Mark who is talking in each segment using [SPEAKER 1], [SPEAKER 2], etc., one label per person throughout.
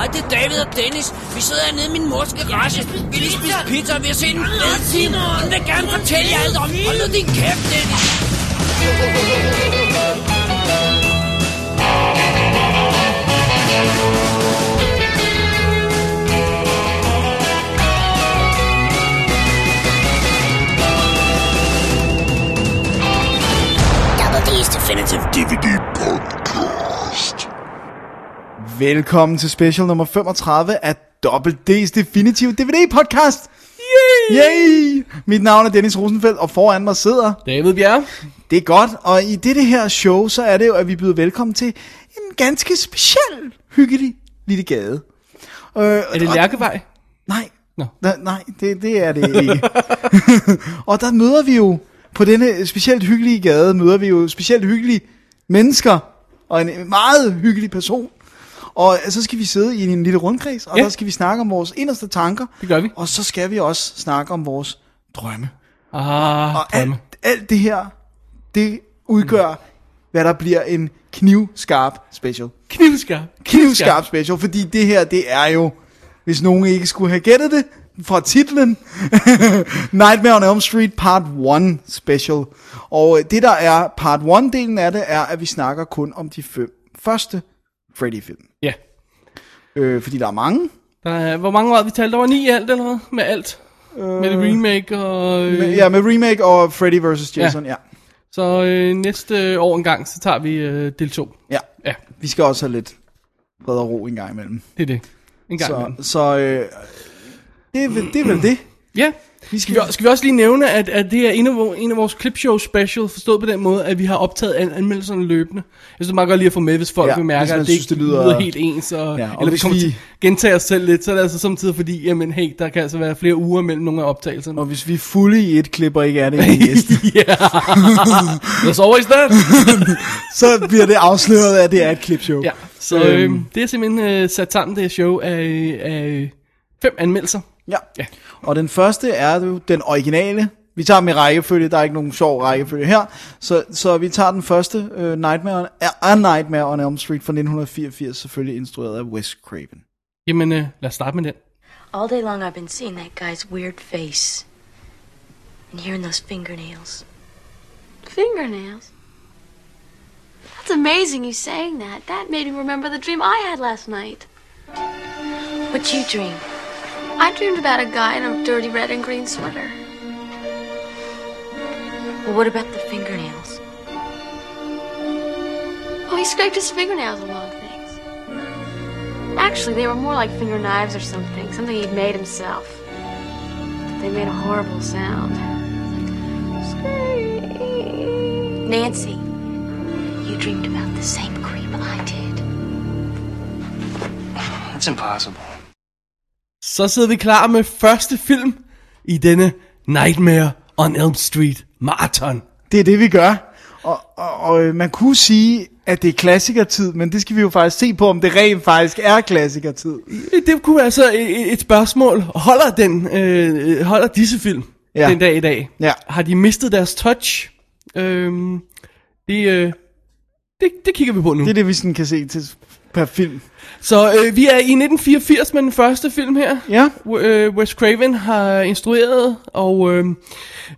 [SPEAKER 1] hedder Dennis. Vi sidder hernede i min mors garage. Vi lige spise pizza, og vi har set en fed film. Hun vil gerne fortælle jer alt om. Hold nu din kæft, Dennis.
[SPEAKER 2] Double D's Definitive DVD Podcast.
[SPEAKER 3] Velkommen til special nummer 35 af Double D's Definitive DVD Podcast. Yay! Yay! Mit navn er Dennis Rosenfeldt, og foran mig sidder...
[SPEAKER 4] David Bjerre.
[SPEAKER 3] Det er godt, og i dette her show, så er det jo, at vi byder velkommen til en ganske speciel, hyggelig lille gade. Øh,
[SPEAKER 4] Er det Lærkevej?
[SPEAKER 3] Nej.
[SPEAKER 4] Nå.
[SPEAKER 3] Da, nej, det, det er det ikke. og der møder vi jo, på denne specielt hyggelige gade, møder vi jo specielt hyggelige mennesker, og en meget hyggelig person. Og øh, så skal vi sidde i en lille rundkreds, og ja.
[SPEAKER 4] Ja.
[SPEAKER 3] der skal vi snakke om vores inderste tanker.
[SPEAKER 4] Det gør vi.
[SPEAKER 3] Og så skal vi også snakke om vores drømme.
[SPEAKER 4] Ah,
[SPEAKER 3] Og alt,
[SPEAKER 4] drømme.
[SPEAKER 3] alt det her, det udgør, mm. hvad der bliver en knivskarp special.
[SPEAKER 4] Knivskarp.
[SPEAKER 3] Knivskarp special, fordi det her, det er jo, hvis nogen ikke skulle have gættet det, fra titlen, Nightmare on Elm Street Part 1 Special. Og øh, det der er Part 1-delen af det, er, at vi snakker kun om de fem første Freddy-film.
[SPEAKER 4] Ja.
[SPEAKER 3] Øh, fordi der er mange.
[SPEAKER 4] Der er, hvor mange var vi talt? Der var ni i alt, eller hvad? Med alt. Øh, med det remake og... Øh,
[SPEAKER 3] Med, ja, med remake og Freddy vs. Jason, ja. ja.
[SPEAKER 4] Så øh, næste år en gang, så tager vi øh, del 2.
[SPEAKER 3] Ja,
[SPEAKER 4] Ja,
[SPEAKER 3] vi skal også have lidt fred og ro en gang imellem.
[SPEAKER 4] det er det. En gang
[SPEAKER 3] Så,
[SPEAKER 4] imellem.
[SPEAKER 3] så øh, det, er vel, det er vel det.
[SPEAKER 4] Ja.
[SPEAKER 3] Vi
[SPEAKER 4] Skal vi, skal vi også lige nævne, at, at det er en af, vores, en af vores clipshow special, forstået på den måde, at vi har optaget an, anmeldelserne løbende. Jeg synes, det er meget godt lige at få med, hvis folk
[SPEAKER 3] Ja,
[SPEAKER 4] ja,
[SPEAKER 3] hvis
[SPEAKER 4] mærker,
[SPEAKER 3] man
[SPEAKER 4] at det
[SPEAKER 3] synes,
[SPEAKER 4] ikke
[SPEAKER 3] det
[SPEAKER 4] det
[SPEAKER 3] lyder-
[SPEAKER 4] lyder... lyder helt ens, og,
[SPEAKER 3] Ja,
[SPEAKER 4] ja,
[SPEAKER 3] og
[SPEAKER 4] og eller vi
[SPEAKER 3] hvis
[SPEAKER 4] kommer
[SPEAKER 3] vi-
[SPEAKER 4] vi... til at gentage os selv lidt, så er det altså samtidig fordi, jamen hey, der kan altså være flere uger mellem nogle af optagelserne.
[SPEAKER 3] Og hvis vi er fulde i et klip, og ikke er det i det næste,
[SPEAKER 4] yeah. There's always that.
[SPEAKER 3] så bliver det afsløret, at det er et klipshow.
[SPEAKER 4] ja, så øh,
[SPEAKER 3] Øhm.
[SPEAKER 4] det er simpelthen øh, sat sammen, det her show, af, øh, af fem anmeldelser.
[SPEAKER 3] ja.
[SPEAKER 4] Ja.
[SPEAKER 3] Og den første er jo den originale. Vi tager dem i rækkefølge, der er ikke nogen sjov rækkefølge her. Så, så vi tager den første, øh, Nightmare, on, A Nightmare on Elm Street fra 1984, selvfølgelig instrueret af Wes Craven.
[SPEAKER 4] Jamen, øh, lad os starte med den.
[SPEAKER 5] All day long, I've been seeing that guy's weird face and hearing those fingernails.
[SPEAKER 6] Fingernails. That's amazing you saying that. That made me remember the dream I had last night.
[SPEAKER 5] What'd you dream?
[SPEAKER 6] I dreamed about a guy in a dirty red and green sweater.
[SPEAKER 5] Well, what about the fingernails?
[SPEAKER 6] Oh, he scraped his fingernails along things. Actually, they were more like finger knives or something, something he'd made himself. But they made a horrible sound. It's like, scream.
[SPEAKER 5] Nancy, you dreamed about the same creep I did.
[SPEAKER 7] That's impossible.
[SPEAKER 4] Så sidder vi klar med første film i denne Nightmare on Elm Street marathon.
[SPEAKER 3] Det er det, vi gør. Og, og, og øh, man kunne sige, at det er klassikertid, men det skal vi jo faktisk se på, om det rent faktisk er klassikertid.
[SPEAKER 4] Det kunne være så et, et spørgsmål. Holder, den, øh, holder disse film
[SPEAKER 3] Ja.
[SPEAKER 4] ja. den dag i dag?
[SPEAKER 3] Ja.
[SPEAKER 4] Har de mistet deres touch? Øhm, det, øh, det, det kigger vi på nu.
[SPEAKER 3] Det er det, vi sådan kan se til, per film.
[SPEAKER 4] Så øh, vi er i 1984 med den første film her.
[SPEAKER 3] Ja.
[SPEAKER 4] W- øh, Wes Craven har instrueret, og øh,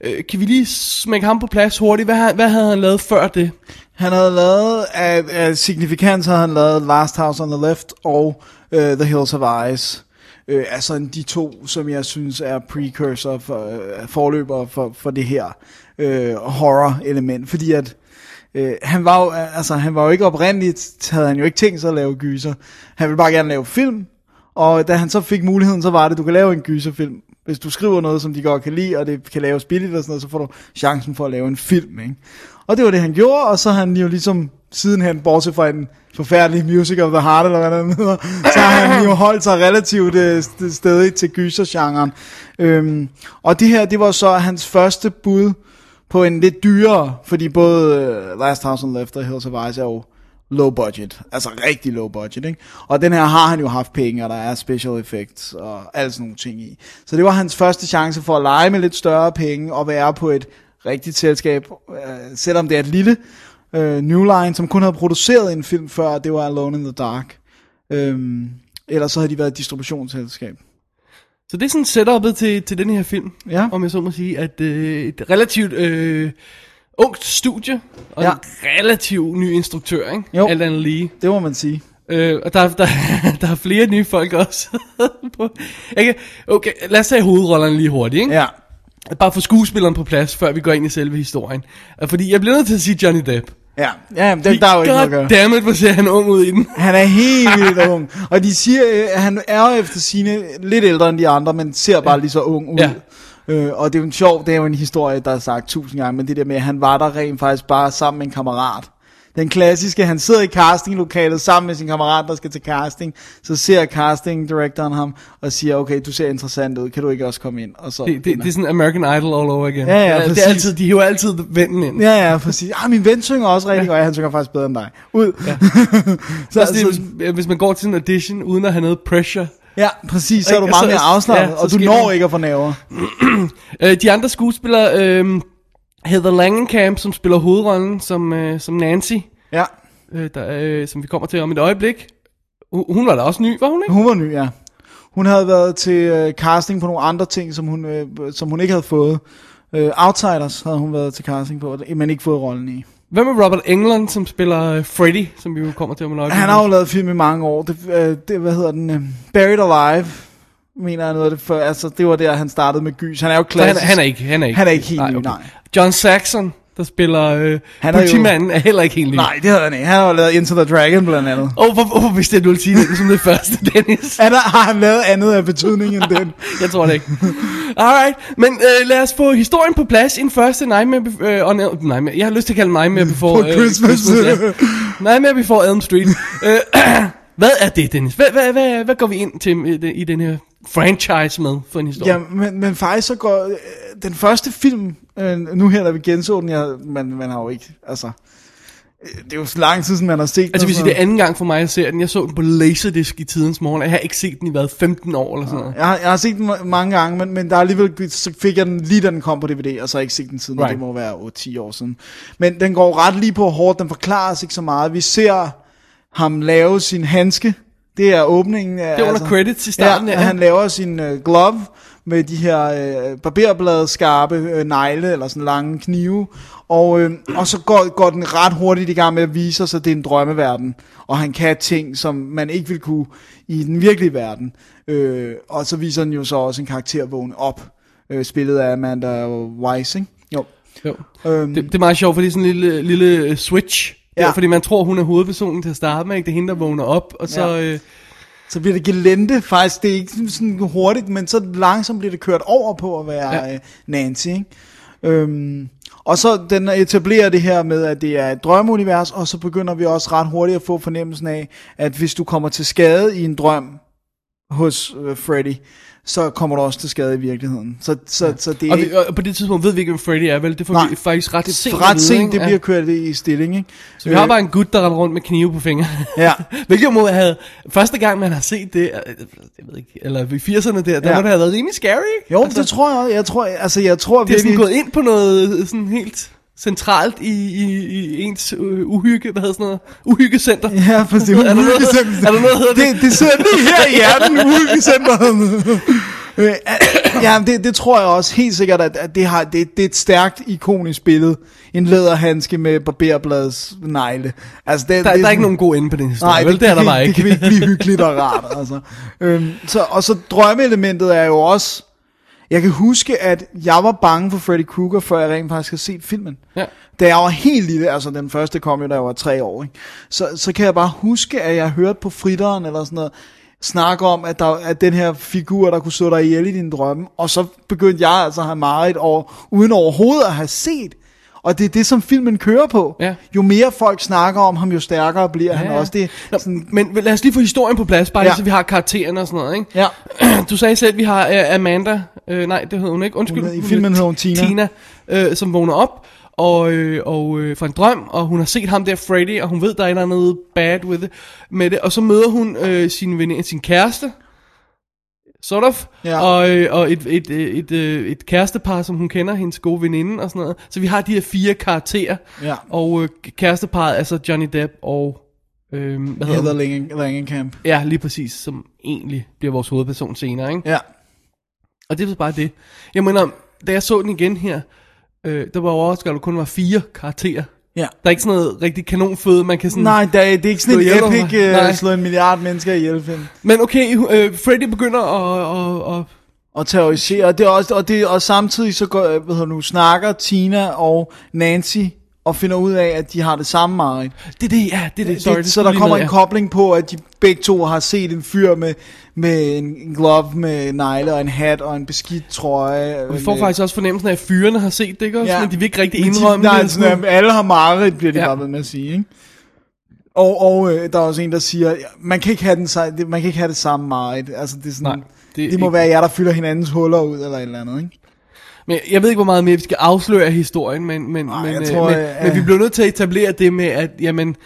[SPEAKER 4] øh, kan vi lige smække ham på plads hurtigt? Hvad, har- hvad havde han lavet før det?
[SPEAKER 3] Han havde lavet, af, af signifikans havde han lavet Last House on the Left og uh, The Hills of Eyes. Uh, altså de to, som jeg synes er precursor, for, uh, forløber for, for det her uh, horror-element. Fordi at uh, han, var jo, altså, han var jo ikke oprindeligt, havde han jo ikke tænkt sig at lave gyser. Han ville bare gerne lave film, og da han så fik muligheden, så var det, du kan lave en gyserfilm. Hvis du skriver noget, som de godt kan lide, og det kan laves billigt og sådan noget, så får du chancen for at lave en film, ikke? Og det var det, han gjorde, og så har han jo ligesom sidenhen, bortset fra en forfærdelig Music of the Heart, eller hvad den hedder, så har han jo holdt sig relativt øh, st- stedig til gysergenren. Øhm, og det her, det var så hans første bud på en lidt dyrere, fordi både øh, Last House on the Left og Hills of Ice er jo low budget, altså rigtig low budget, ikke? Og den her har han jo haft penge, og der er special effects og alt sådan nogle ting i. Så det var hans første chance for at lege med lidt større penge og være på et rigtigt selskab, øh, selvom det er et lille øh, New Line, som kun havde produceret en film før, og det var Alone in the Dark. Øhm, Ellers så havde de været et distributionsselskab.
[SPEAKER 4] Så det er sådan setupet til, til den her film,
[SPEAKER 3] Ja.
[SPEAKER 4] om jeg så må sige, at øh, et relativt øh, ungt studie, og
[SPEAKER 3] Ja.
[SPEAKER 4] ja. en relativt ny instruktør, ikke?
[SPEAKER 3] Jo.
[SPEAKER 4] Alt andet lige.
[SPEAKER 3] Det må man sige.
[SPEAKER 4] Øh, og der, er- der, der er flere nye folk også. på- jeg kan, okay, lad os tage hovedrollerne lige hurtigt, ikke?
[SPEAKER 3] Ja.
[SPEAKER 4] Bare få skuespilleren på plads, før vi går ind i selve historien. Øh, Fordi jeg bliver nødt til at sige Johnny Depp.
[SPEAKER 3] Ja, ja jamen, det, der er jo ikke noget at gøre.
[SPEAKER 4] Goddammit, hvor ser han ung ud i den.
[SPEAKER 3] Han er helt vildt ung. Og de siger, øh, at han er jo efter sine lidt ældre end de andre, men ser bare lige så ung ud.
[SPEAKER 4] Ja.
[SPEAKER 3] Øh, og det er jo en sjov, det er jo en historie, der er sagt tusind gange, men det der med, at han var der rent faktisk bare sammen med en kammerat. Den klassiske, han sidder i castinglokalet sammen med sin kammerat, der skal til casting, så ser castingdirektoren ham og siger, okay, du ser interessant ud, kan du ikke også komme ind? Og så
[SPEAKER 4] Det, det, det er sådan American Idol all over igen.
[SPEAKER 3] Ja, ja,
[SPEAKER 4] det
[SPEAKER 3] præcis.
[SPEAKER 4] er altid, de hiver altid vennen ind.
[SPEAKER 3] Ja, ja, præcis. Ah, min ven synger også rigtig ja. godt, Ja, han synger faktisk bedre end dig. Ud. Ja, så,
[SPEAKER 4] Også det, hvis, øh, hvis man går til en audition, uden at have noget pressure.
[SPEAKER 3] ja præcis, så er du
[SPEAKER 4] Ikke?
[SPEAKER 3] meget
[SPEAKER 4] Og så-
[SPEAKER 3] mere afslappet,
[SPEAKER 4] ja,
[SPEAKER 3] ja,
[SPEAKER 4] så
[SPEAKER 3] og du
[SPEAKER 4] skal
[SPEAKER 3] når
[SPEAKER 4] man-
[SPEAKER 3] ikke at få naver.
[SPEAKER 4] Øh, de andre skuespillere, øh, Heather Langenkamp, som spiller hovedrollen som, øh, som Nancy,
[SPEAKER 3] Ja.
[SPEAKER 4] øh, der, øh, som vi kommer til om et øjeblik. Hun, hun var da også ny, var hun ikke?
[SPEAKER 3] Hun var ny, ja. Hun havde været til øh, casting på nogle andre ting, som hun, øh, som hun ikke havde fået. Øh, Outsiders havde hun været til casting på, men ikke fået rollen i.
[SPEAKER 4] Hvem er Robert Englund, som spiller øh, Freddy, som vi jo kommer til om et øjeblik?
[SPEAKER 3] Han har jo lavet film i mange år. Det, øh, det hvad hedder den? Øh, Buried Alive, mener jeg noget af det før. Altså, det var der, han startede med gys. Han er jo
[SPEAKER 4] Så han,
[SPEAKER 3] klassisk.
[SPEAKER 4] han, er ikke, han er ikke.
[SPEAKER 3] Han er ikke helt ny, nej.
[SPEAKER 4] John Saxon, der spiller øh,
[SPEAKER 3] Han
[SPEAKER 4] han
[SPEAKER 3] er jo-
[SPEAKER 4] er politimanden, er heller ikke helt ny.
[SPEAKER 3] Nej, det havde han ikke. Han har jo lavet Into the Dragon, blandt andet.
[SPEAKER 4] Åh, oh, hvorfor oh, vidste jeg, du ville sige det som det første, Dennis?
[SPEAKER 3] Er der, har han lavet andet af betydning end den?
[SPEAKER 4] Jeg tror det ikke. Alright, men øh, lad os få historien på plads i den første Nightmare, Bef- øh, on El- Nightmare. Jeg har lyst til at kalde den Nightmare Before øh,
[SPEAKER 3] På Christmas.
[SPEAKER 4] ja. Nightmare Before Elm Street. øh, hvad er det, Dennis? Hvad, hvad, hvad, hvad går vi ind til i den- i den her franchise med for en historie?
[SPEAKER 3] Ja, men, men faktisk så går øh, den første film, øh, nu her, da vi genså den, jeg, man, man har jo ikke, altså, øh, det er jo så lang tid, siden man har set den.
[SPEAKER 4] Altså,
[SPEAKER 3] og
[SPEAKER 4] hvis
[SPEAKER 3] sådan
[SPEAKER 4] det er anden gang for mig, jeg ser den. Jeg så den på Laserdisc i tidens morgen. og Jeg har ikke set den i hvad, 15 år eller sådan noget.
[SPEAKER 3] noget. jeg har, jeg har set den ma- mange gange, men, men der er alligevel, så fik jeg den lige da den kom på DVD, og så har jeg ikke set den siden, right.
[SPEAKER 4] Right.
[SPEAKER 3] det må være 8-10 år siden. Men den går ret lige på hårdt, den forklares ikke så meget. Vi ser ham lave sin handske, det er åbningen af... altså-
[SPEAKER 4] Det er under credits i starten,
[SPEAKER 3] ja.
[SPEAKER 4] ja.
[SPEAKER 3] og han laver sin øh, glove med de her øh, barberblade skarpe øh, negle, eller sådan lange knive, og, øh, og så går, går den ret hurtigt i gang med at vise os, at det er en drømmeverden, og han kan ting, som man ikke vil kunne i den virkelige verden. Øh, og så viser den jo så også en karakter vågne op, øh, spillet af Amanda Weiss, ikke? Jo.
[SPEAKER 4] Jo.
[SPEAKER 3] Øhm,
[SPEAKER 4] Det, det er meget sjovt, fordi sådan en lille, lille øh, switch.
[SPEAKER 3] Ja.
[SPEAKER 4] Ja. Der, fordi man tror, hun er hovedpersonen til at starte med. Ikke? Det er hende, der vågner op, og så...
[SPEAKER 3] Ja.
[SPEAKER 4] Ja. Øh,
[SPEAKER 3] Så bliver det gelente faktisk, det er ikke sådan- sådan hurtigt, men så langsomt bliver det kørt over på at være ja.
[SPEAKER 4] Ja.
[SPEAKER 3] øh, Nancy. Ikke? Øhm, og så den etablerer det her med, at det er et drømmeunivers, og så begynder vi også ret hurtigt at få fornemmelsen af, at hvis du kommer til skade i en drøm hos øh, Freddy, så kommer du også til skade i virkeligheden. Så, så, ja. så det er
[SPEAKER 4] og,
[SPEAKER 3] ikke-
[SPEAKER 4] vi, og på det tidspunkt ved vi ikke, hvem Freddy er, vel? Det får
[SPEAKER 3] Nej.
[SPEAKER 4] vi faktisk ret
[SPEAKER 3] det
[SPEAKER 4] sent
[SPEAKER 3] er
[SPEAKER 4] at
[SPEAKER 3] ret
[SPEAKER 4] vide,
[SPEAKER 3] sent,
[SPEAKER 4] ikke?
[SPEAKER 3] det bliver kørt i stilling. Ikke? Øh,
[SPEAKER 4] Så vi har bare en gut, der render rundt med knive på fingrene.
[SPEAKER 3] Ja.
[SPEAKER 4] Hvilket må have... Første gang, man har set det... øh, Jeg ved ikke... Eller i 80'erne der, der
[SPEAKER 3] Ja.
[SPEAKER 4] ja. må det have været rimelig scary. ikke?
[SPEAKER 3] Jo, altså, det tror jeg også. Jeg tror, altså, jeg tror
[SPEAKER 4] Det er sådan
[SPEAKER 3] virkelig-
[SPEAKER 4] gået ind på noget øh, sådan helt centralt i, i, i ens øh, uhygge, hvad hedder sådan noget, uhyggecenter.
[SPEAKER 3] Ja, for det er
[SPEAKER 4] Er der noget-
[SPEAKER 3] ulykkescenter.
[SPEAKER 4] er der noget, der hedder
[SPEAKER 3] det? Det sidder lige her i hjernen, ulykkescenteret. Øh, ja, men det, det tror jeg også helt sikkert, at, at det, har, det, det er et stærkt, ikonisk billede. En læderhandske med barberblads negle. Altså, det, det
[SPEAKER 4] Der, der er
[SPEAKER 3] sådan-
[SPEAKER 4] ikke nogen god ende på den historie,
[SPEAKER 3] Nej,
[SPEAKER 4] Nej, vel? Det er der
[SPEAKER 3] kan-
[SPEAKER 4] bare
[SPEAKER 3] Det
[SPEAKER 4] ikke.
[SPEAKER 3] kan ikke blive hyggeligt og rart, altså. Øhm, så, og så drømmeelementet er jo også... Jeg kan huske, at jeg var bange for Freddy Krueger, før jeg rent faktisk havde set filmen.
[SPEAKER 4] Ja.
[SPEAKER 3] Da jeg var helt lille, altså den første kom jo, da jeg var tre år, ikke? Så, så kan jeg bare huske, at jeg hørte på fritteren eller sådan noget, snakke om, at, der, at den her figur, der kunne slå dig ihjel i dine drømme, og så begyndte jeg altså at have meget år, uden overhovedet at have set. Og det er det, som filmen kører på.
[SPEAKER 4] Ja.
[SPEAKER 3] Jo mere folk snakker om ham, jo stærkere bliver ja. han også. Det,
[SPEAKER 4] Nå,
[SPEAKER 3] er sådan,
[SPEAKER 4] Men lad os lige få historien på plads, bare
[SPEAKER 3] Ja.
[SPEAKER 4] ja. så vi har karaktererne og sådan noget, ikke?
[SPEAKER 3] ja.
[SPEAKER 4] Du sagde selv, at vi har uh, Amanda, uh, nej, det hedder hun ikke, undskyld.
[SPEAKER 3] Hun hedder- i filmen hedder hun Tina.
[SPEAKER 4] Tina, uh, som vågner op og, øh, og øh, fra en drøm, og hun har set ham der Freddy, og hun ved, der er et eller andet bad with det, med det, og så møder hun øh, sin, veninde, sin kæreste, sort of,
[SPEAKER 3] Ja.
[SPEAKER 4] og, øh, og et, et, et, et, øh, et kærestepar, som hun kender, hendes gode veninde og sådan noget. Så vi har de her fire karakterer,
[SPEAKER 3] Ja.
[SPEAKER 4] og øh, kæresteparret, altså Johnny Depp og Øhm, hvad hedder
[SPEAKER 3] Heather
[SPEAKER 4] hun?
[SPEAKER 3] Langen- Langenkamp.
[SPEAKER 4] Ja, lige præcis, som egentlig bliver vores hovedperson senere, ikke?
[SPEAKER 3] Ja.
[SPEAKER 4] Og det er så bare det. Jeg mener, da jeg så den igen her, øh, der var jeg overrasket, at der kun var fire karakterer.
[SPEAKER 3] Ja.
[SPEAKER 4] Der er ikke sådan noget rigtig kanonføde, man kan sådan...
[SPEAKER 3] Nej, der, det er ikke
[SPEAKER 4] Slå
[SPEAKER 3] sådan en
[SPEAKER 4] ihjel
[SPEAKER 3] epic
[SPEAKER 4] over. Nej.
[SPEAKER 3] uh, slå en milliard mennesker ihjel film.
[SPEAKER 4] Men okay, øh, Freddy begynder at... at, at
[SPEAKER 3] Og terrorisere. Det er også, og, det, og samtidig så går, øh, hvad hedder nu, snakker Tina og Nancy og finder ud af, at de har det samme meget.
[SPEAKER 4] det er det, ja, det er det. Sorry,
[SPEAKER 3] det,
[SPEAKER 4] det
[SPEAKER 3] så
[SPEAKER 4] skulle
[SPEAKER 3] der
[SPEAKER 4] lige
[SPEAKER 3] kommer
[SPEAKER 4] med,
[SPEAKER 3] en
[SPEAKER 4] ja.
[SPEAKER 3] kobling på, at de begge to har set en fyr med, med en en glove med negle og en hat og en beskidt trøje. øh,
[SPEAKER 4] Vi får faktisk også fornemmelsen af, at fyrene har set det, ikke også? Ja. Men de vil ikke rigtig
[SPEAKER 3] Men de-
[SPEAKER 4] indrømme
[SPEAKER 3] nej,
[SPEAKER 4] det. altså.
[SPEAKER 3] Sådan, jamen, alle har mareridt, bliver de
[SPEAKER 4] Ja.
[SPEAKER 3] ja. bare ved med at sige, ikke? Og, og øh, der er også en, der siger, "Ja, man kan ikke have, den, sej- det- man kan ikke have det samme mareridt. Altså, det, er sådan,
[SPEAKER 4] Nej,
[SPEAKER 3] nej,
[SPEAKER 4] det er
[SPEAKER 3] det, det må
[SPEAKER 4] ikke-
[SPEAKER 3] være jer, der fylder hinandens huller ud, eller et eller andet, ikke?
[SPEAKER 4] Men jeg ved ikke, hvor meget mere vi skal afsløre af historien, men, men,
[SPEAKER 3] Nej,
[SPEAKER 4] men,
[SPEAKER 3] jeg
[SPEAKER 4] øh,
[SPEAKER 3] tror,
[SPEAKER 4] men,
[SPEAKER 3] øh,
[SPEAKER 4] men vi
[SPEAKER 3] øh.
[SPEAKER 4] bliver nødt til at etablere det med, at jamen,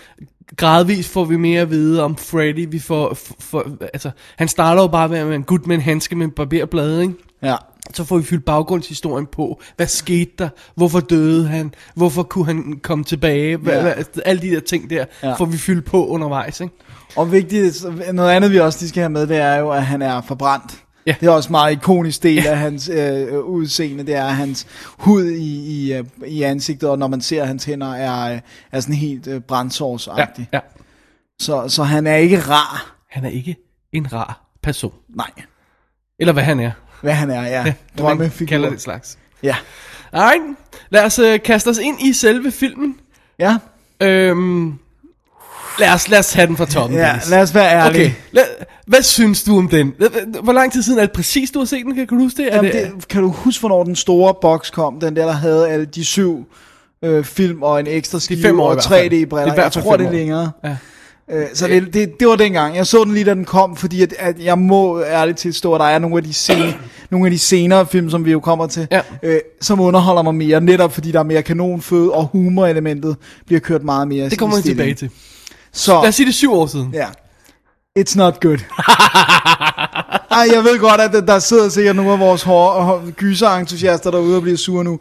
[SPEAKER 4] gradvist får vi mere at vide om Freddy. Vi får, f- for, altså, han starter jo bare med, at være en gut med en handske med en barberblad, ikke?
[SPEAKER 3] Ja.
[SPEAKER 4] Så får vi fyldt baggrundshistorien på. Hvad skete der? Hvorfor døde han? Hvorfor kunne han komme tilbage? Hvad,
[SPEAKER 3] Ja.
[SPEAKER 4] hvad, altså, alle de der ting der
[SPEAKER 3] Ja.
[SPEAKER 4] får vi fyldt på undervejs, ikke?
[SPEAKER 3] Og vigtigt, så- noget andet vi også lige skal have med, det er jo, at han er forbrændt.
[SPEAKER 4] Ja.
[SPEAKER 3] Det er også en meget ikonisk del af hans øh, øh, udseende, det er hans hud i, i, øh, i ansigtet, og når man ser hans hænder, er, øh, er sådan helt øh, brændsårsagtig. Ja.
[SPEAKER 4] ja.
[SPEAKER 3] Så, så han er ikke rar.
[SPEAKER 4] Han er ikke en rar person.
[SPEAKER 3] Nej.
[SPEAKER 4] Eller hvad han er.
[SPEAKER 3] hvad han er, ja.
[SPEAKER 4] Hvad man
[SPEAKER 3] Drømmefigur.
[SPEAKER 4] kalder det slags.
[SPEAKER 3] Ja.
[SPEAKER 4] Alright, lad os øh, kaste os ind i selve filmen.
[SPEAKER 3] Ja,
[SPEAKER 4] Øhm, lad, os, lad os have den fra toppen.
[SPEAKER 3] ja
[SPEAKER 4] Dennis.
[SPEAKER 3] lad os være ærlige.
[SPEAKER 4] okay. Lad, hvad synes du om den? Hvor lang tid siden er det præcis, du har set den? Kan du huske det?
[SPEAKER 3] Jamen,
[SPEAKER 4] er det,
[SPEAKER 3] det, kan du huske, hvornår den store box kom? Den der, der havde alle de syv øh, film og en ekstra skive
[SPEAKER 4] fem år i
[SPEAKER 3] og
[SPEAKER 4] hvert fald. Det er i
[SPEAKER 3] 3D-briller.
[SPEAKER 4] hvert
[SPEAKER 3] Jeg
[SPEAKER 4] fald
[SPEAKER 3] tror,
[SPEAKER 4] fem
[SPEAKER 3] det er
[SPEAKER 4] år.
[SPEAKER 3] længere.
[SPEAKER 4] Ja.
[SPEAKER 3] Øh, så det, det, det var dengang. Jeg så den lige, da den kom, fordi at, at jeg må ærligt tilstå, at der er nogle af de, sen, nogle af de senere film, som vi jo kommer til,
[SPEAKER 4] Ja.
[SPEAKER 3] øh, som underholder mig mere, netop fordi der er mere kanonføde, og humorelementet bliver kørt meget mere
[SPEAKER 4] det kommer
[SPEAKER 3] i
[SPEAKER 4] vi
[SPEAKER 3] stilling.
[SPEAKER 4] tilbage til.
[SPEAKER 3] Så,
[SPEAKER 4] Lad os sige, det er syv år siden.
[SPEAKER 3] Ja. It's not good. Ej, jeg ved godt, at der sidder sikkert nogle af vores hår- hår- gyserentusiaster derude og bliver sure nu.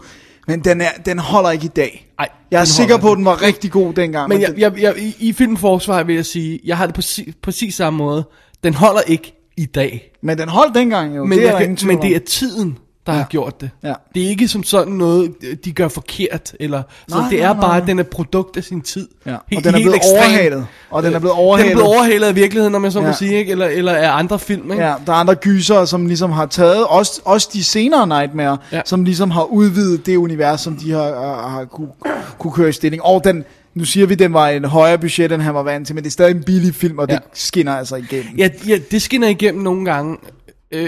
[SPEAKER 3] Men den, er, den holder ikke i dag.
[SPEAKER 4] Ej,
[SPEAKER 3] Jeg er
[SPEAKER 4] den
[SPEAKER 3] sikker
[SPEAKER 4] holder
[SPEAKER 3] på, at den var rigtig god dengang.
[SPEAKER 4] Men
[SPEAKER 3] men
[SPEAKER 4] jeg,
[SPEAKER 3] den,
[SPEAKER 4] jeg, jeg, i, i filmforsvar vil jeg sige, jeg har det præcis, præcis samme måde. Den holder ikke i dag.
[SPEAKER 3] men den holdt dengang jo.
[SPEAKER 4] Men,
[SPEAKER 3] det er
[SPEAKER 4] jeg,
[SPEAKER 3] der ingen
[SPEAKER 4] kan-
[SPEAKER 3] tvivl
[SPEAKER 4] men det er
[SPEAKER 3] om.
[SPEAKER 4] tiden, der ja. har gjort det.
[SPEAKER 3] Ja.
[SPEAKER 4] Det er ikke som sådan noget, de gør forkert. Eller, så
[SPEAKER 3] Nej,
[SPEAKER 4] det er
[SPEAKER 3] nej, nej,
[SPEAKER 4] bare,
[SPEAKER 3] nej.
[SPEAKER 4] den er produkt af sin tid.
[SPEAKER 3] Ja.
[SPEAKER 4] Helt-
[SPEAKER 3] Og den er
[SPEAKER 4] helt
[SPEAKER 3] blevet
[SPEAKER 4] ekstrem.
[SPEAKER 3] overhalet. Og den er blevet
[SPEAKER 4] Den er
[SPEAKER 3] overhalet.
[SPEAKER 4] blevet overhalet af virkeligheden, om jeg så må
[SPEAKER 3] Ja.
[SPEAKER 4] sige, ikke? Eller, eller af andre film. Ikke?
[SPEAKER 3] Ja, der er andre gyser, som ligesom har taget, også, også de senere Nightmare,
[SPEAKER 4] Ja.
[SPEAKER 3] ja. som ligesom har udvidet det univers, som de har, øh, har, har kunne, kunne køre i stilling. Og den, nu siger vi, den var en højere budget, end han var vant til, men det er stadig en billig film, og ja. det
[SPEAKER 4] Ja.
[SPEAKER 3] skinner altså igennem.
[SPEAKER 4] Ja, ja, det skinner igennem nogle gange. Øh,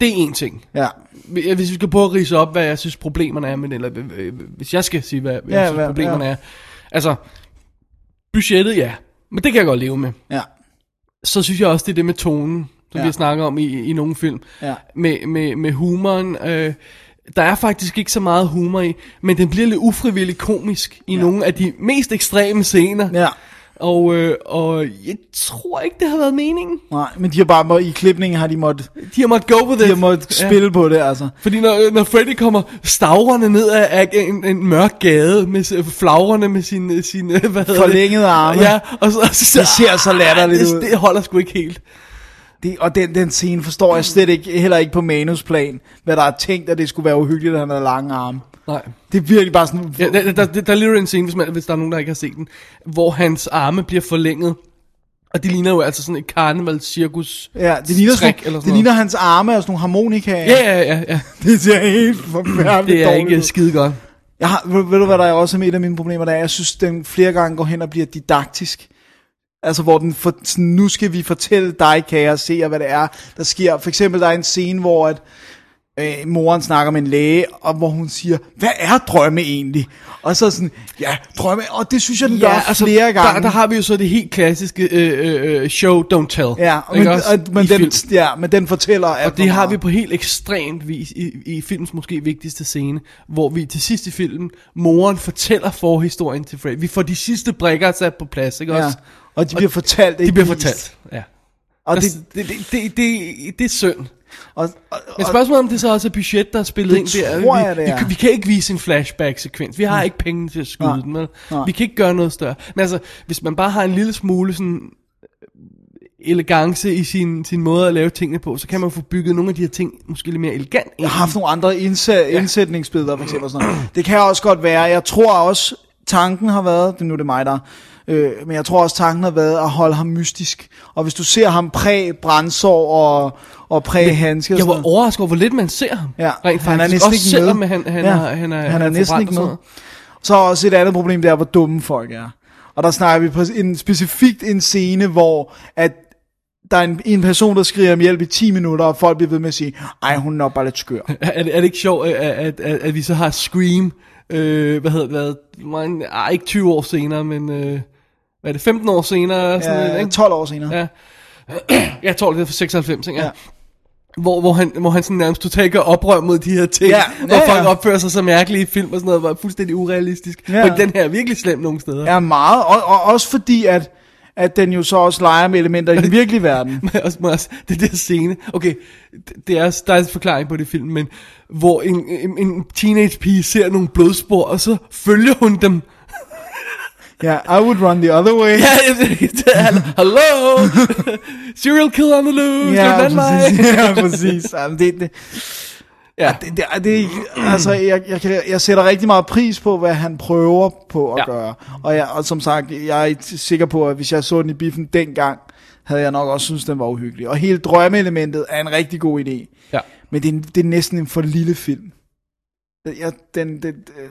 [SPEAKER 4] det er en ting.
[SPEAKER 3] Ja.
[SPEAKER 4] Hvis vi skal prøve at rise op, hvad jeg synes problemerne er, men, eller øh, øh, hvis jeg skal sige, hvad jeg
[SPEAKER 3] Ja,
[SPEAKER 4] synes
[SPEAKER 3] hvad-
[SPEAKER 4] problemerne
[SPEAKER 3] ja.
[SPEAKER 4] er. Altså, budgettet, ja. Men det kan jeg godt leve med.
[SPEAKER 3] ja.
[SPEAKER 4] Så synes jeg også, det er det med tonen, som ja.
[SPEAKER 3] Ja.
[SPEAKER 4] vi har snakket om i, i nogle film.
[SPEAKER 3] Ja.
[SPEAKER 4] Med, med, med humoren. Øh, der er faktisk ikke så meget humor i, men den bliver lidt ufrivilligt komisk i ja. nogle af de mest ekstreme scener.
[SPEAKER 3] Ja.
[SPEAKER 4] Og, øh, og jeg tror ikke, det har været meningen.
[SPEAKER 3] Nej, men de har bare, må, i klipningen har de måttet,
[SPEAKER 4] De har måttet go with it.
[SPEAKER 3] de har måttet spille ja. på det, altså.
[SPEAKER 4] Fordi når, når Freddy kommer stavrende ned af, af en, en mørk gade, med s- flagrende med sin, sin øh, hvad hedder
[SPEAKER 3] Forlængede
[SPEAKER 4] det?
[SPEAKER 3] arme.
[SPEAKER 4] Ja, og så, og så,
[SPEAKER 3] Det ser så latterligt
[SPEAKER 4] det,
[SPEAKER 3] ud.
[SPEAKER 4] Det holder sgu ikke helt.
[SPEAKER 3] Det, og den, den scene forstår jeg slet ikke, heller ikke på manusplan, hvad der er tænkt, at det skulle være uhyggeligt, at han havde lange arme.
[SPEAKER 4] Nej.
[SPEAKER 3] Det er virkelig bare sådan...
[SPEAKER 4] Ja, der, der, der, der er lige en scene, hvis, man, hvis der er nogen, der ikke har set den, hvor hans arme bliver forlænget. Og det ligner jo altså sådan et karnevalscirkus.
[SPEAKER 3] Ja, det ligner,
[SPEAKER 4] Trick
[SPEAKER 3] sådan,
[SPEAKER 4] eller
[SPEAKER 3] eller
[SPEAKER 4] sådan
[SPEAKER 3] det ligner hans arme og sådan nogle harmonikaer.
[SPEAKER 4] Ja, ja, ja. ja.
[SPEAKER 3] Det ser helt forfærdeligt
[SPEAKER 4] Det er
[SPEAKER 3] dårligt
[SPEAKER 4] ikke
[SPEAKER 3] ud.
[SPEAKER 4] skide godt.
[SPEAKER 3] Jeg har, ved, ved du, hvad der er også er med et af mine problemer? Der er, jeg synes, den flere gange går hen og bliver didaktisk. Altså, hvor den for, sådan, nu skal vi fortælle dig, kan jeg se, hvad det er, der sker. For eksempel, der er en scene, hvor at, øh, moren snakker med en læge, og hvor hun siger, hvad er drømme egentlig? Og så sådan, ja, drømme, og det synes jeg, den ja, gør altså, flere gange.
[SPEAKER 4] Der, der har vi jo så det helt klassiske øh, øh, øh, show, don't tell.
[SPEAKER 3] ja,
[SPEAKER 4] Ikke
[SPEAKER 3] men,
[SPEAKER 4] også?
[SPEAKER 3] og, men,
[SPEAKER 4] I film.
[SPEAKER 3] den, ja, men den fortæller alt
[SPEAKER 4] Og
[SPEAKER 3] for
[SPEAKER 4] det har
[SPEAKER 3] meget.
[SPEAKER 4] vi på helt ekstremt vis i, i films måske vigtigste scene, hvor vi til sidst i filmen, moren fortæller forhistorien til Freddy. Vi får de sidste brikker sat på plads, ikke
[SPEAKER 3] Ja,
[SPEAKER 4] også?
[SPEAKER 3] og de bliver fortalt, ikke
[SPEAKER 4] De bliver
[SPEAKER 3] vist.
[SPEAKER 4] fortalt, ja. Altså,
[SPEAKER 3] Og
[SPEAKER 4] Og
[SPEAKER 3] det,
[SPEAKER 4] det, det, det, det, det, det er synd.
[SPEAKER 3] Og, og,
[SPEAKER 4] Men
[SPEAKER 3] og,
[SPEAKER 4] spørgsmålet er, om det så også er budget, der er spillet
[SPEAKER 3] Det
[SPEAKER 4] ind der.
[SPEAKER 3] tror
[SPEAKER 4] vi,
[SPEAKER 3] jeg, det
[SPEAKER 4] vi,
[SPEAKER 3] er.
[SPEAKER 4] kan- vi kan ikke vise en flashback-sekvens. Vi har ikke penge til at skyde
[SPEAKER 3] Nej.
[SPEAKER 4] den. Vel?
[SPEAKER 3] Nej.
[SPEAKER 4] Vi kan ikke gøre noget større. Men altså, hvis man bare har en lille smule sådan øh, elegance i sin, sin måde at lave tingene på, så kan man få bygget nogle af de her ting måske lidt mere elegant. ind.
[SPEAKER 3] jeg har haft nogle andre indsæt, indsætningsbilleder, for eksempel. og Sådan noget. Det kan også godt være, jeg tror også, tanken har været, det nu er det mig, der øh, men jeg tror også, tanken har været at holde ham mystisk. Og hvis du ser ham præg brændsår og, og præg handske og
[SPEAKER 4] Jeg
[SPEAKER 3] sådan
[SPEAKER 4] var
[SPEAKER 3] noget.
[SPEAKER 4] overrasket over, hvor lidt man ser ham.
[SPEAKER 3] Ja,
[SPEAKER 4] rent
[SPEAKER 3] han er
[SPEAKER 4] faktisk.
[SPEAKER 3] næsten
[SPEAKER 4] Også
[SPEAKER 3] ikke
[SPEAKER 4] selvom
[SPEAKER 3] med.
[SPEAKER 4] han, han,
[SPEAKER 3] Ja,
[SPEAKER 4] er, han, er,
[SPEAKER 3] han er næsten ikke
[SPEAKER 4] forbrændt og
[SPEAKER 3] med.
[SPEAKER 4] sådan noget.
[SPEAKER 3] Så er også et andet problem, det er, hvor dumme folk er. Og der snakker vi på en, specifikt en scene, hvor at der er en, en person, der skriger om hjælp i 10 minutter, og folk bliver ved med at sige, ej, hun er nok bare lidt skør.
[SPEAKER 4] Er, er det- er det ikke sjovt, at, at, at, at vi så har Scream, øh, hvad hedder hvad, mange, ah, ikke 20 år senere, men øh, hvad er det, 15 år senere? Sådan noget,
[SPEAKER 3] Ja,
[SPEAKER 4] ikke?
[SPEAKER 3] 12 år senere.
[SPEAKER 4] Ja. Jeg tror, det er fra 96, ikke?
[SPEAKER 3] Ja.
[SPEAKER 4] Ja. Hvor, hvor, han, hvor han sådan nærmest totalt gør oprør mod de her ting,
[SPEAKER 3] Ja,
[SPEAKER 4] hvor
[SPEAKER 3] ja,
[SPEAKER 4] folk
[SPEAKER 3] ja.
[SPEAKER 4] opfører sig så mærkeligt i film og sådan noget, var fuldstændig urealistisk.
[SPEAKER 3] Ja.
[SPEAKER 4] Ja. Men den her er virkelig slem nogle steder.
[SPEAKER 3] er meget, og, og også fordi, at, at den jo så også leger med elementer i den virkelige verden.
[SPEAKER 4] Men også, må også, det der scene, okay, det- det er, der er en forklaring på det film, men hvor en, en, en teenage pige ser nogle blodspor, og så følger hun dem.
[SPEAKER 3] Ja, I would run the other way.
[SPEAKER 4] Ja, det- det er- hallo, serial killer on the loose, ja, den anden
[SPEAKER 3] præcis.
[SPEAKER 4] vej.
[SPEAKER 3] ja, præcis. Jamen, det, det,
[SPEAKER 4] Ja,
[SPEAKER 3] det, det, det, er ikke- altså, jeg, jeg, kan, jeg sætter rigtig meget pris på, hvad han prøver på at ja.
[SPEAKER 4] Ja.
[SPEAKER 3] gøre. Og, jeg, og som sagt, jeg er ikke sikker på, at hvis jeg så den i biffen dengang, havde jeg nok også synes den var uhyggelig. Og hele drømmeelementet er en rigtig god idé.
[SPEAKER 4] ja.
[SPEAKER 3] Men det er, en- det er næsten en for lille film. Det- Jeg, den, den, øh.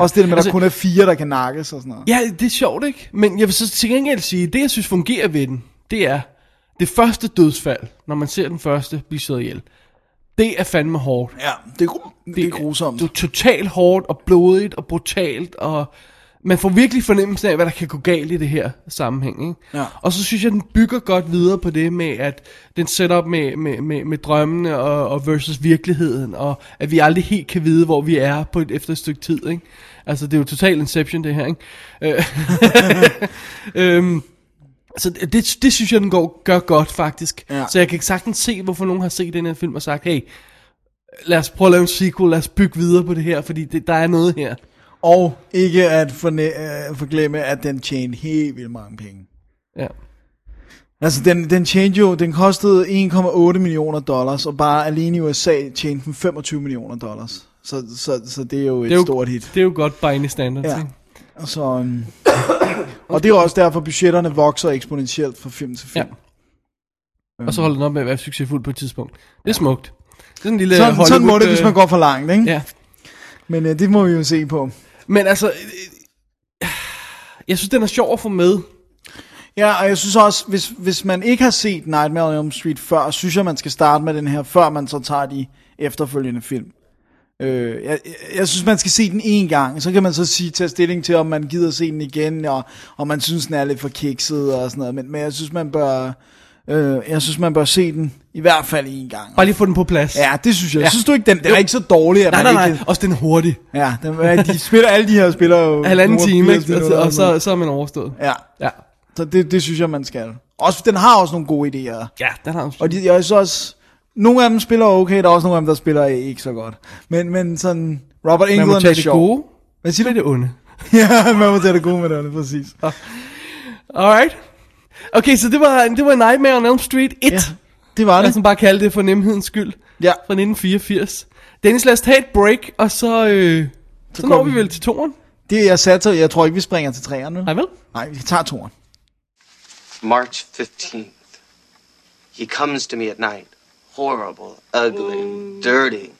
[SPEAKER 3] Også det der med, at altså,
[SPEAKER 4] Altså-
[SPEAKER 3] der kun er fire, der kan nakkes og sådan noget.
[SPEAKER 4] Ja, det er sjovt, ikke? Men jeg vil så til gengæld sige, det jeg synes fungerer ved den, det er det første dødsfald, når man ser den første blive slået ihjel. Det er fandme hårdt.
[SPEAKER 3] Ja, det er, gru- det, det er grusomt.
[SPEAKER 4] Det er totalt hårdt og blodigt og brutalt, og man får virkelig fornemmelsen af, hvad der kan gå galt i det her sammenhæng. Ikke?
[SPEAKER 3] Ja.
[SPEAKER 4] Og så synes jeg, den bygger godt videre på det med, at den sætter op med, med, med, med drømmene og, og versus virkeligheden, og at vi aldrig helt kan vide, hvor vi er på et, efter et stykke tid. Ikke? Altså, det er jo total Inception, det her. Ikke? Øh, øhm, så det, det, det synes jeg, den går, gør godt, faktisk.
[SPEAKER 3] Ja.
[SPEAKER 4] Så jeg kan sagtens se, hvorfor nogen har set den her film og sagt, hey, lad os prøve at lave en sequel, lad os bygge videre på det her, fordi det, der er noget her.
[SPEAKER 3] Og ikke at forne, øh, forglemme, at den tjente helt vildt mange penge.
[SPEAKER 4] Ja.
[SPEAKER 3] Altså, den, den tjente jo, den kostede 1,8 millioner dollars, og bare alene i USA tjente den 25 millioner dollars. Så, så, så det er jo et
[SPEAKER 4] Det er jo,
[SPEAKER 3] stort hit.
[SPEAKER 4] Det er jo godt by any standards.
[SPEAKER 3] Ja.
[SPEAKER 4] Ja. Ikke?
[SPEAKER 3] Så, um, og det er jo også derfor, budgetterne vokser eksponentielt fra film til film.
[SPEAKER 4] Ja. Og
[SPEAKER 3] Øhm.
[SPEAKER 4] så holder den op med at være succesfuld på et tidspunkt. Det er smukt. Det er en lille
[SPEAKER 3] Sådan, sådan må
[SPEAKER 4] Hollywood,
[SPEAKER 3] det, hvis man går for langt, ikke?
[SPEAKER 4] øh, Ja.
[SPEAKER 3] Men øh, det må vi jo se på.
[SPEAKER 4] Men altså, øh, jeg synes, den er sjov at få med.
[SPEAKER 3] Ja, og jeg synes også, hvis, hvis man ikke har set Nightmare on Elm Street før, synes jeg, man skal starte med den her, før man så tager de efterfølgende film. Øh, jeg, jeg- jeg synes, man skal se den en gang, så kan man så sige, tage stilling til, om man gider se den igen, og om man synes, den er lidt for kikset og sådan noget. Men, men jeg synes, man bør... Øh, jeg synes, man bør se den i hvert fald en gang.
[SPEAKER 4] Bare lige få den på plads.
[SPEAKER 3] Ja, det synes jeg. Ja.
[SPEAKER 4] Ja.
[SPEAKER 3] Synes du ikke, den, den er ikke så dårlig, at
[SPEAKER 4] Nej,
[SPEAKER 3] man
[SPEAKER 4] nej, nej.
[SPEAKER 3] ikke...
[SPEAKER 4] Også den er hurtig.
[SPEAKER 3] Ja, den, de spiller, alle de her spiller jo...
[SPEAKER 4] Halvanden
[SPEAKER 3] nogle
[SPEAKER 4] time,
[SPEAKER 3] 80
[SPEAKER 4] ikke? Og, så-
[SPEAKER 3] minutter
[SPEAKER 4] og
[SPEAKER 3] sådan
[SPEAKER 4] så, så er man overstået.
[SPEAKER 3] noget. Ja,
[SPEAKER 4] Ja.
[SPEAKER 3] så det, det synes jeg, man skal. Også, den har også nogle gode idéer.
[SPEAKER 4] Ja, den har
[SPEAKER 3] Og de, jeg synes også, nogle af dem spiller okay, der er også nogle af dem, der spiller ikke så godt. Men, men sådan, Robert
[SPEAKER 4] Man må
[SPEAKER 3] Englund er
[SPEAKER 4] tage det
[SPEAKER 3] sjov.
[SPEAKER 4] gode.
[SPEAKER 3] Hvad siger
[SPEAKER 4] Det
[SPEAKER 3] du?
[SPEAKER 4] er det onde.
[SPEAKER 3] ja, man må tage det gode med det, præcis.
[SPEAKER 4] Alright. Okay, så det var, det var Nightmare on Elm Street 1.
[SPEAKER 3] Ja, det var
[SPEAKER 4] Lad
[SPEAKER 3] det.
[SPEAKER 4] os nu bare kalde det for nemhedens skyld.
[SPEAKER 3] Ja,
[SPEAKER 4] Fra 1984. Dennis, lad os tage et break, og så, øh, så, så
[SPEAKER 3] går
[SPEAKER 4] når vi
[SPEAKER 3] vi.
[SPEAKER 4] vel til toren.
[SPEAKER 3] det jeg satser, jeg tror ikke, vi springer til træerne.
[SPEAKER 4] Nej vel?
[SPEAKER 3] Nej, vi tager toren.
[SPEAKER 7] March 15th. He comes to me at night, horrible, ugly, dirty,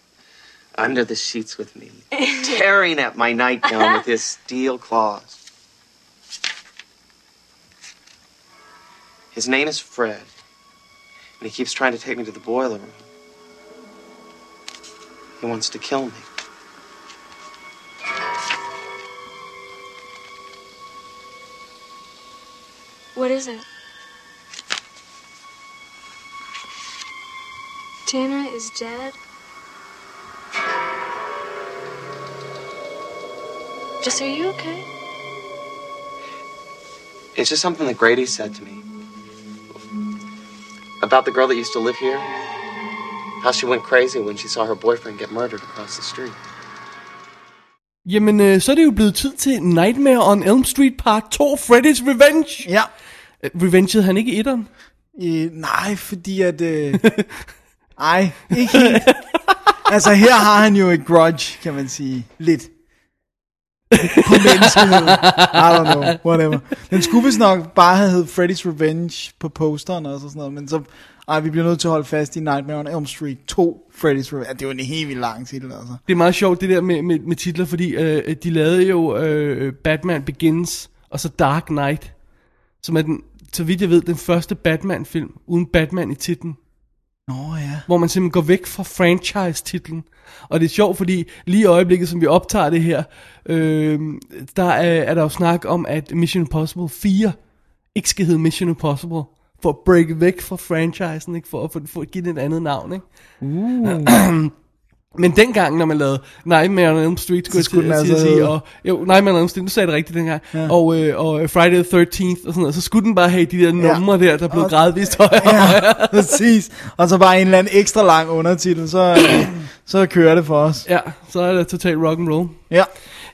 [SPEAKER 7] under the sheets with me, tearing at my nightgown with his steel claws. His name is Fred, and he keeps trying to take me to the boiler room. He wants to kill me.
[SPEAKER 6] What is it? Tana is dead? Just are you okay?
[SPEAKER 7] It's just something that Grady said to me about the girl that used to live here. How she went crazy when she saw her boyfriend get murdered across the street.
[SPEAKER 4] Jamen, øh, så er det jo blevet tid til Nightmare on Elm Street Part 2, Freddy's Revenge.
[SPEAKER 3] Ja.
[SPEAKER 4] Øh, Revengede han ikke i etteren?
[SPEAKER 3] Øh, nej, fordi at... Øh, nej, ikke helt. Altså, her har han jo et grudge, kan man sige. Lidt. På menneskeheden. I don't know, whatever. Den skulle vist nok bare have hed Freddy's Revenge på posteren og så sådan noget, men så... Ej, vi bliver nødt til at holde fast i Nightmare on Elm Street 2 Freddy's Revenge. Ja, Det er jo en helt vildt lang titel, altså.
[SPEAKER 4] Det er meget sjovt, det der med, med, med titler, fordi øh, de lavede jo øh, Batman Begins, og så Dark Knight, som er den, så vidt jeg ved, den første Batman-film, uden Batman i titlen.
[SPEAKER 3] Nå ja.
[SPEAKER 4] hvor man simpelthen går væk fra franchise-titlen. Og det er sjovt, fordi lige i øjeblikket, som vi optager det her, øh, der er, er der jo snak om, at Mission Impossible 4 ikke skal hedde Mission Impossible, for at break væk fra franchisen, ikke? For, at, for, for at give det et andet navn. Ikke? Uh. Men dengang, når man lavede Nightmare on Elm Street, skulle,
[SPEAKER 3] skulle
[SPEAKER 4] jeg
[SPEAKER 3] den
[SPEAKER 4] til,
[SPEAKER 3] altså
[SPEAKER 4] altså... sige,
[SPEAKER 3] hedde-
[SPEAKER 4] og, jo, Nightmare on Elm Street, du sagde det rigtigt dengang, ja. og, øh, og Friday the 13th og sådan noget, så skulle den bare have de der numre der, der blev
[SPEAKER 3] Og-
[SPEAKER 4] gradvist højere.
[SPEAKER 3] Ja, præcis. Og så bare en eller anden ekstra lang undertitel, så, øh, så kører det for os.
[SPEAKER 4] Ja, så er det totalt rock and roll.
[SPEAKER 3] Ja.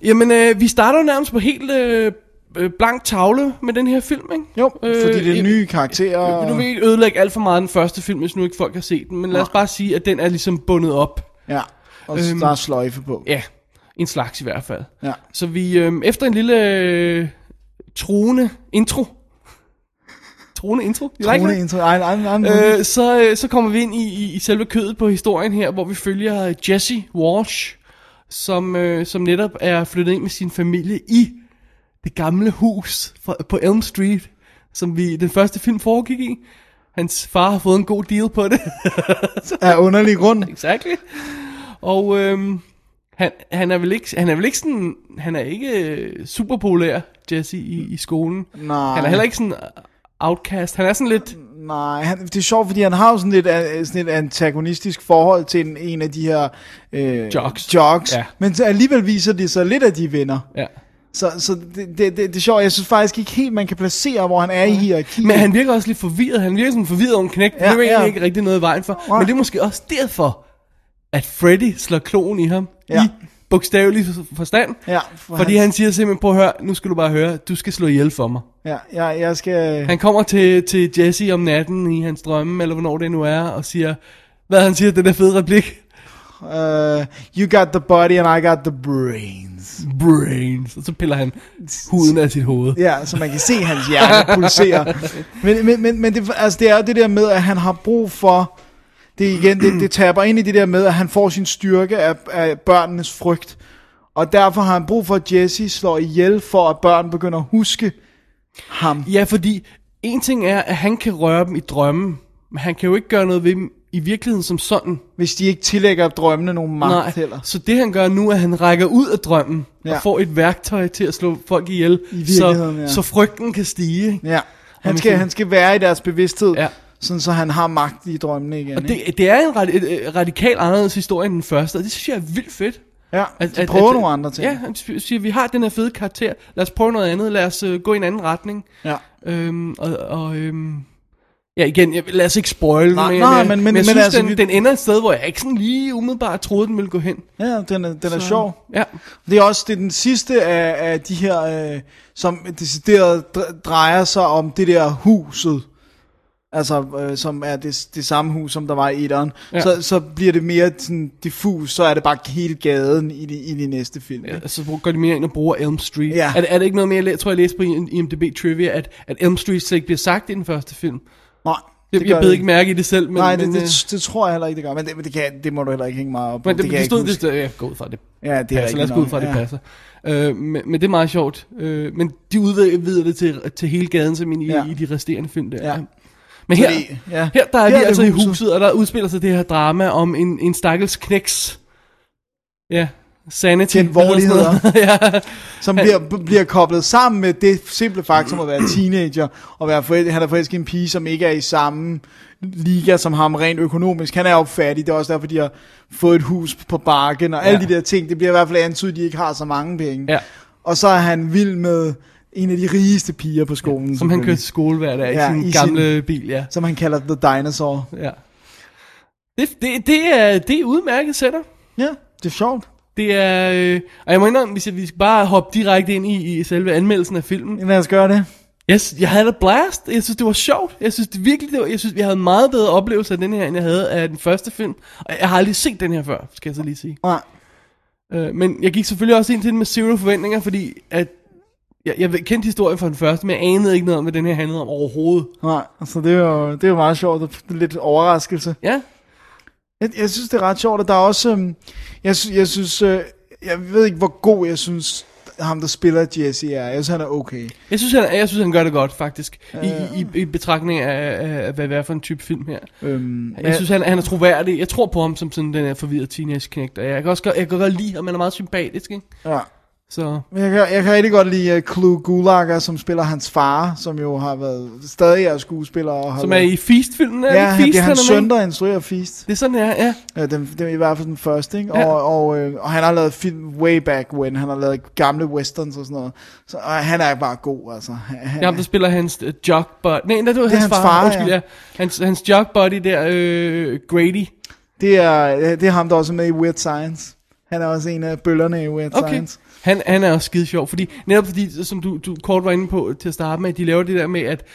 [SPEAKER 4] Jamen, øh, vi starter jo nærmest på helt øh, øh, blank tavle med den her film, ikke?
[SPEAKER 3] Jo, øh, fordi det er
[SPEAKER 4] øh,
[SPEAKER 3] nye karakterer.
[SPEAKER 4] Nu vil jeg ikke ødelægge alt for meget den første film, hvis nu ikke folk har set den, men lad os bare sige, at den er ligesom bundet op.
[SPEAKER 3] Ja, og øhm, der er sløjfe på.
[SPEAKER 4] Ja, en slags i hvert fald.
[SPEAKER 3] Ja.
[SPEAKER 4] Så vi, øh, efter en lille øh, truende intro, truende intro, you like
[SPEAKER 3] Krone
[SPEAKER 4] that?
[SPEAKER 3] intro. Ej, ej, ej, ej.
[SPEAKER 4] Øh, så, øh, så kommer vi ind i, i, i selve kødet på historien her, hvor vi følger øh, Jesse Walsh, som, øh, som netop er flyttet ind med sin familie i det gamle hus fra, på Elm Street, som vi den første film foregik i. Hans far har fået en god deal på det.
[SPEAKER 3] Af underlig grund.
[SPEAKER 4] exactly. Og øhm, han, han, er vel ikke, han er vel ikke sådan, han er ikke øh, super populær, Jesse, i, i skolen.
[SPEAKER 3] Nej.
[SPEAKER 4] Han er heller ikke sådan outcast. Han er sådan lidt...
[SPEAKER 3] Nej, han, det er sjovt, fordi han har jo sådan lidt, øh, sådan et antagonistisk forhold til en, en af de her øh,
[SPEAKER 4] Jocks.
[SPEAKER 3] jocks.
[SPEAKER 4] Ja.
[SPEAKER 3] Ja. Men så alligevel viser de sig lidt af de venner.
[SPEAKER 4] Ja.
[SPEAKER 3] Så, så det, det, det, det er sjovt. Jeg synes faktisk ikke helt, man kan placere, hvor han er i hierarkiet.
[SPEAKER 4] Men han virker også lidt forvirret. Han virker som en forvirret ung knægt. Ja, det
[SPEAKER 3] Ja,
[SPEAKER 4] er jo egentlig
[SPEAKER 3] ja.
[SPEAKER 4] ikke rigtig noget i vejen for.
[SPEAKER 3] Nej.
[SPEAKER 4] Men det er måske også derfor, at Freddy slår kloen i ham. Ja.
[SPEAKER 3] Ja.
[SPEAKER 4] I bogstavelig forstand.
[SPEAKER 3] Ja,
[SPEAKER 4] for
[SPEAKER 3] for
[SPEAKER 4] fordi
[SPEAKER 3] hans-
[SPEAKER 4] han siger simpelthen, på hør, nu skal du bare høre, du skal slå ihjel for mig.
[SPEAKER 3] Ja, jeg, jeg skal...
[SPEAKER 4] Han kommer til, til Jesse om natten i hans drømme, eller hvornår det nu er, og siger, hvad han siger, den der fede replik.
[SPEAKER 3] Uh, you got the body, and I got the brains.
[SPEAKER 4] Brains. Og så piller han huden af sit hoved.
[SPEAKER 3] Ja, så man kan se hans hjerte pulsere. Men, men, men, men det, altså, det er jo det der med, at han har brug for... Det er igen, det, det taber ind i det der med, at han får sin styrke af, af børnenes frygt. Og derfor har han brug for, at Jesse slår ihjel, for at børn begynder at huske ham.
[SPEAKER 4] Ja, fordi en ting er, at han kan røre dem i drømmen, men han kan jo ikke gøre noget ved dem i virkeligheden som sådan.
[SPEAKER 3] Hvis de ikke tillægger drømmene nogen magt
[SPEAKER 4] Nej,
[SPEAKER 3] heller.
[SPEAKER 4] så det han gør nu, er at han rækker ud af drømmen ja.
[SPEAKER 3] Ja.
[SPEAKER 4] og får et værktøj til at slå folk ihjel, så,
[SPEAKER 3] virkeligheden, ja.
[SPEAKER 4] så frygten kan stige. ikke?
[SPEAKER 3] Ja. Han
[SPEAKER 4] sådan-
[SPEAKER 3] skal, han skal være i deres bevidsthed,
[SPEAKER 4] Ja.
[SPEAKER 3] ja. sådan så han har magt i drømmene igen.
[SPEAKER 4] Og
[SPEAKER 3] ikke?
[SPEAKER 4] det, det er en rad, et, øh, radikal anderledes historie end den første, og det synes jeg er vildt fedt.
[SPEAKER 3] ja, de prøver nogle andre ting.
[SPEAKER 4] Ja, han s- siger, vi har den her fede karakter, lad os prøve noget andet, lad os øh, gå i en anden retning.
[SPEAKER 3] ja.
[SPEAKER 4] Øhm, og, og øhm, ja, igen, jeg, lad os ikke spoil,
[SPEAKER 3] Nej,
[SPEAKER 4] men,
[SPEAKER 3] nej,
[SPEAKER 4] jeg-
[SPEAKER 3] men- men-
[SPEAKER 4] men jeg
[SPEAKER 3] men
[SPEAKER 4] synes,
[SPEAKER 3] altså,
[SPEAKER 4] den,
[SPEAKER 3] vi-
[SPEAKER 4] den ender et sted, hvor jeg ikke sådan lige umiddelbart troede, den ville gå hen.
[SPEAKER 3] ja den er, den er sjov.
[SPEAKER 4] Ja,
[SPEAKER 3] Det er også det er den sidste af, af de her, øh, som decideret dr- drejer sig om det der huset. Altså, øh, som er det, det samme hus, som der var i etteren.
[SPEAKER 4] Ja.
[SPEAKER 3] Ja. Så, så bliver det mere sådan diffus, så er det bare hele gaden i de, i de næste film. Ja.
[SPEAKER 4] Øh, så går de mere ind og bruger Elm Street.
[SPEAKER 3] Ja.
[SPEAKER 4] Er, det- er det ikke noget mere, jeg tror, jeg læste på IMDb Trivia, at, at Elm Street slet ikke bliver sagt i den første film?
[SPEAKER 3] Nej,
[SPEAKER 4] Jeg,
[SPEAKER 3] gør
[SPEAKER 4] jeg bed
[SPEAKER 3] det
[SPEAKER 4] ikke mærke i det selv, men,
[SPEAKER 3] Nej, det,
[SPEAKER 4] men,
[SPEAKER 3] det,
[SPEAKER 4] øh,
[SPEAKER 3] det, det tror jeg heller ikke, det gør. Men det, men det, kan, det må du heller ikke hænge meget op på.
[SPEAKER 4] men det,
[SPEAKER 3] kan jeg
[SPEAKER 4] det
[SPEAKER 3] ikke
[SPEAKER 4] stod det
[SPEAKER 3] huske.
[SPEAKER 4] sted, jeg går ud fra, det
[SPEAKER 3] Ja, det er
[SPEAKER 4] passer. Lad os
[SPEAKER 3] rigtigt
[SPEAKER 4] gå ud fra,
[SPEAKER 3] nok,
[SPEAKER 4] at det
[SPEAKER 3] ja.
[SPEAKER 4] passer. Øh, men, men det er meget sjovt. Øh, men de udvider det til, til hele gaden, som i, ja.
[SPEAKER 3] Ja.
[SPEAKER 4] i de resterende film der.
[SPEAKER 3] Ja.
[SPEAKER 4] Men her,
[SPEAKER 3] Fordi- ja.
[SPEAKER 4] her der er
[SPEAKER 3] Her
[SPEAKER 4] vi
[SPEAKER 3] er det
[SPEAKER 4] altså i
[SPEAKER 3] huset.
[SPEAKER 4] huset, og der udspiller sig det her drama om en, en stakkels knæks. Ja, sanity.
[SPEAKER 3] Til alvorligheder.
[SPEAKER 4] eller sådan noget. ja.
[SPEAKER 3] Som bliver, b- bliver koblet sammen med det simple faktum at være teenager, og være forel- han er forelsket i en pige, som ikke er i samme liga som ham rent økonomisk. Han er jo fattig, det er også derfor, de har fået et hus på bakken, og ja. alle de der ting. Det bliver i hvert fald antydet, at de ikke har så mange penge.
[SPEAKER 4] Ja.
[SPEAKER 3] Og så er han vild med en af de rigeste piger på skolen.
[SPEAKER 4] Som han kører
[SPEAKER 3] selvfølgelig,
[SPEAKER 4] til skole hver dag ja,
[SPEAKER 3] Ja,
[SPEAKER 4] i sin
[SPEAKER 3] i
[SPEAKER 4] gamle bil, ja.
[SPEAKER 3] Som han kalder The Dinosaur.
[SPEAKER 4] ja. Det, det, det, er, det er udmærket sætter.
[SPEAKER 3] Ja, det er sjovt.
[SPEAKER 4] Det er... Øh, og jeg må indrømme, hvis jeg, vi skal bare hoppe direkte ind i, i selve anmeldelsen af filmen.
[SPEAKER 3] Lad os gøre det.
[SPEAKER 4] Jeg, sy- jeg havde da blast. Jeg synes, det var sjovt. Jeg synes det virkelig, det var, jeg synes, vi havde en meget bedre oplevelse af den her, end jeg havde af den første film. Og jeg har aldrig set den her før, skal jeg så lige sige.
[SPEAKER 3] Nej.
[SPEAKER 4] Øh, men jeg gik selvfølgelig også ind til den med zero forventninger, fordi at jeg, jeg kendte historien fra den første, men jeg anede ikke noget om, hvad den her handlede om overhovedet.
[SPEAKER 3] Nej, altså det er jo, det er jo meget sjovt, og lidt overraskelse.
[SPEAKER 4] Ja,
[SPEAKER 3] Jeg, jeg synes, det er ret sjovt, og der er også... Øhm, jeg, sy- jeg synes... Øh, jeg ved ikke, hvor god jeg synes, ham der spiller Jesse er. Jeg synes, han er okay.
[SPEAKER 4] jeg synes, han, jeg synes, han gør det godt, faktisk. I, i,
[SPEAKER 3] Øh.
[SPEAKER 4] i betragtning af, af, af, hvad det er for en type film her.
[SPEAKER 3] Øhm,
[SPEAKER 4] Jeg synes, han, han er troværdig. Jeg tror på ham som sådan den her forvirrede teenage-knægt. Og jeg kan også godt, jeg kan godt lide ham, han er meget sympatisk, ikke?
[SPEAKER 3] ja.
[SPEAKER 4] Så...
[SPEAKER 3] Men jeg, kan, jeg kan rigtig godt lide øh, Clu Gulager, som spiller hans far, som jo har været stadig er skuespiller. Og har
[SPEAKER 4] Som er
[SPEAKER 3] været,
[SPEAKER 4] i Feast-filmen, er det
[SPEAKER 3] Ja,
[SPEAKER 4] ikke
[SPEAKER 3] han,
[SPEAKER 4] Feast,
[SPEAKER 3] det er hans
[SPEAKER 4] han er med
[SPEAKER 3] søn,
[SPEAKER 4] i?
[SPEAKER 3] der instruerer Feast.
[SPEAKER 4] Det er sådan, det er, ja.
[SPEAKER 3] Ja, den, den, I hvert fald den første, ikke? Og,
[SPEAKER 4] Ja.
[SPEAKER 3] ja. og, øh, og han har lavet film way back when. Han har lavet gamle westerns og sådan noget. Så og han er bare god, altså. Han,
[SPEAKER 4] Det er ham, der spiller hans uh, jog buddy. Nej, nej, det var hans,
[SPEAKER 3] hans
[SPEAKER 4] far.
[SPEAKER 3] far,
[SPEAKER 4] Undskyld,
[SPEAKER 3] ja.
[SPEAKER 4] ja. Hans, hans jog buddy der, øh, Grady.
[SPEAKER 3] Det er, øh, det er ham, der også er med i Weird Science. Han er også en af bøllerne i Weird
[SPEAKER 4] Okay.
[SPEAKER 3] Science.
[SPEAKER 4] Han, han er også skide sjov, fordi netop fordi, som du, du kort var inde på til at starte med, at de laver det der med, at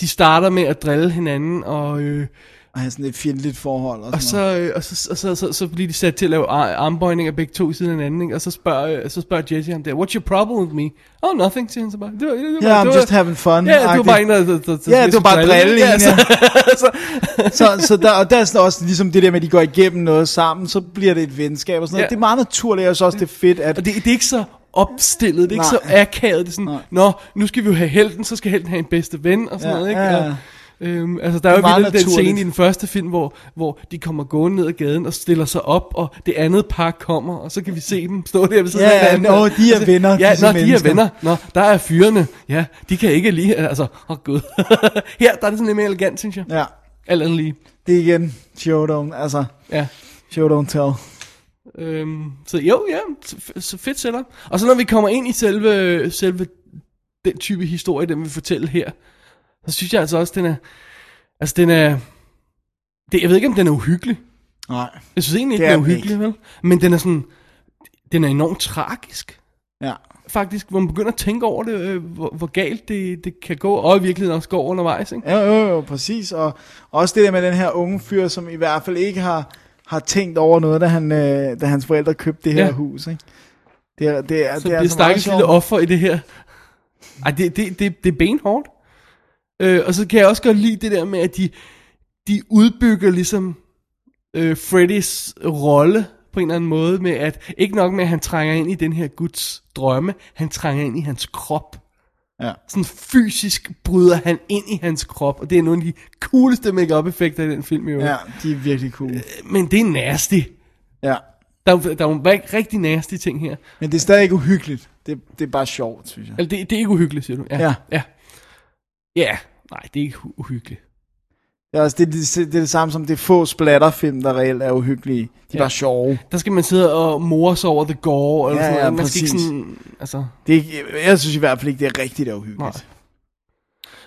[SPEAKER 4] de starter med at drille hinanden, og, øh,
[SPEAKER 3] Og han er sådan et fjendtligt forhold. Og,
[SPEAKER 4] og,
[SPEAKER 3] sådan noget.
[SPEAKER 4] så, øh, og, så, og så, så, så bliver de sat til at lave ar- armbøjninger begge to i siden af hinanden, ikke? og så spørger, øh, så spørger Jesse ham der, what's your problem with me? Oh, nothing, siger han så bare. Det var, det var,
[SPEAKER 3] Ja,
[SPEAKER 4] det
[SPEAKER 3] I'm
[SPEAKER 4] var,
[SPEAKER 3] just having fun.
[SPEAKER 4] Ja, det var bare en, der... der, der
[SPEAKER 3] Ja, det var bare drille
[SPEAKER 4] Ja,
[SPEAKER 3] en,
[SPEAKER 4] så, så,
[SPEAKER 3] så, så der, og der er sådan også ligesom det der med, at de går igennem noget sammen, så bliver det et venskab og sådan noget.
[SPEAKER 4] Ja.
[SPEAKER 3] Det er meget naturligt, og jeg synes også, det er fedt, at
[SPEAKER 4] Og det, det er ikke så opstillet, det er ikke
[SPEAKER 3] Nej.
[SPEAKER 4] så akavet, det er sådan,
[SPEAKER 3] Nej.
[SPEAKER 4] nå, nu skal vi jo have helten, så skal helten have en bedste ven, og sådan
[SPEAKER 3] Ja,
[SPEAKER 4] noget, ikke?
[SPEAKER 3] ja, ja.
[SPEAKER 4] Og, øhm, altså, der er jo
[SPEAKER 3] Meget
[SPEAKER 4] virkelig den
[SPEAKER 3] naturligt.
[SPEAKER 4] scene i den første film, hvor, hvor de kommer gående ned ad gaden og stiller sig op, og det andet par kommer, og så kan vi se dem stå der ved siden
[SPEAKER 3] Ja,
[SPEAKER 4] af hinanden.
[SPEAKER 3] nå, de er
[SPEAKER 4] Og så-
[SPEAKER 3] venner,
[SPEAKER 4] Ja,
[SPEAKER 3] disse
[SPEAKER 4] nå, de er
[SPEAKER 3] mennesker.
[SPEAKER 4] venner. Nå, der er fyrene. Ja, de kan ikke lige, altså, åh oh, gud. Her, der er det sådan lidt mere elegant, synes jeg.
[SPEAKER 3] ja,
[SPEAKER 4] Alt andet lige.
[SPEAKER 3] det er igen show don't, altså
[SPEAKER 4] Ja.
[SPEAKER 3] show don't tell.
[SPEAKER 4] Øhm, så jo, ja, så f- så fedt setup. Og så når vi kommer ind i selve, selve den type historie, den vi fortæller her, så synes jeg altså også, den er... Altså, den er... Det, jeg ved ikke, om den er uhyggelig.
[SPEAKER 3] Nej,
[SPEAKER 4] Jeg synes egentlig
[SPEAKER 3] Det
[SPEAKER 4] ikke, den
[SPEAKER 3] er
[SPEAKER 4] er
[SPEAKER 3] den
[SPEAKER 4] uhyggelig, vel? Men den er sådan... Den er enormt tragisk,
[SPEAKER 3] ja.
[SPEAKER 4] faktisk. Hvor man begynder at tænke over det, øh, hvor, hvor galt det, det kan gå, og i virkeligheden også går undervejs, ikke?
[SPEAKER 3] Jo, jo, jo, præcis. Og også det der med den her unge fyr, som i hvert fald ikke har, har tænkt over noget, da, han, øh, da hans forældre købte det her
[SPEAKER 4] Ja.
[SPEAKER 3] hus. Ikke? Det er, det er, det er
[SPEAKER 4] Så bliver
[SPEAKER 3] altså meget
[SPEAKER 4] stakkels lille
[SPEAKER 3] sjovt.
[SPEAKER 4] offer i det her. Ej, det, det, det, det er benhårdt. Øh, og så kan jeg også godt lide det der med, at de, de udbygger ligesom øh, Freddys rolle på en eller anden måde, med at ikke nok med, at han trænger ind i den her guds drømme, han trænger ind i hans krop.
[SPEAKER 3] Ja.
[SPEAKER 4] Sådan fysisk bryder han ind i hans krop, og det er nogle af de cooleste make effekter i den film, jo.
[SPEAKER 3] Ja, de er virkelig cool.
[SPEAKER 4] Men det er nasty.
[SPEAKER 3] Ja.
[SPEAKER 4] Der, er- der er nogle rigtig- rigtig nasty ting her.
[SPEAKER 3] Men det er stadig ikke uhyggeligt. Det, det er bare sjovt, synes jeg.
[SPEAKER 4] Eller det, det er ikke uhyggeligt, siger du?
[SPEAKER 3] Ja.
[SPEAKER 4] Ja. ja. Nej, det er ikke hu- uhyggeligt.
[SPEAKER 3] Det er, også, altså, det, det, det er det samme som det er få splatterfilm, der reelt er uhyggelige. De er
[SPEAKER 4] Ja.
[SPEAKER 3] bare sjove.
[SPEAKER 4] Der skal man sidde og more sig over the gore, eller
[SPEAKER 3] Ja,
[SPEAKER 4] sådan
[SPEAKER 3] ja,
[SPEAKER 4] noget. Man skal ikke
[SPEAKER 3] præcis.
[SPEAKER 4] sådan, altså...
[SPEAKER 3] Det er, ikke- jeg synes i hvert fald ikke, det er rigtigt er
[SPEAKER 4] Nej.
[SPEAKER 3] uhyggeligt.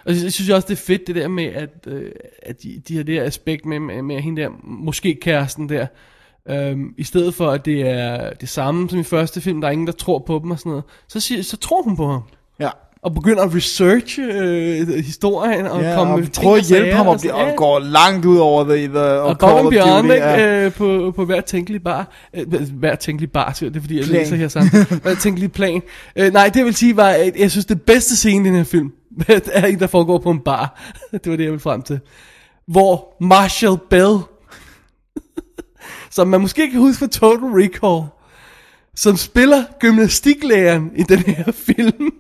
[SPEAKER 4] Og jeg synes også, det er fedt, det der med, at, øh, at de, de har det her aspekt med, med, med hende der, måske kæresten der, øhm, i stedet for, at det er det samme som i første film, der er ingen, der tror på dem og sådan noget, så, siger, så tror hun på ham.
[SPEAKER 3] Ja.
[SPEAKER 4] Og begynder at researche øh, historien, og
[SPEAKER 3] Ja,
[SPEAKER 4] komme
[SPEAKER 3] og
[SPEAKER 4] med
[SPEAKER 3] vi
[SPEAKER 4] ting
[SPEAKER 3] prøver at hjælpe
[SPEAKER 4] sager
[SPEAKER 3] ham, og,
[SPEAKER 4] sådan,
[SPEAKER 3] og
[SPEAKER 4] ja.
[SPEAKER 3] går langt ud over the, the og
[SPEAKER 4] Og Bob and Beyond,
[SPEAKER 3] Duty,
[SPEAKER 4] ikke?
[SPEAKER 3] ja.
[SPEAKER 4] Øh, på, på hver tænkelig bar. Øh, hver tænkelig bar, siger jeg. det er fordi, jeg
[SPEAKER 3] Plan.
[SPEAKER 4] læser her sammen. Hver tænkelig plan. Øh, nej, det vil sige, var, at jeg synes, det bedste scene i den her film, er en, der foregår på en bar. det var det, jeg ville frem til. Hvor Marshall Bell, som man måske kan huske fra Total Recall, som spiller gymnastiklæreren i den her film,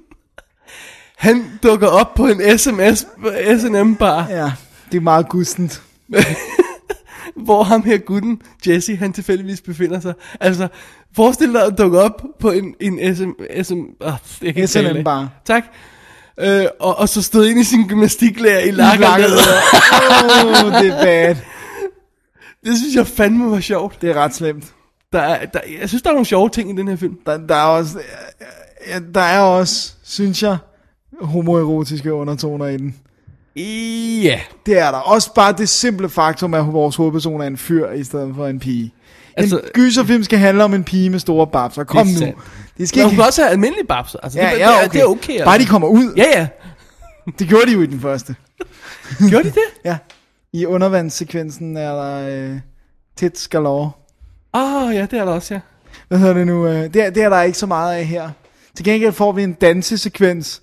[SPEAKER 4] han dukker op på en sms, S&M bar.
[SPEAKER 3] ja, det er meget gustent.
[SPEAKER 4] hvor ham her gutten, Jesse, han tilfældigvis befinder sig. Altså, forestil dig at dukke op på en, en SM, SM, ah, jeg kan ikke
[SPEAKER 3] SNM
[SPEAKER 4] tale.
[SPEAKER 3] bar.
[SPEAKER 4] Tak. Øh, og, og så stod ind i sin gymnastiklærer i
[SPEAKER 3] Langt
[SPEAKER 4] lakkerne.
[SPEAKER 3] ud. Åh, det er bad.
[SPEAKER 4] Det synes jeg fandme var sjovt.
[SPEAKER 3] Det er ret slemt.
[SPEAKER 4] Der er, der, jeg synes, der er nogle sjove ting i den her film.
[SPEAKER 3] Der, der er også, ja, der er også, synes jeg, homoerotiske undertoner i den.
[SPEAKER 4] Ja.
[SPEAKER 3] Det er der. Også bare det simple faktum, at vores hovedperson er en fyr, i stedet for en pige. Altså,
[SPEAKER 4] Altså-
[SPEAKER 3] en gyserfilm skal handle om en pige med store babser. Kom
[SPEAKER 4] Det er
[SPEAKER 3] nu.
[SPEAKER 4] sandt.
[SPEAKER 3] Det skal
[SPEAKER 4] Men hun
[SPEAKER 3] ikke...
[SPEAKER 4] kan også have almindelige babser. Altså,
[SPEAKER 3] Ja,
[SPEAKER 4] det,
[SPEAKER 3] ja, okay.
[SPEAKER 4] det, er okay. altså.
[SPEAKER 3] Bare de kommer ud. Ja.
[SPEAKER 4] Ja, ja.
[SPEAKER 3] Det gjorde de jo i den første.
[SPEAKER 4] Gjorde de det?
[SPEAKER 3] Ja. I undervandssekvensen er der øh, tits galore.
[SPEAKER 4] Åh, oh, ja, det er der også, ja.
[SPEAKER 3] Hvad hedder det nu? Øh, det, er, det er der ikke så meget af her. Til gengæld får vi en dansesekvens,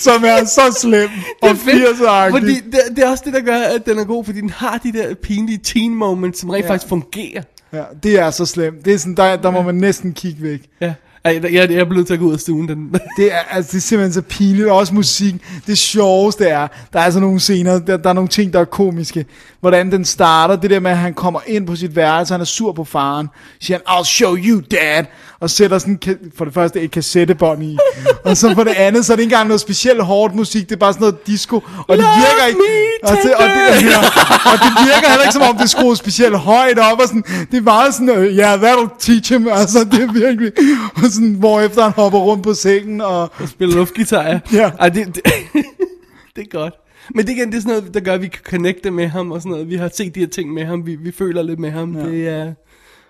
[SPEAKER 3] som er så slem og 80'er
[SPEAKER 4] Fordi det, det, er også det, der gør, at den er god, fordi den har de der pinlige teen moments, som rent
[SPEAKER 3] Ja.
[SPEAKER 4] ja. faktisk fungerer.
[SPEAKER 3] Ja, det er så slemt. Det er sådan, der, der må man næsten kigge væk.
[SPEAKER 4] Ja. Ej, jeg, jeg, jeg blev nødt til at gå ud af stuen. Den.
[SPEAKER 3] Det er, altså, det er simpelthen så pinligt. Også musikken. Det sjoveste er, der er altså nogle scener, der, der er nogle ting, der er komiske. Hvordan den starter, det der med, at han kommer ind på sit værelse, han er sur på faren. Så siger han, I'll show you dad. Og sætter sådan, ka- for det første, et kassettebånd i. og så for det andet, så er det ikke engang noget specielt hårdt musik. Det er bare sådan noget disco. Og det
[SPEAKER 4] Love
[SPEAKER 3] virker ikke.
[SPEAKER 4] me
[SPEAKER 3] og, det, og, det, ja, og det virker heller ikke, som om det er skruet specielt højt op. Og sådan, det er meget sådan, øh, ja, yeah, that'll teach him. Altså, det er virkelig. Og sådan, hvorefter han hopper rundt på sengen og...
[SPEAKER 4] spiller luftgitar, ja.
[SPEAKER 3] Ja.
[SPEAKER 4] Ej, det, det, det er godt. Men det, igen, det er sådan noget, der gør, at vi kan connecte med ham og sådan noget. Vi har set de her ting med ham, vi, vi føler lidt med ham. Ja. Det er...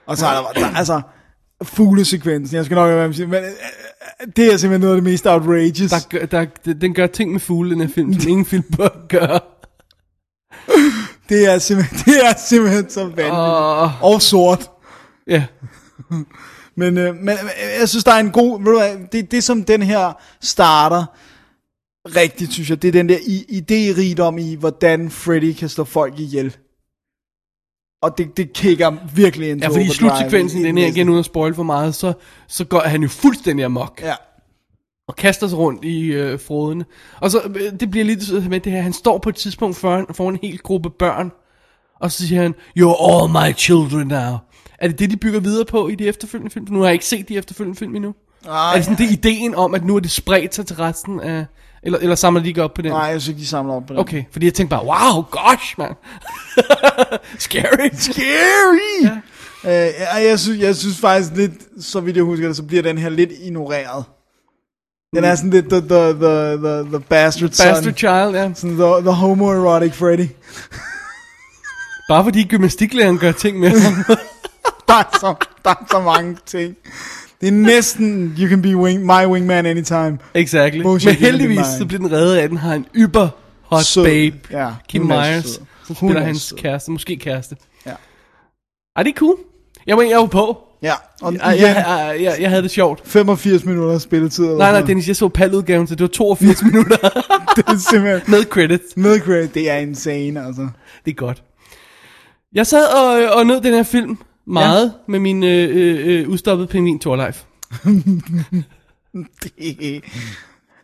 [SPEAKER 3] Og så er der, der altså, fuglesekvensen, jeg skal nok lade være med at sige, men øh, øh, det er simpelthen noget af det mest outrageous.
[SPEAKER 4] Der, gør- der, den- den gør ting med fugle, den her film, som ingen film bør gøre.
[SPEAKER 3] Det er simpelthen, det er simpelthen så vanvittigt.
[SPEAKER 4] Og,
[SPEAKER 3] Og sort.
[SPEAKER 4] ja.
[SPEAKER 3] Men, øh, men øh, jeg synes, der er en god... Ved du hvad, det, det, som den her starter rigtigt, synes jeg, det er den der i- idérigdom i, hvordan Freddy kan slå folk ihjel. Og det, det kigger virkelig ind
[SPEAKER 4] ja, fordi i slutsekvensen, den her igen, uden at spoil for meget, så, så går han jo fuldstændig amok.
[SPEAKER 3] Ja,
[SPEAKER 4] og kaster sig rundt i øh, frodene. Og så, øh, det bliver lidt med det her, han står på et tidspunkt foran, foran en hel gruppe børn, og så siger han, You're all my children now. Er det det, de bygger videre på i de efterfølgende film? Nu har jeg ikke set de efterfølgende film endnu. Ej, er det sådan det ideen om, at nu er det spredt sig til resten af... Eller, eller samler de ikke op på den?
[SPEAKER 3] nej, jeg synes ikke, de samler op på det.
[SPEAKER 4] Okay, fordi jeg tænkte bare, wow, gosh, man. Scary.
[SPEAKER 3] Scary! Ja. Øh, jeg, jeg, synes, jeg synes faktisk lidt, så vidt jeg husker det, så bliver den her lidt ignoreret. Den er sådan lidt the, the, the, the, the bastard,
[SPEAKER 4] Mm. Bastard
[SPEAKER 3] son.
[SPEAKER 4] child, ja.
[SPEAKER 3] Sådan the, the homoerotic Freddy.
[SPEAKER 4] Bare fordi gymnastiklæreren gør ting med ham.
[SPEAKER 3] Der er, så, der er så mange ting. Det er næsten, you can be wing, my wingman anytime.
[SPEAKER 4] Exactly.
[SPEAKER 3] Bullshit,
[SPEAKER 4] Men heldigvis,
[SPEAKER 3] det er
[SPEAKER 4] så bliver den reddet af, at den har en yber hot
[SPEAKER 3] Sød.
[SPEAKER 4] sød. babe.
[SPEAKER 3] Ja,
[SPEAKER 4] Kim
[SPEAKER 3] hun er
[SPEAKER 4] Myers,
[SPEAKER 3] sød.
[SPEAKER 4] som
[SPEAKER 3] Hun
[SPEAKER 4] spiller
[SPEAKER 3] er
[SPEAKER 4] hans
[SPEAKER 3] sød.
[SPEAKER 4] kæreste, måske kæreste.
[SPEAKER 3] Ja.
[SPEAKER 4] Ej, det er cool. Jeg mener, jeg var på.
[SPEAKER 3] Ja, og
[SPEAKER 4] Ej,
[SPEAKER 3] igen,
[SPEAKER 4] jeg, jeg, jeg, jeg havde det sjovt.
[SPEAKER 3] 85 minutter spilletid. eller
[SPEAKER 4] Nej, nej,
[SPEAKER 3] sådan noget.
[SPEAKER 4] Dennis, jeg så paludgaven, så det var 82 minutter
[SPEAKER 3] det er simpelthen...
[SPEAKER 4] med credits.
[SPEAKER 3] Med credit, det er insane, altså.
[SPEAKER 4] Det er godt. Jeg sad og, og nød den her film meget ja. med min øh, øh, øh, udstoppede pingvin Torleif.
[SPEAKER 3] Det,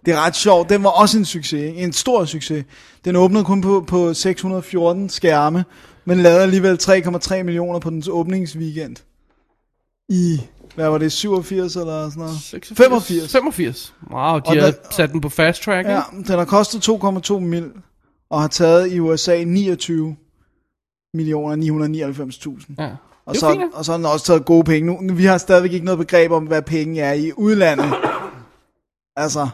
[SPEAKER 3] det er ret sjovt. Den var også en succes. ikke? En stor succes. Den åbnede kun på, på 614 skærme, men lavede alligevel 3,3 millioner på dens åbningsweekend. I, hvad var det, 87 eller sådan noget? 85.
[SPEAKER 4] 85. Wow, de
[SPEAKER 3] Og
[SPEAKER 4] har
[SPEAKER 3] der-
[SPEAKER 4] sat den på fast track.
[SPEAKER 3] Ja,
[SPEAKER 4] Ja.
[SPEAKER 3] den har kostet 2,2 mil, og har taget i USA 29 millioner 999.000.
[SPEAKER 4] ja.
[SPEAKER 3] Og
[SPEAKER 4] Det
[SPEAKER 3] så,
[SPEAKER 4] er jo fint, ja.
[SPEAKER 3] og så har den også taget gode penge. Nu, vi har stadigvæk ikke noget begreb om, hvad penge er i udlandet. Altså,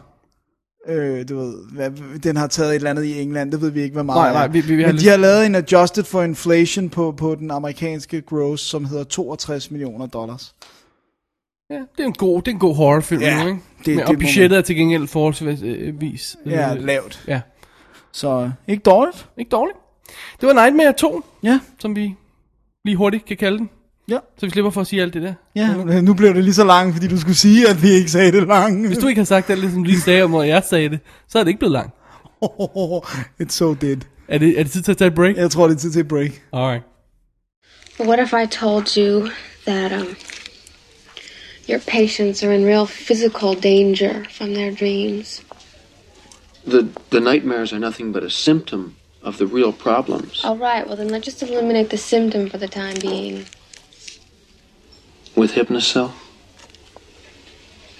[SPEAKER 3] øh, du ved, hvad, den har taget et eller andet i England, det ved vi ikke, hvad meget
[SPEAKER 4] Nej, nej,
[SPEAKER 3] er.
[SPEAKER 4] vi- vi- vi har
[SPEAKER 3] Men de
[SPEAKER 4] lidt-
[SPEAKER 3] har lavet en adjusted for inflation på, på den amerikanske gross, som hedder 62 millioner dollars.
[SPEAKER 4] Ja, det er en god, det er en god horrorfilm
[SPEAKER 3] Ja,
[SPEAKER 4] nu, ikke?
[SPEAKER 3] det-
[SPEAKER 4] Men,
[SPEAKER 3] det
[SPEAKER 4] og
[SPEAKER 3] må
[SPEAKER 4] budgettet er til gengæld forholdsvis... øh,
[SPEAKER 3] Ja, lavt.
[SPEAKER 4] ja,
[SPEAKER 3] Så øh, ikke dårligt.
[SPEAKER 4] ikke dårligt. Det var Nightmare 2,
[SPEAKER 3] Ja,
[SPEAKER 4] som vi lige hurtigt kan kalde den.
[SPEAKER 3] Ja.
[SPEAKER 4] Så vi slipper for at sige alt det der.
[SPEAKER 3] ja. Nu blev det lige så langt, fordi du skulle sige, at vi ikke sagde det langt.
[SPEAKER 4] Hvis du ikke har sagt alt det, som du lige sagde om, hvor jeg sagde det, så er det ikke blevet langt.
[SPEAKER 3] It's so dead.
[SPEAKER 4] Er det, er det tid til at tage et break?
[SPEAKER 3] Jeg tror, det er tid til et break.
[SPEAKER 4] Alright.
[SPEAKER 6] What if I told you that um, your patients are in real physical danger from their dreams?
[SPEAKER 8] The, the nightmares are nothing but a symptom of the real problems.
[SPEAKER 6] All right, well then let's just eliminate the symptom for the time being.
[SPEAKER 8] With Hypnocell,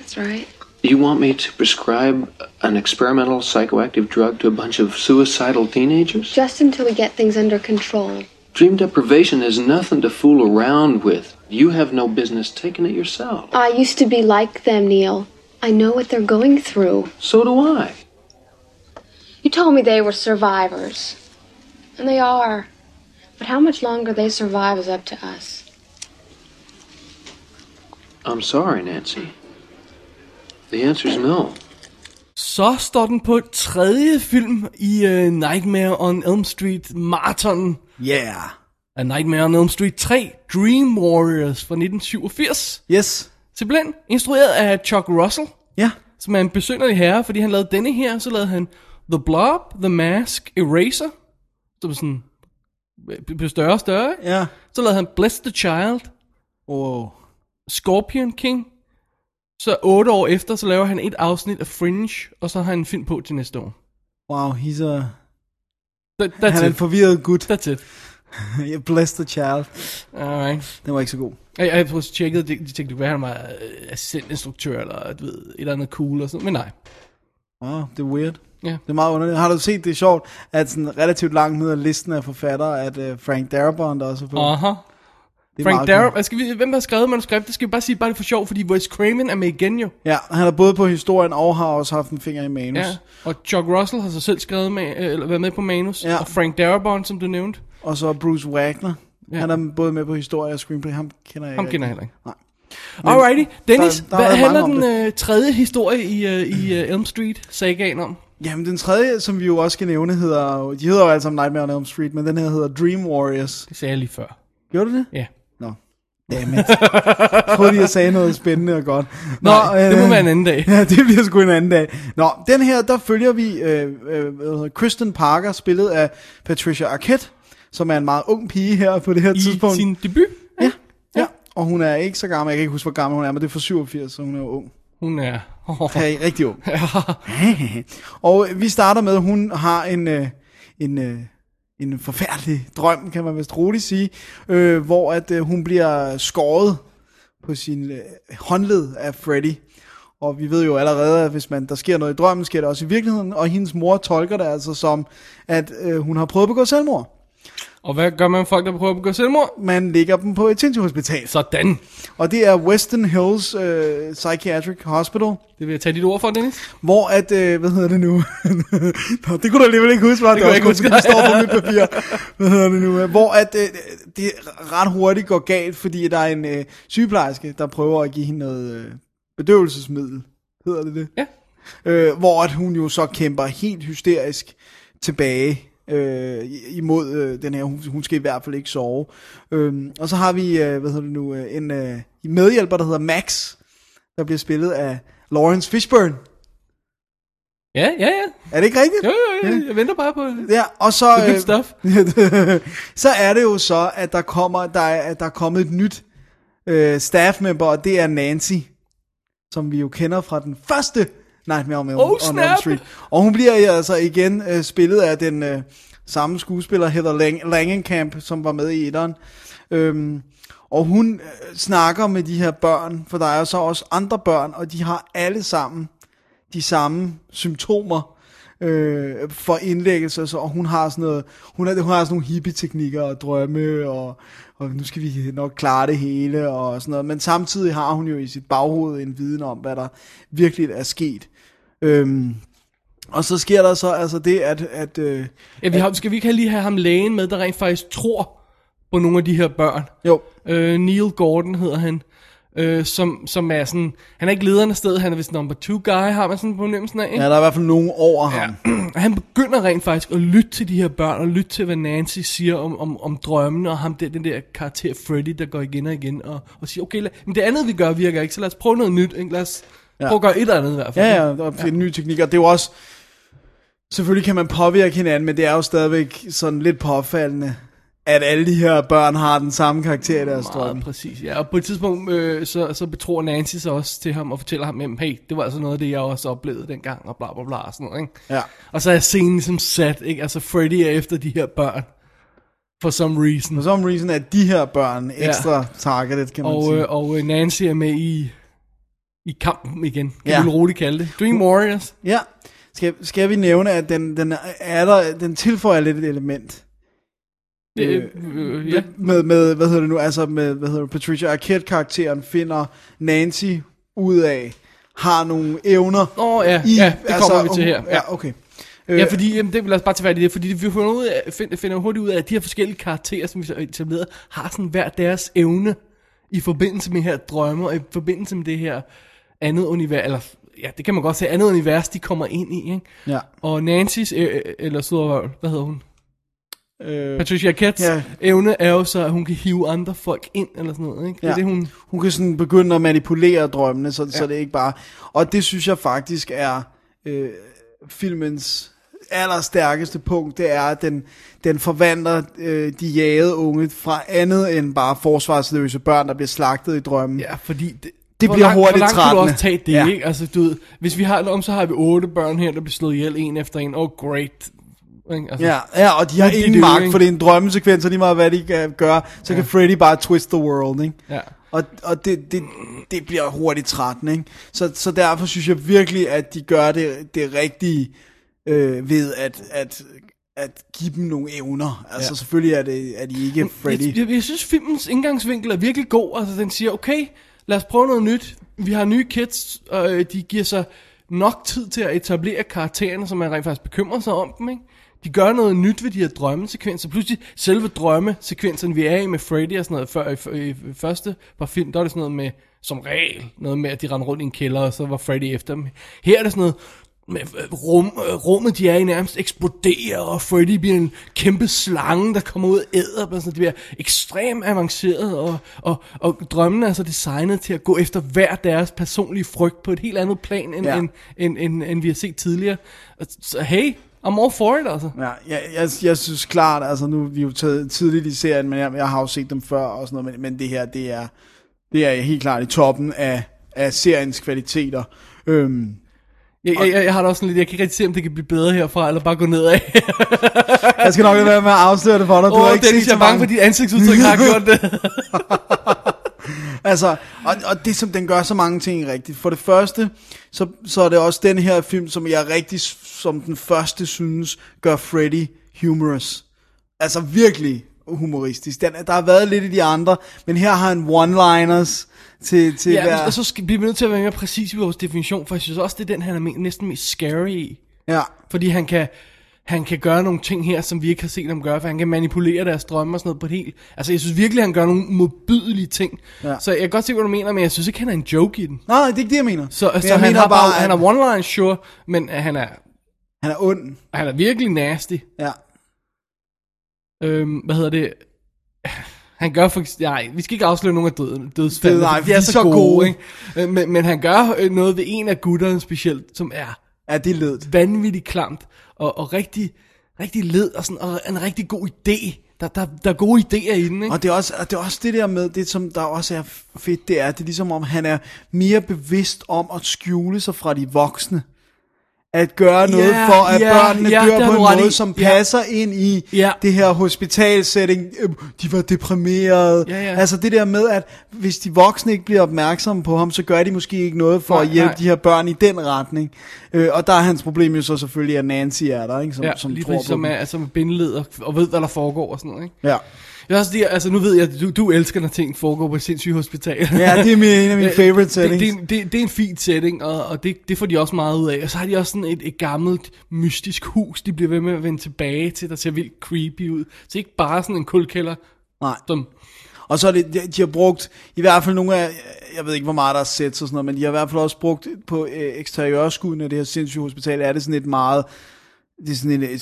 [SPEAKER 6] That's right.
[SPEAKER 8] you want me to prescribe an experimental psychoactive drug to a bunch of suicidal teenagers?
[SPEAKER 6] Just until we get things under control.
[SPEAKER 8] Dream deprivation is nothing to fool around with. You have no business taking it yourself.
[SPEAKER 6] I used to be like them, Neil. I know what they're going through.
[SPEAKER 8] So do I.
[SPEAKER 6] You told me they were survivors. And they are. But how much longer they survive is up to us.
[SPEAKER 8] I'm sorry, Nancy. The answer's no.
[SPEAKER 4] Så står den på tredje film i uh, Nightmare on Elm Street Marathon.
[SPEAKER 3] Yeah.
[SPEAKER 4] A Nightmare on Elm Street 3, Dream Warriors fra 1987.
[SPEAKER 3] Yes.
[SPEAKER 4] Simpelthen instrueret af Chuck Russell,
[SPEAKER 3] Ja.
[SPEAKER 4] som er en besynderlig herre, fordi han lavede denne her, så lavede han The Blob, The Mask, Eraser, som sådan øh, blev større og større. ikke?
[SPEAKER 3] Ja.
[SPEAKER 4] Så lavede han Bless the Child,
[SPEAKER 3] Wow.
[SPEAKER 4] Scorpion King. Så otte år efter, så laver han et afsnit af Fringe, og så har han en film på til næste år.
[SPEAKER 3] Wow, he's a...
[SPEAKER 4] That,
[SPEAKER 3] Han
[SPEAKER 4] that's
[SPEAKER 3] er
[SPEAKER 4] it.
[SPEAKER 3] en forvirret gut.
[SPEAKER 4] That's it.
[SPEAKER 3] Bless the child.
[SPEAKER 4] Alright.
[SPEAKER 3] Den var ikke så god.
[SPEAKER 4] Jeg, jeg prøvede at tjekke, det, de tænkte, hvad han var øh, assistentinstruktør, eller du ved, et eller andet cool og sådan men nej.
[SPEAKER 3] Wow, det er weird.
[SPEAKER 4] Ja.
[SPEAKER 3] Det er meget underligt. Har du set, det er sjovt, at sådan relativt langt ned ad listen af forfattere, at uh, Frank Darabont også er på.
[SPEAKER 4] Aha.
[SPEAKER 3] det er
[SPEAKER 4] Frank
[SPEAKER 3] meget
[SPEAKER 4] Darabont, skal vi, hvem har skrevet manuskriptet, skal vi bare sige, bare det er for sjov, fordi Wes Craven er med igen jo.
[SPEAKER 3] Ja, han er både på historien og har også haft en finger i manus.
[SPEAKER 4] Ja. Og Chuck Russell har så selv skrevet med, øh, eller været med på manus,
[SPEAKER 3] Ja.
[SPEAKER 4] og Frank Darabont, som du nævnte,
[SPEAKER 3] Og så Bruce Wagner.
[SPEAKER 4] Ja.
[SPEAKER 3] Ja. Han er både med på historie og screenplay. Ham kender jeg
[SPEAKER 4] ham
[SPEAKER 3] ikke.
[SPEAKER 4] kender jeg heller ikke.
[SPEAKER 3] Nej.
[SPEAKER 4] Alrighty, Dennis,
[SPEAKER 3] der har
[SPEAKER 4] hvad
[SPEAKER 3] været mange
[SPEAKER 4] handler
[SPEAKER 3] om
[SPEAKER 4] den øh, tredje historie i, øh, i øh, Elm Street sagaen om?
[SPEAKER 3] Jamen, den tredje, som vi jo også skal nævne, hedder... jo- De hedder jo alle sammen Nightmare on Elm Street, men den her hedder Dream Warriors.
[SPEAKER 4] Det sagde jeg lige før.
[SPEAKER 3] Gjorde du det?
[SPEAKER 4] Ja.
[SPEAKER 3] Nå. Dammit. Jeg troede, jeg sagde noget spændende og godt. Nå, øh,
[SPEAKER 4] Nej, det må være en anden dag.
[SPEAKER 3] Ja, det bliver sgu en anden dag. Nå, den her, der følger vi øh, øh, hvad hedder, Kristen Parker, spillet af Patricia Arquette, som er en meget ung pige her på det her
[SPEAKER 4] I
[SPEAKER 3] tidspunkt.
[SPEAKER 4] sin debut.
[SPEAKER 3] Ja, ja. Og hun er ikke så gammel, jeg kan ikke huske, hvor gammel hun er, men det er fra 87, så hun er jo ung.
[SPEAKER 4] Hun er...
[SPEAKER 3] Ja, rigtig ung. og vi starter med, at hun har en, øh, en, øh, en forfærdelig drøm, kan man vist roligt sige, øh, hvor at øh, hun bliver skåret på sin øh, håndled af Freddy. Og vi ved jo allerede, at hvis man, der sker noget i drømmen, sker det også i virkeligheden, og hendes mor tolker det altså som, at øh, hun har prøvet at begå selvmord.
[SPEAKER 4] Og hvad gør man med folk, der prøver at begå selvmord?
[SPEAKER 3] Man ligger dem på et sindssygehospital.
[SPEAKER 4] Sådan.
[SPEAKER 3] Og det er Western Hills øh, Psychiatric Hospital,
[SPEAKER 4] Det vil jeg tage dit ord for, Dennis.
[SPEAKER 3] Hvor at, øh, hvad hedder det nu? Nå, det kunne du alligevel ikke huske, var det, det
[SPEAKER 4] kunne jeg
[SPEAKER 3] ikke huske,
[SPEAKER 4] ikke
[SPEAKER 3] det
[SPEAKER 4] huske.
[SPEAKER 3] står på mit papir. Hvad hedder det nu? øh, Hvor at, øh, det ret hurtigt går galt, fordi der er en øh, sygeplejerske, der prøver at give hende noget øh, bedøvelsesmiddel. Hedder det det?
[SPEAKER 4] Ja.
[SPEAKER 3] Øh, hvor at hun jo så kæmper helt hysterisk tilbage øh, i- imod øh, den her, hun, hun skal i hvert fald ikke sove. Øhm, og så har vi, øh, hvad hedder det nu, øh, en øh, medhjælper, der hedder Max, der bliver spillet af Lawrence Fishburne.
[SPEAKER 4] Ja, ja, ja.
[SPEAKER 3] Er det ikke rigtigt?
[SPEAKER 4] Jo, jo, jo. Jeg venter bare på...
[SPEAKER 3] Ja, og så,
[SPEAKER 4] The good stuff.
[SPEAKER 3] øh, så er det jo så, at der, kommer, der, er, at der er kommet et nyt øh, staff member, og det er Nancy, som vi jo kender fra den første Nightmare on Elm,
[SPEAKER 4] Oh,
[SPEAKER 3] on Elm
[SPEAKER 4] snap!
[SPEAKER 3] Street. Og hun bliver jo altså igen øh, spillet af den øh, samme skuespiller, Heather Lang- Langenkamp, som var med i etteren. Øhm, og hun øh, snakker med de her børn, for der er jo så også andre børn, og de har alle sammen de samme symptomer øh, for indlæggelse, så, og hun har sådan noget, hun har, hun har sådan nogle hippie-teknikker og drømme, og, og nu skal vi nok klare det hele, og sådan noget, men samtidig har hun jo i sit baghoved en viden om, hvad der virkelig er sket. Øhm, og så sker der så altså det, at, at øh,
[SPEAKER 4] Ja, vi har, skal vi ikke lige have ham lægen med, der rent faktisk tror på nogle af de her børn?
[SPEAKER 3] jo,
[SPEAKER 4] Øh, Neil Gordon hedder han. Øh, som, som er sådan... Han er ikke lederen af stedet, han er vist number two guy, har man sådan på fornemmelsen af, ikke?
[SPEAKER 3] ja, der er i hvert fald nogen over ham.
[SPEAKER 4] Og han begynder rent faktisk at lytte til de her børn, og lytte til, hvad Nancy siger om, om, om drømmene, og ham der, den der karakter Freddy, der går igen og igen, og, og siger, okay, lad, men det andet, vi gør, virker ikke, så lad os prøve noget nyt, ikke? Lad os ja. prøve at gøre et eller andet i hvert fald.
[SPEAKER 3] Ja, ja, og ja. nye teknikker. Det er jo også... Selvfølgelig kan man påvirke hinanden, men det er jo stadigvæk sådan lidt påfaldende, at alle de her børn har den samme karakter i deres drømme.
[SPEAKER 4] Meget præcis, ja. Og på et tidspunkt, øh, så, så betror Nancy sig også til ham og fortæller ham, jamen, hey, det var altså noget af det, jeg også oplevede dengang, og bla bla bla og sådan noget, ikke?
[SPEAKER 3] Ja.
[SPEAKER 4] Og så er scenen ligesom sat, ikke? Altså, Freddy er efter de her børn, for some reason.
[SPEAKER 3] For some reason er de her børn ekstra ja. targeted, kan man
[SPEAKER 4] Og,
[SPEAKER 3] sige.
[SPEAKER 4] øh, og øh, Nancy er med i, i kampen igen, kan
[SPEAKER 3] Ja.
[SPEAKER 4] ja. vi vel roligt kalde det. Dream Warriors.
[SPEAKER 3] Ja. Skal, skal vi nævne, at den, den, er der, den tilføjer lidt et element
[SPEAKER 4] Det, øh, øh, ja.
[SPEAKER 3] med, med, hvad hedder det nu, altså med, hvad hedder det, Patricia Arquette-karakteren finder Nancy ud af, har nogle evner
[SPEAKER 4] Nå ja,
[SPEAKER 3] i,
[SPEAKER 4] ja, det kommer
[SPEAKER 3] altså,
[SPEAKER 4] vi
[SPEAKER 3] hun-
[SPEAKER 4] til her. Ja.
[SPEAKER 3] Ja, okay. Øh,
[SPEAKER 4] Ja, fordi, jamen, det, lad os bare tage fat i det, fordi vi finder, ud af, find, finder hurtigt ud af, at de her forskellige karakterer, som vi så har etableret, har sådan hver deres evne i forbindelse med her drømme, og i forbindelse med det her andet univers, eller ja, det kan man godt se, andet univers, de kommer ind i, ikke?
[SPEAKER 3] ja.
[SPEAKER 4] Og Nancy's, øh, øh, eller Sødervøl, hvad hedder hun?
[SPEAKER 3] Øh,
[SPEAKER 4] Patricia Katz
[SPEAKER 3] Ja.
[SPEAKER 4] ja. evne er jo så, at hun kan hive andre folk ind, eller sådan noget, ikke? Det er
[SPEAKER 3] Ja.
[SPEAKER 4] det, hun...
[SPEAKER 3] hun kan sådan begynde at manipulere drømmene, så, ja. så det ikke bare... Og det synes jeg faktisk er øh, filmens allerstærkeste punkt, det er, at den, den forvandler øh, de jagede unge fra andet end bare forsvarsløse børn, der bliver slagtet i drømmen.
[SPEAKER 4] Ja, fordi det,
[SPEAKER 3] Det
[SPEAKER 4] hvor
[SPEAKER 3] bliver
[SPEAKER 4] langt,
[SPEAKER 3] hurtigt
[SPEAKER 4] hvor langt kan du
[SPEAKER 3] trættende.
[SPEAKER 4] også tage det,
[SPEAKER 3] Ja.
[SPEAKER 4] ja. ikke? Altså, du ved, hvis vi har om, så har vi otte børn her, der bliver slået ihjel en efter en. Oh, great. Ikke? Altså,
[SPEAKER 3] Ja, ja, og de har
[SPEAKER 4] Nu er de
[SPEAKER 3] ingen
[SPEAKER 4] døde,
[SPEAKER 3] magt,
[SPEAKER 4] ikke?
[SPEAKER 3] for det er en drømmesekvens, og lige meget hvad de kan gøre, så ja. kan Freddy bare twist the world, ikke?
[SPEAKER 4] Ja.
[SPEAKER 3] Og, og det, det, det bliver hurtigt trættende, ikke? Så, så derfor synes jeg virkelig, at de gør det, det rigtige øh, ved at, at, at give dem nogle evner. Altså ja. selvfølgelig er, det, er de ikke Freddy.
[SPEAKER 4] Jeg, jeg, jeg synes, filmens indgangsvinkel er virkelig god. Altså, den siger, okay, lad os prøve noget nyt. Vi har nye kids, og øh, de giver sig nok tid til at etablere karaktererne, som man rent faktisk bekymrer sig om dem, ikke? De gør noget nyt ved de her drømmesekvenser. Pludselig selve drømmesekvenserne, vi er i med Freddy og sådan noget, før i, f- i første var film, der var det sådan noget med, som regel, noget med, at de rendte rundt i en kælder, og så var Freddy efter dem. Her er det sådan noget, med øh, rum, øh, rummet, de er i nærmest eksploderer, og Freddy bliver en kæmpe slange, der kommer ud og æder, dem, og sådan, det bliver ekstremt avanceret, og, og, og drømmen er så designet til at gå efter hver deres personlige frygt på et helt andet plan, end,
[SPEAKER 3] Ja.
[SPEAKER 4] ja. end, end, end, end vi har set tidligere. Og Så hey, I'm all for it, altså.
[SPEAKER 3] Ja, jeg, jeg, jeg synes klart, altså nu er vi jo taget tidligt i serien, men jeg, jeg har jo set dem før og sådan noget, men, men det her, det er, det er helt klart i toppen af, af seriens kvaliteter. Øhm,
[SPEAKER 4] Jeg, jeg, jeg, jeg har da også sådan lidt, jeg kan ikke rigtig se, om det kan blive bedre herfra, eller bare gå nedad.
[SPEAKER 3] Jeg skal nok lade være med at afsløre det for dig. Du
[SPEAKER 4] Åh,
[SPEAKER 3] har
[SPEAKER 4] oh,
[SPEAKER 3] ikke
[SPEAKER 4] Dennis,
[SPEAKER 3] set
[SPEAKER 4] jeg er
[SPEAKER 3] så
[SPEAKER 4] bange
[SPEAKER 3] mange.
[SPEAKER 4] for, dit ansigtsudtryk har gjort det.
[SPEAKER 3] Altså, og, og det som den gør så mange ting rigtigt. For det første, så, så er det også den her film, som jeg rigtig, s- som den første synes, gør Freddy humorous. Altså virkelig humoristisk. Den, der har været lidt i de andre, men her har han one-liners til, til
[SPEAKER 4] ja,
[SPEAKER 3] hver...
[SPEAKER 4] men, og så skal, bliver vi nødt til at være mere præcis i vores definition, for jeg synes også, det er den, han er me- næsten mest scary i.
[SPEAKER 3] ja.
[SPEAKER 4] Fordi han kan, han kan gøre nogle ting her, som vi ikke har set ham gøre, for han kan manipulere deres drømme og sådan noget på et helt... Altså, jeg synes virkelig, han gør nogle modbydelige ting.
[SPEAKER 3] Ja.
[SPEAKER 4] Ja. Så jeg kan godt se, hvad du mener, men jeg synes ikke, han er en joke i den.
[SPEAKER 3] Nej, det er ikke det, jeg mener.
[SPEAKER 4] Så,
[SPEAKER 3] Men
[SPEAKER 4] så
[SPEAKER 3] jeg
[SPEAKER 4] han,
[SPEAKER 3] mener
[SPEAKER 4] har bare,
[SPEAKER 3] at
[SPEAKER 4] han er one-line, sure, men øh, han er,
[SPEAKER 3] han er ond.
[SPEAKER 4] han er virkelig nasty.
[SPEAKER 3] Ja.
[SPEAKER 4] Øhm, hvad hedder det? Han gør for Nej, vi skal ikke afsløre nogen af død, dødsfaldene,
[SPEAKER 3] Det- nej,
[SPEAKER 4] for
[SPEAKER 3] de er så gode.
[SPEAKER 4] ikke? Øh, Men, men han gør øh, noget ved en af gutterne specielt, som er
[SPEAKER 3] Ja, det er ledt.
[SPEAKER 4] vanvittigt klamt, og, og rigtig, rigtig led, og, sådan, og en rigtig god idé. Der, der, der er gode idéer i den, ikke?
[SPEAKER 3] Og det, er også, og det er også det der med, det som der også er fedt, det er, det er ligesom om, han er mere bevidst om at skjule sig fra de voksne. At gøre noget
[SPEAKER 4] Ja,
[SPEAKER 3] for, at
[SPEAKER 4] ja,
[SPEAKER 3] børnene
[SPEAKER 4] ja,
[SPEAKER 3] dør
[SPEAKER 4] det har
[SPEAKER 3] på en
[SPEAKER 4] du ret
[SPEAKER 3] måde,
[SPEAKER 4] i.
[SPEAKER 3] som
[SPEAKER 4] Ja.
[SPEAKER 3] passer ind i
[SPEAKER 4] Ja.
[SPEAKER 3] det her hospitalsetting. Øh, De var deprimerede.
[SPEAKER 4] Ja, ja.
[SPEAKER 3] Altså det der med, at hvis de voksne ikke bliver opmærksomme på ham, så gør de måske ikke noget for
[SPEAKER 4] Nej,
[SPEAKER 3] at hjælpe
[SPEAKER 4] nej.
[SPEAKER 3] de her børn i den retning. Øh, og der er hans problem jo så selvfølgelig, at Nancy er der, ikke? Som,
[SPEAKER 4] ja,
[SPEAKER 3] som
[SPEAKER 4] lige
[SPEAKER 3] tror
[SPEAKER 4] præcis,
[SPEAKER 3] på
[SPEAKER 4] som
[SPEAKER 3] dem.
[SPEAKER 4] er, altså med bindeled og, og ved, hvad der foregår og sådan noget, ikke?
[SPEAKER 3] Ja.
[SPEAKER 4] Det er også det, altså nu ved jeg, at du, du elsker, når ting foregår på et sindssygt hospital.
[SPEAKER 3] ja, det er min, en af mine
[SPEAKER 4] Øh,
[SPEAKER 3] favorite
[SPEAKER 4] Det,
[SPEAKER 3] settings.
[SPEAKER 4] det, er en- det, det er en fin setting, og, og det, det får de også meget ud af. Og så har de også sådan et, et gammelt, mystisk hus, de bliver ved med at vende tilbage til, der ser vildt creepy ud. Så ikke bare sådan en kulkælder,
[SPEAKER 3] Nej.
[SPEAKER 4] som...
[SPEAKER 3] Og så er det, de- de har brugt, i hvert fald nogle af, jeg ved ikke hvor meget der er sæt og sådan noget, men de har i hvert fald også brugt på øh, eksteriørskuddene af det her sindssyge hospital, er det sådan et meget, det er sådan et- et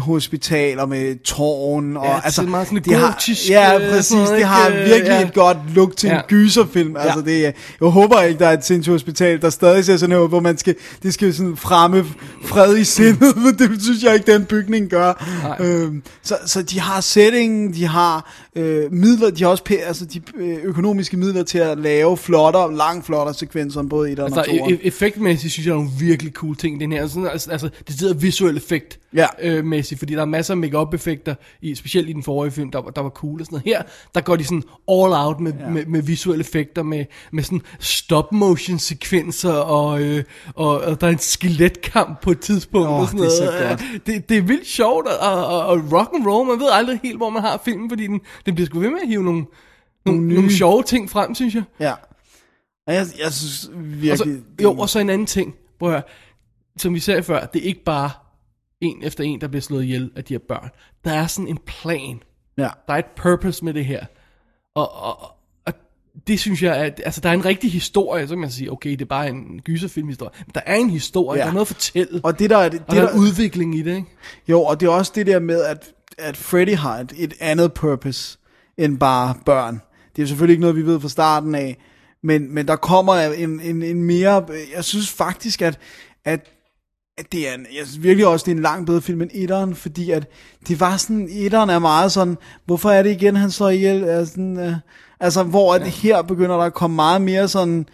[SPEAKER 3] stenhospital og med tårn og
[SPEAKER 4] Ja, det er meget sådan
[SPEAKER 3] det
[SPEAKER 4] gotisk,
[SPEAKER 3] har,
[SPEAKER 4] øh,
[SPEAKER 3] ja præcis
[SPEAKER 4] sådan noget,
[SPEAKER 3] det har
[SPEAKER 4] ikke? Øh,
[SPEAKER 3] virkelig
[SPEAKER 4] ja.
[SPEAKER 3] et godt look til
[SPEAKER 4] Ja.
[SPEAKER 3] en gyserfilm altså
[SPEAKER 4] Ja.
[SPEAKER 3] det er, jeg håber ikke der er et sindssygt hospital der stadig ser sådan her ud hvor man skal det skal sådan fremme fred i sindet men det synes jeg ikke den bygning gør
[SPEAKER 4] Nej.
[SPEAKER 3] øhm, så, så de har settingen de har øh, midler de har også pæ- altså de øh, økonomiske midler til at lave flottere langt flottere sekvenser end både i og
[SPEAKER 4] Altså,
[SPEAKER 3] toeren.
[SPEAKER 4] e- e- effektmæssigt synes jeg, der er nogle virkelig cool ting i den her. Sådan, altså, altså, det sidder visuel effekt
[SPEAKER 3] Ja.
[SPEAKER 4] øh, mæssigt, fordi der er masser af make effekter i, specielt i den forrige film, der, var- der var cool og sådan noget. Her, der går de sådan all out med, ja. med, med visuelle effekter, med, med sådan stop-motion sekvenser, og, øh, og, og der er en skeletkamp på et tidspunkt.
[SPEAKER 3] Åh,
[SPEAKER 4] og sådan
[SPEAKER 3] det er så
[SPEAKER 4] noget.
[SPEAKER 3] godt.
[SPEAKER 4] Øh, Det, det er vildt sjovt, og, og, og rock and roll, man ved aldrig helt, hvor man har filmen, fordi den, den bliver sgu ved med at hive nogle, nogle, nogle sjove ting frem, synes jeg.
[SPEAKER 3] ja Og jeg, jeg synes
[SPEAKER 4] Og
[SPEAKER 3] virkelig
[SPEAKER 4] så, jo, og så en anden ting, hvor jeg, som vi sagde før, det er ikke bare en efter en, der bliver slået ihjel af de her børn. Der er sådan en plan.
[SPEAKER 3] Ja.
[SPEAKER 4] Der er et purpose med det her. Og, og, og det synes jeg, at altså, der er en rigtig historie, så kan man sige, okay, det er bare en gyserfilmhistorie. Men der er en historie,
[SPEAKER 3] Ja.
[SPEAKER 4] ja. der er noget at fortælle. Og,
[SPEAKER 3] Og det der, er- det,
[SPEAKER 4] og der,
[SPEAKER 3] der
[SPEAKER 4] er en udvikling i det, ikke?
[SPEAKER 3] Jo, og det er også det der med, at, at Freddy har et, et andet purpose end bare børn. Det er jo selvfølgelig ikke noget, vi ved fra starten af, men, men der kommer en, en, en mere... Jeg synes faktisk, at, at, at det er en, jeg synes virkelig også, det er en langt bedre film end etteren, fordi at det var sådan, etteren er meget sådan, hvorfor er det igen, han slår ihjel? Er sådan, øh, altså, hvor at her begynder der at komme meget mere sådan,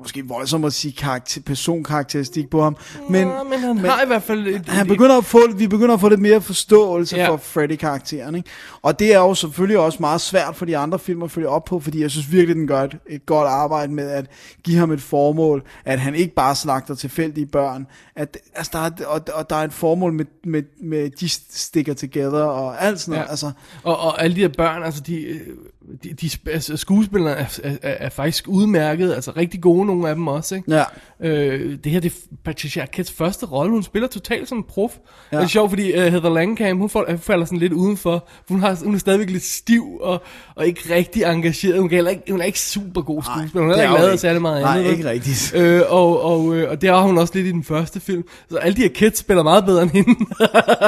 [SPEAKER 3] måske voldsomt at sige karakter, personkarakteristik på ham, men,
[SPEAKER 4] Nå, men han men, har i hvert fald... Et,
[SPEAKER 3] han begynder at få, vi begynder at få lidt mere forståelse ja.
[SPEAKER 4] Ja.
[SPEAKER 3] for Freddy-karakteren. Ikke? Og det er jo selvfølgelig også meget svært for de andre film at følge op på, fordi jeg synes virkelig, den gør et, et godt arbejde med at give ham et formål, at han ikke bare slagter tilfældige børn, at, altså, der er, og, og der er et formål med, med, med de stikker together og alt sådan noget. Ja.
[SPEAKER 4] Ja.
[SPEAKER 3] Altså,
[SPEAKER 4] Og, og alle de her børn, altså de, øh, de, de sp- altså, skuespillerne er, er, er, er faktisk udmærket, altså rigtig gode nogle af dem også, ikke?
[SPEAKER 3] ja.
[SPEAKER 4] Øh, det her, det er Patricia Arquettes første rolle, hun spiller totalt som en prof. Ja. Og det er sjovt, fordi uh, Heather Langenkamp, hun, får, hun falder sådan lidt udenfor, for hun, har, hun er stadigvæk lidt stiv og, og ikke rigtig engageret. Hun, kan heller ikke, hun er ikke super god skuespiller, hun har
[SPEAKER 3] det er
[SPEAKER 4] heller
[SPEAKER 3] hun
[SPEAKER 4] ikke lavet
[SPEAKER 3] ikke.
[SPEAKER 4] særlig meget
[SPEAKER 3] Nej,
[SPEAKER 4] andet. vel?
[SPEAKER 3] ikke rigtigt.
[SPEAKER 4] Øh, og, og, øh, og det har hun også lidt i den første film. Så alle de her kids spiller meget bedre end hende.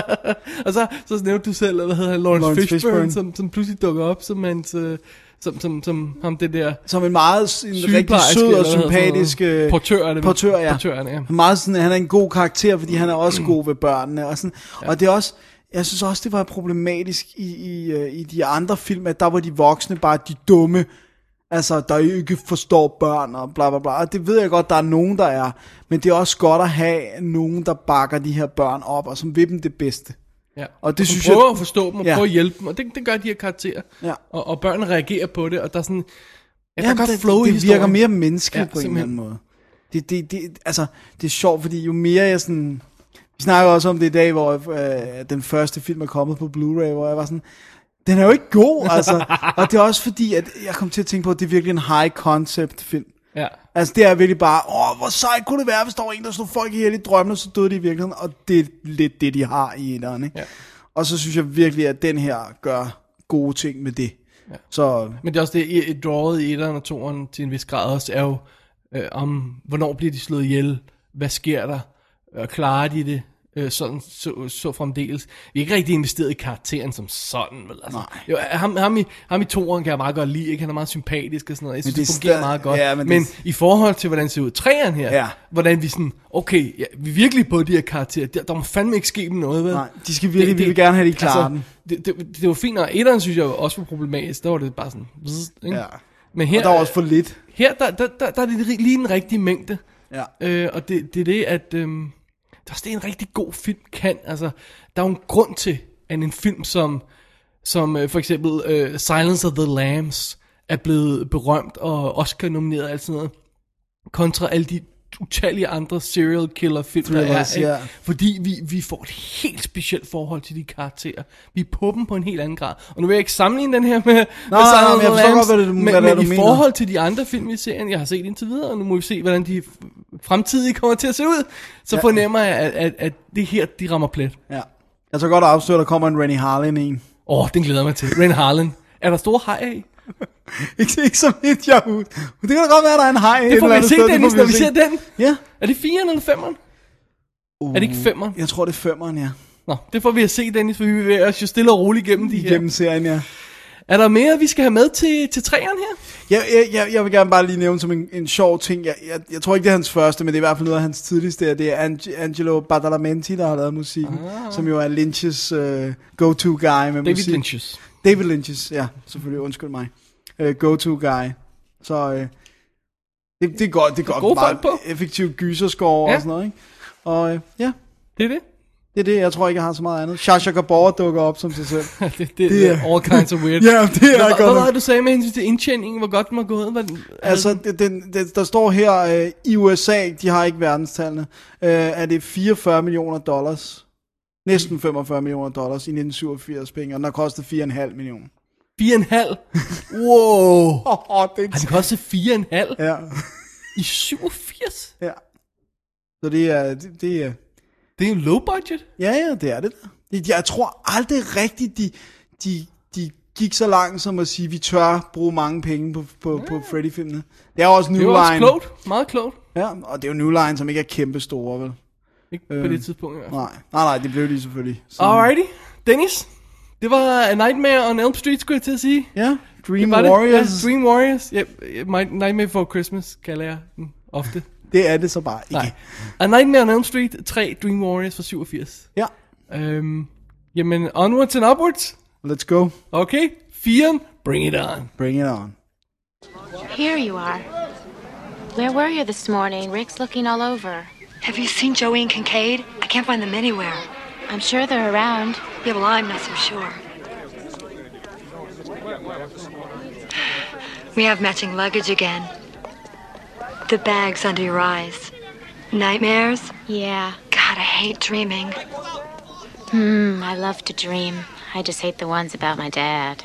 [SPEAKER 4] og så, så nævnte du selv, hvad hedder han,
[SPEAKER 3] Lawrence
[SPEAKER 4] Lawrence, Lawrence Fishburne,
[SPEAKER 3] Fishburne.
[SPEAKER 4] Fishburne. Som, som pludselig dukker op som, hans, øh, som, som, som ham det der
[SPEAKER 3] Som en meget en rigtig
[SPEAKER 4] sygeplejerske,
[SPEAKER 3] sød og
[SPEAKER 4] eller hvad hedder sådan noget.
[SPEAKER 3] sympatisk... øh,
[SPEAKER 4] Portør er det.
[SPEAKER 3] Portør, ja.
[SPEAKER 4] Portøren, ja. Mm.
[SPEAKER 3] Meget sådan, han er en god karakter, fordi han er også god ved børnene. Og, sådan. Ja. og det er også, jeg synes også, det var problematisk i, i, øh, i de andre film, at der var de voksne bare de dumme, altså der ikke forstår børn og bla bla bla. Og det ved jeg godt, der er nogen, der er. Men det er også godt at have nogen, der bakker de her børn op, og som vil dem det bedste.
[SPEAKER 4] Ja.
[SPEAKER 3] Og det
[SPEAKER 4] som
[SPEAKER 3] synes
[SPEAKER 4] prøver
[SPEAKER 3] jeg-
[SPEAKER 4] at forstå dem og
[SPEAKER 3] Ja.
[SPEAKER 4] ja. prøver at hjælpe dem, og det, det gør de her karakterer.
[SPEAKER 3] Ja.
[SPEAKER 4] Og, og børnene reagerer på det, og der er sådan... Ja, der
[SPEAKER 3] Jamen,
[SPEAKER 4] er godt
[SPEAKER 3] det,
[SPEAKER 4] flow i
[SPEAKER 3] det virker
[SPEAKER 4] historien.
[SPEAKER 3] mere menneskeligt ja,
[SPEAKER 4] Ja,
[SPEAKER 3] på en eller
[SPEAKER 4] simpelthen.
[SPEAKER 3] anden måde. Det, det, det, altså, det er sjovt, fordi jo mere jeg sådan... Vi snakker også om det i dag, hvor øh, den første film er kommet på Blu-ray, hvor jeg var sådan... Den er jo ikke god, altså. og det er også fordi, at jeg kom til at tænke på, at det er virkelig en high concept film.
[SPEAKER 4] Ja.
[SPEAKER 3] Altså, det er virkelig bare, åh, hvor sejt kunne det være, hvis der var en, der slog folk ihjel i drømmen, og så døde de i virkeligheden. Og det er lidt det, de har i etteren, ikke?
[SPEAKER 4] Ja.
[SPEAKER 3] Og så synes jeg virkelig, at den her gør gode ting med det. Ja. Så
[SPEAKER 4] Men det er også det, i- i drawet i etteren og toeren til en vis grad også er jo, øh, om hvornår bliver de slået ihjel, hvad sker der, øh, klarer de det, øh, sådan, så, så fremdeles. Vi er ikke rigtig investeret i karakteren som sådan, vel? Altså,
[SPEAKER 3] Nej.
[SPEAKER 4] Jo, ham, ham, i, ham i toeren kan jeg meget godt lide, ikke? han er meget sympatisk og sådan noget, jeg synes,
[SPEAKER 3] det
[SPEAKER 4] det,
[SPEAKER 3] er
[SPEAKER 4] det fungerer
[SPEAKER 3] stadig-
[SPEAKER 4] meget godt.
[SPEAKER 3] ja, men det-
[SPEAKER 4] men i forhold til, hvordan det ser ud i træeren her,
[SPEAKER 3] Ja.
[SPEAKER 4] hvordan vi sådan, okay, ja, vi er virkelig på de her karakterer, der, der må fandme ikke ske dem noget, vel?
[SPEAKER 3] Nej, altså- de skal virkelig- vi vil gerne have, de klarer den.
[SPEAKER 4] altså, Det, det, det var fint, og etteren synes jeg også var problematisk, der var det bare sådan, zzz, ikke?
[SPEAKER 3] Ja.
[SPEAKER 4] Men her,
[SPEAKER 3] Og der er også for lidt.
[SPEAKER 4] her der, der, der, der er det ri- lige den rigtige mængde.
[SPEAKER 3] Ja.
[SPEAKER 4] Øh, og det, det er det, at øh, det er også det, en rigtig god film kan. Altså, der er jo en grund til, at en film som, som øh, for eksempel øh, Silence of the Lambs er blevet berømt og Oscar-nomineret og alt sådan noget, kontra alle de utallige andre serial killer film, der
[SPEAKER 3] Thrillers,
[SPEAKER 4] er, ikke?
[SPEAKER 3] ja.
[SPEAKER 4] fordi vi, vi får et helt specielt forhold til de karakterer. Vi er på dem på en helt anden grad. Og nu vil jeg ikke sammenligne den her med, med
[SPEAKER 3] nej,
[SPEAKER 4] Silence
[SPEAKER 3] nej, men
[SPEAKER 4] of
[SPEAKER 3] Altså, jeg
[SPEAKER 4] the
[SPEAKER 3] forstår
[SPEAKER 4] Lambs,
[SPEAKER 3] godt, hvad det-
[SPEAKER 4] men,
[SPEAKER 3] hvad det er,
[SPEAKER 4] men
[SPEAKER 3] du
[SPEAKER 4] i
[SPEAKER 3] mener.
[SPEAKER 4] forhold forhold til de andre film i serien, jeg har set indtil videre, og nu må vi se, hvordan de f- fremtidige kommer til at se ud, så ja. fornemmer jeg, at, at, at det her, de rammer plet.
[SPEAKER 3] Ja. Jeg tror godt at afsløre, at der kommer en Rennie Harlin en.
[SPEAKER 4] Åh, oh, den glæder jeg mig til. Ren Harlan. Er der store hajer i?
[SPEAKER 3] ikke, ikke så vidt jeg ud. Men det kan da godt være, at der er en hej.
[SPEAKER 4] Det får vi se, Dennis, når vi ser den.
[SPEAKER 3] Ja.
[SPEAKER 4] Er det 4'eren eller 5'eren? Uh. Er det ikke 5'eren?
[SPEAKER 3] Jeg tror, det er femeren, ja.
[SPEAKER 4] Nå, det får vi at se, Dennis, for vi bevæger os jo stille og roligt igennem de her.
[SPEAKER 3] Gennem serien, ja.
[SPEAKER 4] Er der mere, vi skal have med til, til 3'eren her?
[SPEAKER 3] Jeg, jeg, jeg, jeg vil gerne bare lige nævne som en, en sjov ting. Jeg, jeg, jeg tror ikke, det er hans første, men det er i hvert fald noget af hans tidligste. og Det er Ange, Angelo Badalamenti, der har lavet musikken, ah. som jo er Lynch's øh, go-to guy med
[SPEAKER 4] David
[SPEAKER 3] musik.
[SPEAKER 4] Lynch's.
[SPEAKER 3] David Lynch's, ja, selvfølgelig, undskyld mig. Uh, go-to guy. Så uh, det, det er godt, det er godt.
[SPEAKER 4] gode
[SPEAKER 3] Meget
[SPEAKER 4] folk på.
[SPEAKER 3] Effektiv gyserscore ja.
[SPEAKER 4] Ja.
[SPEAKER 3] og sådan noget, ikke? Og uh, ja,
[SPEAKER 4] Det er det.
[SPEAKER 3] det er det. Jeg tror ikke, jeg har så meget andet. Shasha Gabor dukker op som sig selv.
[SPEAKER 4] det, det, det,
[SPEAKER 3] Det
[SPEAKER 4] det
[SPEAKER 3] er-
[SPEAKER 4] er all kinds of weird.
[SPEAKER 3] Ja, det er
[SPEAKER 4] hvad,
[SPEAKER 3] godt.
[SPEAKER 4] Hvad var det, du sagde med hensyn til indtjeningen? Hvor godt den var gået? Var den,
[SPEAKER 3] altså, det, den, det, der står her, uh, i USA, de har ikke verdenstallene, uh, er det 44 millioner dollars. Næsten 45 millioner dollars i 1987 penge, og den har kostet 4,5 millioner.
[SPEAKER 4] 4,5. Wow.
[SPEAKER 3] Åh, oh, det
[SPEAKER 4] Har den kostet 4,5
[SPEAKER 3] Ja,
[SPEAKER 4] i 87?
[SPEAKER 3] ja. Så det er, det, det er,
[SPEAKER 4] Det er en low budget.
[SPEAKER 3] Ja, ja, det er det. da. Jeg tror aldrig rigtigt, de, de, de gik så langt som at sige, vi tør bruge mange penge på, på, ja. på Freddy-filmene. Det er også New
[SPEAKER 4] Det var også
[SPEAKER 3] Line.
[SPEAKER 4] klogt. Meget klogt.
[SPEAKER 3] Ja, og det er jo New Line, som ikke er kæmpe store, vel?
[SPEAKER 4] Ikke på det tidspunkt, i hvert fald.
[SPEAKER 3] Nej, nej, Øh. nej, det blev de selvfølgelig. Så,
[SPEAKER 4] Alrighty, Dennis. Det var A Nightmare on Elm Street, skulle jeg til at sige.
[SPEAKER 3] Ja, Dream
[SPEAKER 4] Det var det.
[SPEAKER 3] Warriors.
[SPEAKER 4] Ja, Dream Warriors. Yep, My Nightmare Before Christmas kalder jeg den ofte.
[SPEAKER 3] Det er det så bare ikke.
[SPEAKER 4] Nej. A Nightmare on Elm Street 3, Dream Warriors fra 87.
[SPEAKER 3] Ja,
[SPEAKER 4] Øhm, jamen, onwards and upwards.
[SPEAKER 3] let's go.
[SPEAKER 4] Okay, 4'eren, bring it on.
[SPEAKER 3] Bring it on.
[SPEAKER 6] Here you are. Where were you this morning? Rick's looking all over.
[SPEAKER 9] Have you seen Joey and Kincaid? I can't find them anywhere.
[SPEAKER 6] I'm sure they're around.
[SPEAKER 9] Yeah, well, I'm not so sure. We have matching luggage again. The bags under your eyes. Nightmares?
[SPEAKER 6] Yeah,
[SPEAKER 9] God, I hate dreaming.
[SPEAKER 6] mm, I love to dream. I just hate the ones about my dad.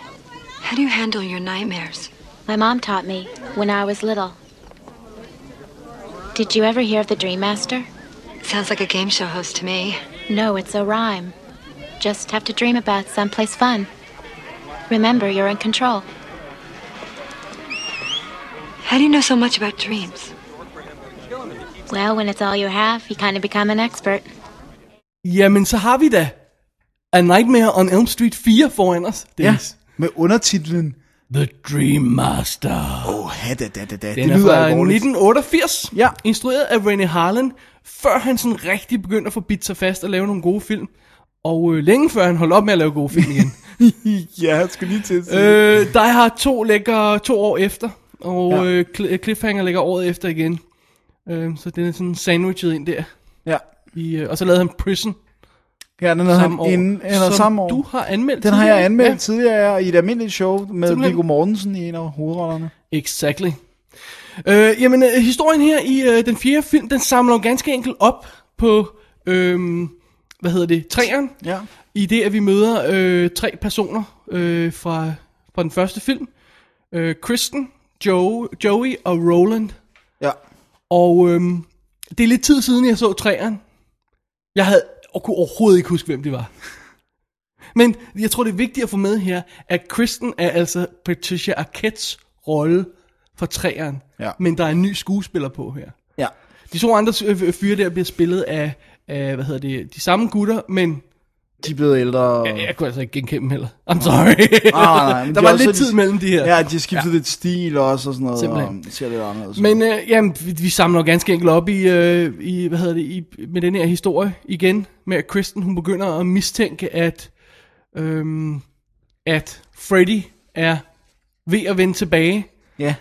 [SPEAKER 9] How do you handle your nightmares?
[SPEAKER 6] My mom taught me when I was little. Did you ever hear of the Dream Master?
[SPEAKER 9] Sounds like a game show host to me.
[SPEAKER 6] No, it's a rhyme. Just have to dream about someplace fun. Remember, you're in control.
[SPEAKER 9] How do you know so much about dreams?
[SPEAKER 6] Well, when it's all you have, you kind of become an expert.
[SPEAKER 4] Jamen, så har vi da A Nightmare on Elm Street 4 foran os.
[SPEAKER 3] Ja,
[SPEAKER 4] Dennis.
[SPEAKER 3] med undertitlen.
[SPEAKER 4] The Dream Master.
[SPEAKER 3] Åh, oh, da, da, da, da.
[SPEAKER 4] Den det
[SPEAKER 3] det
[SPEAKER 4] er
[SPEAKER 3] lyder
[SPEAKER 4] fra
[SPEAKER 3] alvorligt.
[SPEAKER 4] 1988,
[SPEAKER 3] Ja.
[SPEAKER 4] instrueret af René Harlan, før han sådan rigtig begyndte at få bidt sig fast og lave nogle gode film. Og øh, længe før han holdt op med at lave gode film igen.
[SPEAKER 3] ja, jeg skulle lige til at sige. Øh,
[SPEAKER 4] øh, Die Hard 2 ligger to år efter, og
[SPEAKER 3] Ja.
[SPEAKER 4] ja. øh, Cl- øh, Cliffhanger ligger året efter igen. Øh, så den er sådan sandwichet ind der.
[SPEAKER 3] ja.
[SPEAKER 4] I, øh, og så lavede han Prison
[SPEAKER 3] ja, den havde
[SPEAKER 4] samme
[SPEAKER 3] han
[SPEAKER 4] år.
[SPEAKER 3] inden, eller
[SPEAKER 4] som
[SPEAKER 3] samme år.
[SPEAKER 4] du har anmeldt
[SPEAKER 3] Den har jeg
[SPEAKER 4] tidligere.
[SPEAKER 3] anmeldt ja. tidligere ja, i et almindeligt show med
[SPEAKER 4] Simpelthen.
[SPEAKER 3] Viggo Mortensen i en af hovedrollerne.
[SPEAKER 4] Exactly. Øh, jamen, øh, historien her i øh, den fjerde film, den samler jo ganske enkelt op på, øh, hvad hedder det, træeren.
[SPEAKER 3] Ja.
[SPEAKER 4] I det, at vi møder øh, tre personer øh, fra, fra den første film. Øh, Kristen, Joe, Joey og Roland.
[SPEAKER 3] Ja.
[SPEAKER 4] Og øh, det er lidt tid siden, jeg så træeren. Jeg havde og kunne overhovedet ikke huske, hvem det var. Men jeg tror, det er vigtigt at få med her, at Kristen er altså Patricia Arquettes rolle for træeren.
[SPEAKER 3] Ja.
[SPEAKER 4] Men der er en ny skuespiller på her.
[SPEAKER 3] Ja.
[SPEAKER 4] De to andre øh, fyre der bliver spillet af, af hvad hedder det, de samme gutter, men
[SPEAKER 3] De er blevet ældre. Og...
[SPEAKER 4] Ja, jeg kunne altså ikke genkende dem heller. I'm sorry.
[SPEAKER 3] Ah, nej, men
[SPEAKER 4] der
[SPEAKER 3] de
[SPEAKER 4] var
[SPEAKER 3] er også
[SPEAKER 4] lidt
[SPEAKER 3] sådan-
[SPEAKER 4] tid mellem de her.
[SPEAKER 3] Ja, de har skiftet ja. lidt stil også og sådan noget,
[SPEAKER 4] Simpelthen.
[SPEAKER 3] og ser lidt anderledes. ud.
[SPEAKER 4] Men øh, jamen, vi, vi samler jo ganske enkelt op i, øh, i, hvad hedder det, i, med den her historie igen, med at Kristen hun begynder at mistænke, at, øhm, at Freddy er ved at vende tilbage.
[SPEAKER 3] ja.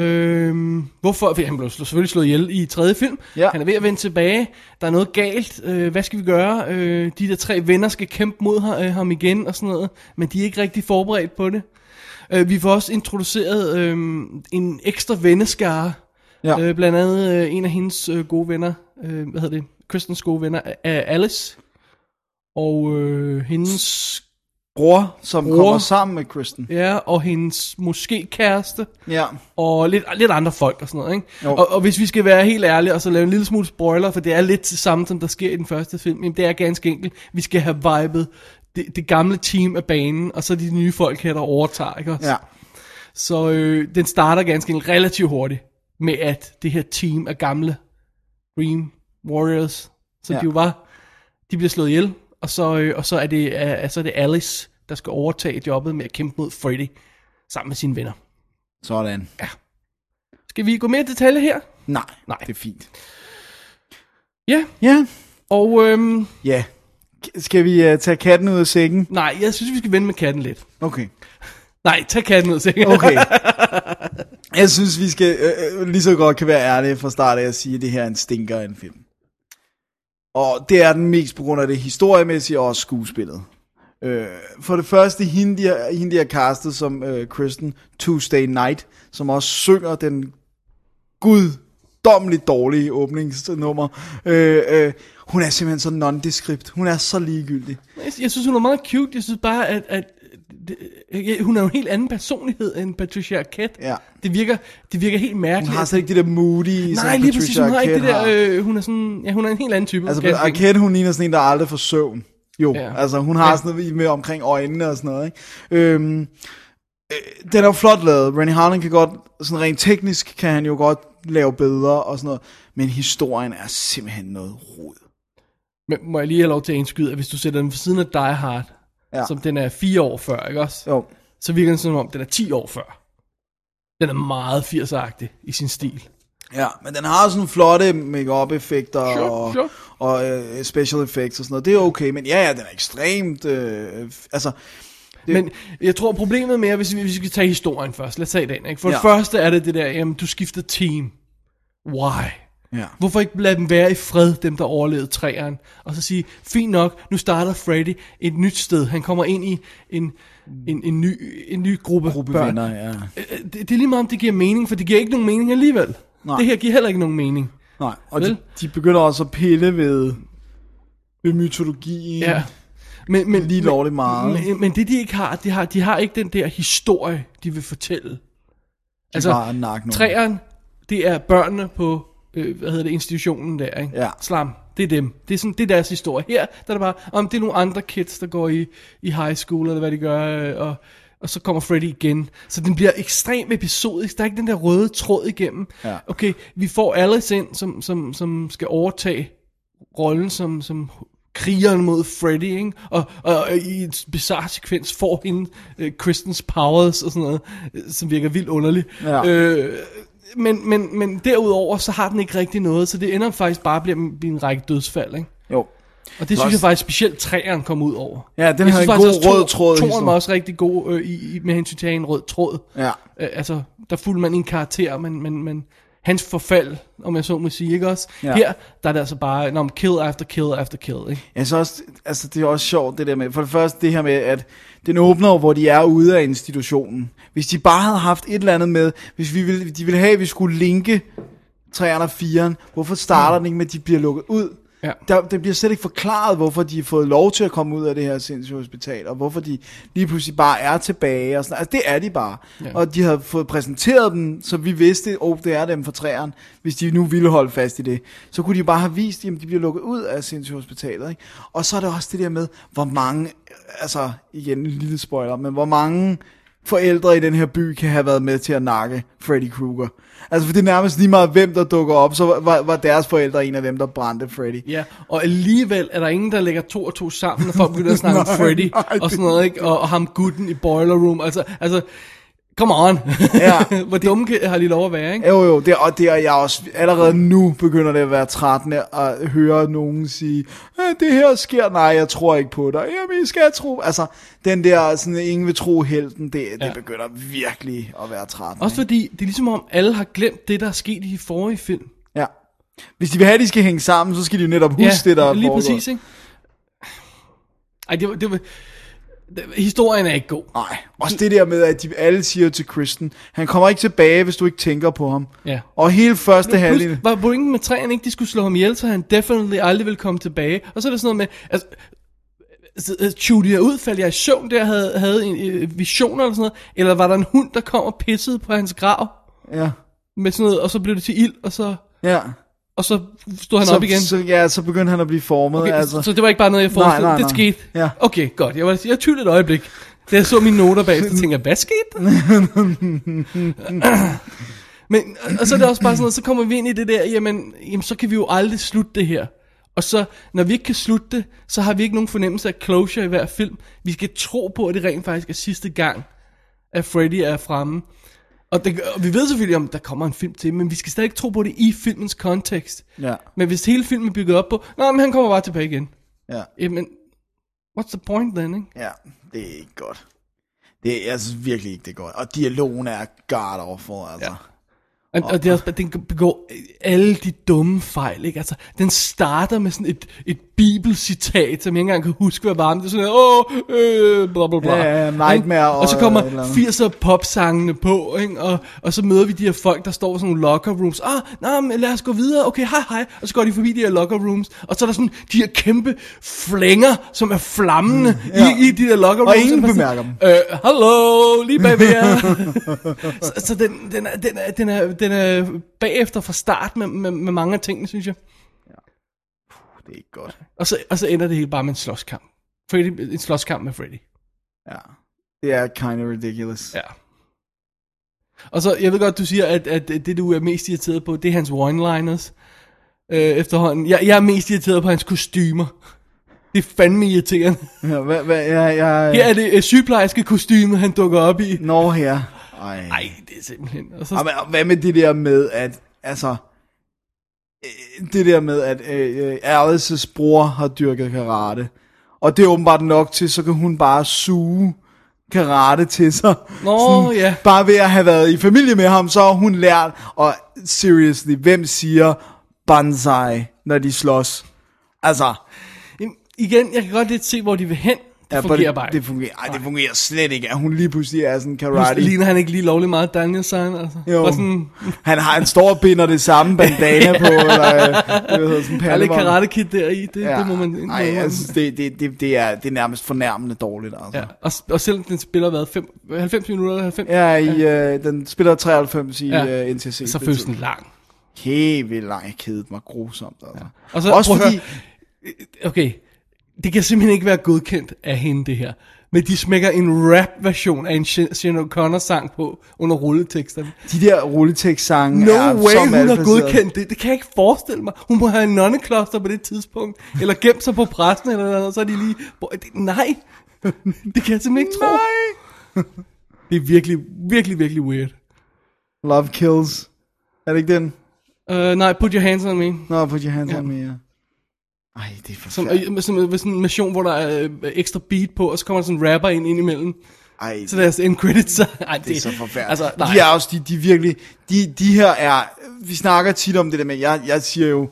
[SPEAKER 4] Øhm, hvorfor? Fordi han blev sl- selvfølgelig slået ihjel i tredje film.
[SPEAKER 3] Ja.
[SPEAKER 4] Han er ved at vende tilbage. Der er noget galt. Øh, hvad skal vi gøre? Øh, de der tre venner skal kæmpe mod ha- øh, ham igen og sådan noget. Men de er ikke rigtig forberedt på det. Øh, vi får også introduceret øh, en ekstra venneskare.
[SPEAKER 3] Ja.
[SPEAKER 4] Øh, blandt andet øh, en af hendes øh, gode venner. Øh, hvad hedder det? Kristens gode venner er Alice. Og øh, hendes...
[SPEAKER 3] Bror, som
[SPEAKER 4] Bror.
[SPEAKER 3] Bror. kommer sammen med Kristen.
[SPEAKER 4] Ja, og hendes måske kæreste.
[SPEAKER 3] Ja.
[SPEAKER 4] og lidt, lidt andre folk og sådan noget, ikke?
[SPEAKER 3] Jo.
[SPEAKER 4] Og, og hvis vi skal være helt ærlige, og så lave en lille smule spoiler, for det er lidt det samme, som der sker i den første film, jamen det er ganske enkelt, vi skal have vibet det, det gamle team af banen, og så de nye folk her, der overtager, ikke også?
[SPEAKER 3] Ja.
[SPEAKER 4] Så øh, den starter ganske enkelt relativt hurtigt, med at det her team af gamle Dream Warriors,
[SPEAKER 3] Ja.
[SPEAKER 4] som ja. de jo var, de bliver slået ihjel, og så, øh, og så er, det, er, er- så er det Alice, der skal overtage jobbet med at kæmpe mod Freddy, sammen med sine venner.
[SPEAKER 3] Sådan.
[SPEAKER 4] Skal vi gå mere i detaljer her?
[SPEAKER 3] Nej,
[SPEAKER 4] Nej.
[SPEAKER 3] det er fint.
[SPEAKER 4] Ja,
[SPEAKER 3] Ja.
[SPEAKER 4] og øhm,
[SPEAKER 3] Ja. K- Skal vi uh, tage katten ud af sækken?
[SPEAKER 4] nej, jeg synes, vi skal vende med katten lidt.
[SPEAKER 3] Okay.
[SPEAKER 4] Nej, tag katten ud, sikkert.
[SPEAKER 3] Okay. Jeg synes, vi skal øh, øh, lige så godt kan være ærlige fra start af at sige, at det her er en stinker af en film. Og det er den mest på grund af det historiemæssige og også skuespillet. Øh, for det første, hende de, har- hende de har castet som øh, Kristen Tuesday Night, som også synger den guddommeligt dårlige åbningsnummer. Øh, øh, hun er simpelthen så nondeskript. Hun er så ligegyldig.
[SPEAKER 4] Jeg synes, hun er meget cute. Jeg synes bare, at, at det, hun er jo en helt anden personlighed end Patricia Arquette.
[SPEAKER 3] Ja.
[SPEAKER 4] Det virker, det virker helt mærkeligt.
[SPEAKER 3] Hun har slet ikke det der moody,
[SPEAKER 4] Nej,
[SPEAKER 3] som
[SPEAKER 4] lige præcis.
[SPEAKER 3] Patricia
[SPEAKER 4] Hun har ikke det
[SPEAKER 3] Arquette
[SPEAKER 4] der, øh, hun er sådan, ja, hun er en helt anden type.
[SPEAKER 3] Altså,
[SPEAKER 4] Mm. kan jeg
[SPEAKER 3] Arquette,
[SPEAKER 4] tænke.
[SPEAKER 3] Arquette, hun ligner sådan en, der aldrig får søvn. Jo,
[SPEAKER 4] Ja.
[SPEAKER 3] ja. altså hun har
[SPEAKER 4] Ja.
[SPEAKER 3] ja. sådan noget med omkring øjnene og sådan noget, ikke? Øhm, øh, den er jo flot lavet. Rennie Harlan kan godt, sådan rent teknisk, kan han jo godt lave billeder og sådan noget. Men historien er simpelthen noget rod.
[SPEAKER 4] Men må jeg lige have lov til at indskyde, at hvis du sætter den ved siden af Die Hard, ja.
[SPEAKER 3] Ja.
[SPEAKER 4] som den er fire år før, ikke også?
[SPEAKER 3] Jo.
[SPEAKER 4] Så virker den som om, den er 10 år før. Den er meget 80'er-agtig i sin stil.
[SPEAKER 3] Ja, men den har sådan flotte make-up effekter
[SPEAKER 4] Sure,
[SPEAKER 3] og,
[SPEAKER 4] sure.
[SPEAKER 3] og øh, special effects og sådan noget. Det er okay, men ja, ja, den er ekstremt... Øh, f- altså,
[SPEAKER 4] Det... Men jeg tror, problemet med, hvis vi, hvis vi skal tage historien først, lad os tage den, ikke? For ja. det
[SPEAKER 3] Ja.
[SPEAKER 4] første er det det der, jamen, du skifter team. Why?
[SPEAKER 3] ja.
[SPEAKER 4] Hvorfor ikke lade dem være i fred, dem der overlevede træeren? Og så sige, fint nok, nu starter Freddy et nyt sted. Han kommer ind i en, en, en, ny, en ny gruppe,
[SPEAKER 3] Gruppe
[SPEAKER 4] børn.
[SPEAKER 3] venner, ja.
[SPEAKER 4] Øh, Det, det er lige meget om det giver mening, for det giver ikke nogen mening alligevel. Nej.
[SPEAKER 3] Nej.
[SPEAKER 4] Det her giver heller ikke nogen mening.
[SPEAKER 3] Nej, og
[SPEAKER 4] Vel?
[SPEAKER 3] de, de begynder også at pille ved, ved mytologien.
[SPEAKER 4] Ja. Men, men,
[SPEAKER 3] Lige lovligt meget.
[SPEAKER 4] Men, men, men det de ikke har, de har, de har ikke den der historie, de vil fortælle. altså,
[SPEAKER 3] bare nakke nogen.
[SPEAKER 4] træerne, det er børnene på, øh, hvad hedder det, institutionen der, ikke?
[SPEAKER 3] Ja.
[SPEAKER 4] Slam, det er dem. Det er, sådan, det er deres historie. Her, der er det bare, om det er nogle andre kids, der går i, i high school, eller hvad de gør, øh, og, og så kommer Freddy igen. Så den bliver ekstremt episodisk. Der er ikke den der røde tråd igennem.
[SPEAKER 3] Ja.
[SPEAKER 4] Okay, vi får Alice ind, som, som, som skal overtage rollen som, som krigeren mod Freddy, ikke? Og, og, og i en bizarre sekvens får hende øh, Kristens powers og sådan noget, øh, som virker vildt underligt.
[SPEAKER 3] Ja.
[SPEAKER 4] Øh, men, men, men derudover, så har den ikke rigtig noget, så det ender faktisk bare med at blive en række dødsfald, ikke?
[SPEAKER 3] Jo.
[SPEAKER 4] Og det synes
[SPEAKER 3] Plus-
[SPEAKER 4] jeg faktisk specielt træerne kom ud over.
[SPEAKER 3] Ja, den
[SPEAKER 4] Jeg
[SPEAKER 3] har
[SPEAKER 4] synes
[SPEAKER 3] en
[SPEAKER 4] faktisk
[SPEAKER 3] god
[SPEAKER 4] også,
[SPEAKER 3] rød
[SPEAKER 4] to-
[SPEAKER 3] tråd i
[SPEAKER 4] Toren var
[SPEAKER 3] historien.
[SPEAKER 4] også rigtig god øh, i, i, med hensyn til at have en rød tråd.
[SPEAKER 3] Ja.
[SPEAKER 4] Øh, altså, der fulgte man en karakter, men, men, men hans forfald, om jeg så må sige, ikke også? Ja.
[SPEAKER 3] Ja.
[SPEAKER 4] Her, der er det altså bare, når kill after kill after kill, ikke?
[SPEAKER 3] Jeg synes også, altså det er også sjovt det der med, for det første det her med, at den åbner jo, hvor de er ude af institutionen. Hvis de bare havde haft et eller andet med, hvis vi ville, de ville have, at vi skulle linke 3'eren og 4'eren, hvorfor starter den ikke med, at de bliver lukket ud?
[SPEAKER 4] Mm. Ja.
[SPEAKER 3] Der, det bliver slet ikke forklaret, hvorfor de har fået lov til at komme ud af det her sindssyge hospital, og hvorfor de lige pludselig bare er tilbage. Og sådan. Altså, det er de bare.
[SPEAKER 4] Ja.
[SPEAKER 3] Ja. Og de har fået præsenteret dem, så vi vidste, at oh, det er dem fra træerne, hvis de nu ville holde fast i det. Så kunne de bare have vist, at de bliver lukket ud af sindssyge hospitalet. Ikke? Og så er der også det der med, hvor mange, altså igen en lille spoiler, men hvor mange forældre i den her by kan have været med til at nakke Freddy Krueger. Altså, for det er nærmest lige meget, hvem der dukker op, så var, var deres forældre en af dem, der brændte Freddy.
[SPEAKER 4] Ja, og alligevel er der ingen, der lægger to og to sammen, når folk begynder at snakke om
[SPEAKER 3] Nej,
[SPEAKER 4] Freddy
[SPEAKER 3] nej,
[SPEAKER 4] og sådan noget, ikke? Og, og ham gutten i Boiler Room, altså, altså, come on.
[SPEAKER 3] Ja.
[SPEAKER 4] Hvor dumme kan- har de lov at være, ikke?
[SPEAKER 3] Jo, jo, det, og det er jeg også, allerede nu begynder det at være trættende at høre nogen sige, "Øh, det her sker, nej, jeg tror ikke på dig, jamen, I skal tro, altså, den der, sådan, ingen vil tro helten, det, ja.
[SPEAKER 4] Ja.
[SPEAKER 3] det begynder virkelig at være trættende.
[SPEAKER 4] Også fordi, det er ligesom om, alle har glemt det, der er sket i de forrige film.
[SPEAKER 3] ikke? Ja. Hvis de vil have, at de skal hænge sammen, så skal de jo netop huske det, der er
[SPEAKER 4] lige
[SPEAKER 3] foregået.
[SPEAKER 4] præcis, ikke? Ej, det var, det var, det, historien er ikke god.
[SPEAKER 3] Nej, også det der med, at de alle siger til Kristen, han kommer ikke tilbage, hvis du ikke tænker på ham.
[SPEAKER 4] Ja.
[SPEAKER 3] Og hele første halvdel,
[SPEAKER 4] Plus, var pointen med træerne ikke, de skulle slå ham ihjel, så han definitely aldrig ville komme tilbage. Og så er det sådan noget med, altså, så, øh, Judy er ud, faldt jeg i søvn der, havde, havde en øh, vision eller sådan noget, eller var der en hund, der kom og pissede på hans grav,
[SPEAKER 3] ja,
[SPEAKER 4] med sådan noget, og så blev det til ild, og så,
[SPEAKER 3] ja.
[SPEAKER 4] og så stod han
[SPEAKER 3] så,
[SPEAKER 4] op igen.
[SPEAKER 3] Så, ja, så begyndte han at blive formet,
[SPEAKER 4] Okay,
[SPEAKER 3] altså.
[SPEAKER 4] altså. Så det var ikke bare noget, jeg forestillede.
[SPEAKER 3] Nej, nej,
[SPEAKER 4] Det
[SPEAKER 3] nej.
[SPEAKER 4] skete.
[SPEAKER 3] Ja.
[SPEAKER 4] Okay, godt. Jeg var jeg tvivlede et øjeblik. Da jeg så mine noter bag, så tænkte jeg, hvad skete der? Men, og så er det også bare sådan noget, så kommer vi ind i det der, jamen, jamen, så kan vi jo aldrig slutte det her. Og så, når vi ikke kan slutte det, så har vi ikke nogen fornemmelse af closure i hver film. Vi skal tro på, at det rent faktisk er sidste gang, at Freddy er fremme. Og, det, og vi ved selvfølgelig, om der kommer en film til, men vi skal stadig ikke tro på det i filmens kontekst.
[SPEAKER 3] Ja.
[SPEAKER 4] Men hvis hele filmen er bygget op på, nej, men han kommer bare tilbage igen.
[SPEAKER 3] Ja.
[SPEAKER 4] Jamen, what's the point then, ikke?
[SPEAKER 3] Ja, det er ikke godt. Det er altså virkelig ikke det er godt. Og dialogen er god awful, altså.
[SPEAKER 4] Ja. Og, og det er også, bare- den begår alle de dumme fejl, ikke? Altså, den starter med sådan et, et bibelcitat, som jeg ikke engang kan huske, hvad var. Men det er sådan noget, åh, øh, bla bla bla.
[SPEAKER 3] Ja, ja,
[SPEAKER 4] Ikke?
[SPEAKER 3] Nightmare
[SPEAKER 4] og så
[SPEAKER 3] og
[SPEAKER 4] kommer
[SPEAKER 3] et eller andet.
[SPEAKER 4] 80'er popsangene på, ikke? Og, og så møder vi de her folk, der står i sådan nogle locker rooms. Ah, nej, men lad os gå videre. Okay, hej, hej. Og så går de forbi de her locker rooms. Og så er der sådan de her kæmpe flænger, som er flammende
[SPEAKER 3] Mm,
[SPEAKER 4] ja. i, i de der locker rooms.
[SPEAKER 3] ingen
[SPEAKER 4] Og man
[SPEAKER 3] bemærker
[SPEAKER 4] sådan, Øh, hallo, lige bag ved jer. så så den, den, er, den, er, den, er, den er bagefter fra start med, med, med mange af tingene, synes jeg.
[SPEAKER 3] Det er ikke godt.
[SPEAKER 4] Og så, og så ender det hele bare med en slåskamp. Freddy, en slåskamp med Freddy.
[SPEAKER 3] Ja. Det er kind of ridiculous.
[SPEAKER 4] Ja. Og så, jeg ved godt, du siger, at, at det, du er mest irriteret på, det er hans one-liners øh, efterhånden. Jeg, jeg er mest irriteret på hans kostymer. Det er fandme irriterende.
[SPEAKER 3] Ja, hvad, hvad, jeg, jeg,
[SPEAKER 4] Her er det øh, sygeplejerske kostyme, han dukker op i.
[SPEAKER 3] Nå her. Ej. Ej.
[SPEAKER 4] Nej, det er simpelthen... Og så,
[SPEAKER 3] Og hvad- og hvad med det der med, at, altså, øh, det der med, at øh, øh, Alice's bror har dyrket karate, og det er åbenbart nok til, så kan hun bare suge karate til sig.
[SPEAKER 4] Nå, ja.
[SPEAKER 3] Bare ved at have været i familie med ham, så har hun lært, og seriously, hvem siger banzai, når de slås? Altså,
[SPEAKER 4] Jamen, igen, jeg kan godt lidt se, hvor de vil hen. Det ja,
[SPEAKER 3] ja,
[SPEAKER 4] fungerer
[SPEAKER 3] det,
[SPEAKER 4] bare
[SPEAKER 3] det
[SPEAKER 4] ikke.
[SPEAKER 3] fungerer, ej, det fungerer slet ikke, at hun lige pludselig er sådan
[SPEAKER 4] Pludselig
[SPEAKER 3] karate.
[SPEAKER 4] ligner han ikke lige lovlig meget Danielson. Altså.
[SPEAKER 3] Jo.
[SPEAKER 4] Bare sådan,
[SPEAKER 3] Han har en stor binder det samme bandana på, eller øh, hvad hedder sådan en
[SPEAKER 4] der er lidt
[SPEAKER 3] perlevogn.
[SPEAKER 4] karate kid deri. Det, ja. det må man... det må
[SPEAKER 3] Nej,
[SPEAKER 4] man-
[SPEAKER 3] jeg synes, altså, det, det, det, det, er, det er nærmest fornærmende dårligt, altså.
[SPEAKER 4] Ja, og, og selvom den spiller hvad, fem, 90 minutter eller 90
[SPEAKER 3] Ja, i, øh, den spiller 93 i
[SPEAKER 4] Ja.
[SPEAKER 3] ja. øh, NTC.
[SPEAKER 4] så føles den lang.
[SPEAKER 3] Helt vildt lang, jeg kedede mig grusomt, altså. Ja.
[SPEAKER 4] Og så,
[SPEAKER 3] Også
[SPEAKER 4] prøv at
[SPEAKER 3] fordi-
[SPEAKER 4] høre, okay, det kan simpelthen ikke være godkendt af hende det her. Men de smækker en rap-version af en Shin- Sinead O'Connor-sang på under rulleteksterne.
[SPEAKER 3] De der rulletekstsange
[SPEAKER 4] No
[SPEAKER 3] er
[SPEAKER 4] way,
[SPEAKER 3] så
[SPEAKER 4] hun har
[SPEAKER 3] malplaceret.
[SPEAKER 4] godkendt det. Det kan jeg ikke forestille mig. Hun må have en nonnekloster på det tidspunkt. Eller gemt sig på præsten eller noget, og så er de lige... Hvor- det- Nej, det kan jeg simpelthen ikke tro. Det er virkelig, virkelig, virkelig weird.
[SPEAKER 3] Love Kills. Er det ikke den?
[SPEAKER 4] Uh, nej, put your hands on me.
[SPEAKER 3] Nå, på your hands on me, ja. Ej, det er
[SPEAKER 4] Som,
[SPEAKER 3] forfærdeligt.
[SPEAKER 4] ja. som, som sådan en version, hvor der er øh, ekstra beat på, og så kommer der sådan en rapper ind indimellem.
[SPEAKER 3] Ej,
[SPEAKER 4] Så deres end credits. så- Ej, det,
[SPEAKER 3] det er så forfærdeligt.
[SPEAKER 4] Altså, nej.
[SPEAKER 3] De er også, de, de virkelig, de, de her er, vi snakker tit om det der med, jeg, jeg siger jo,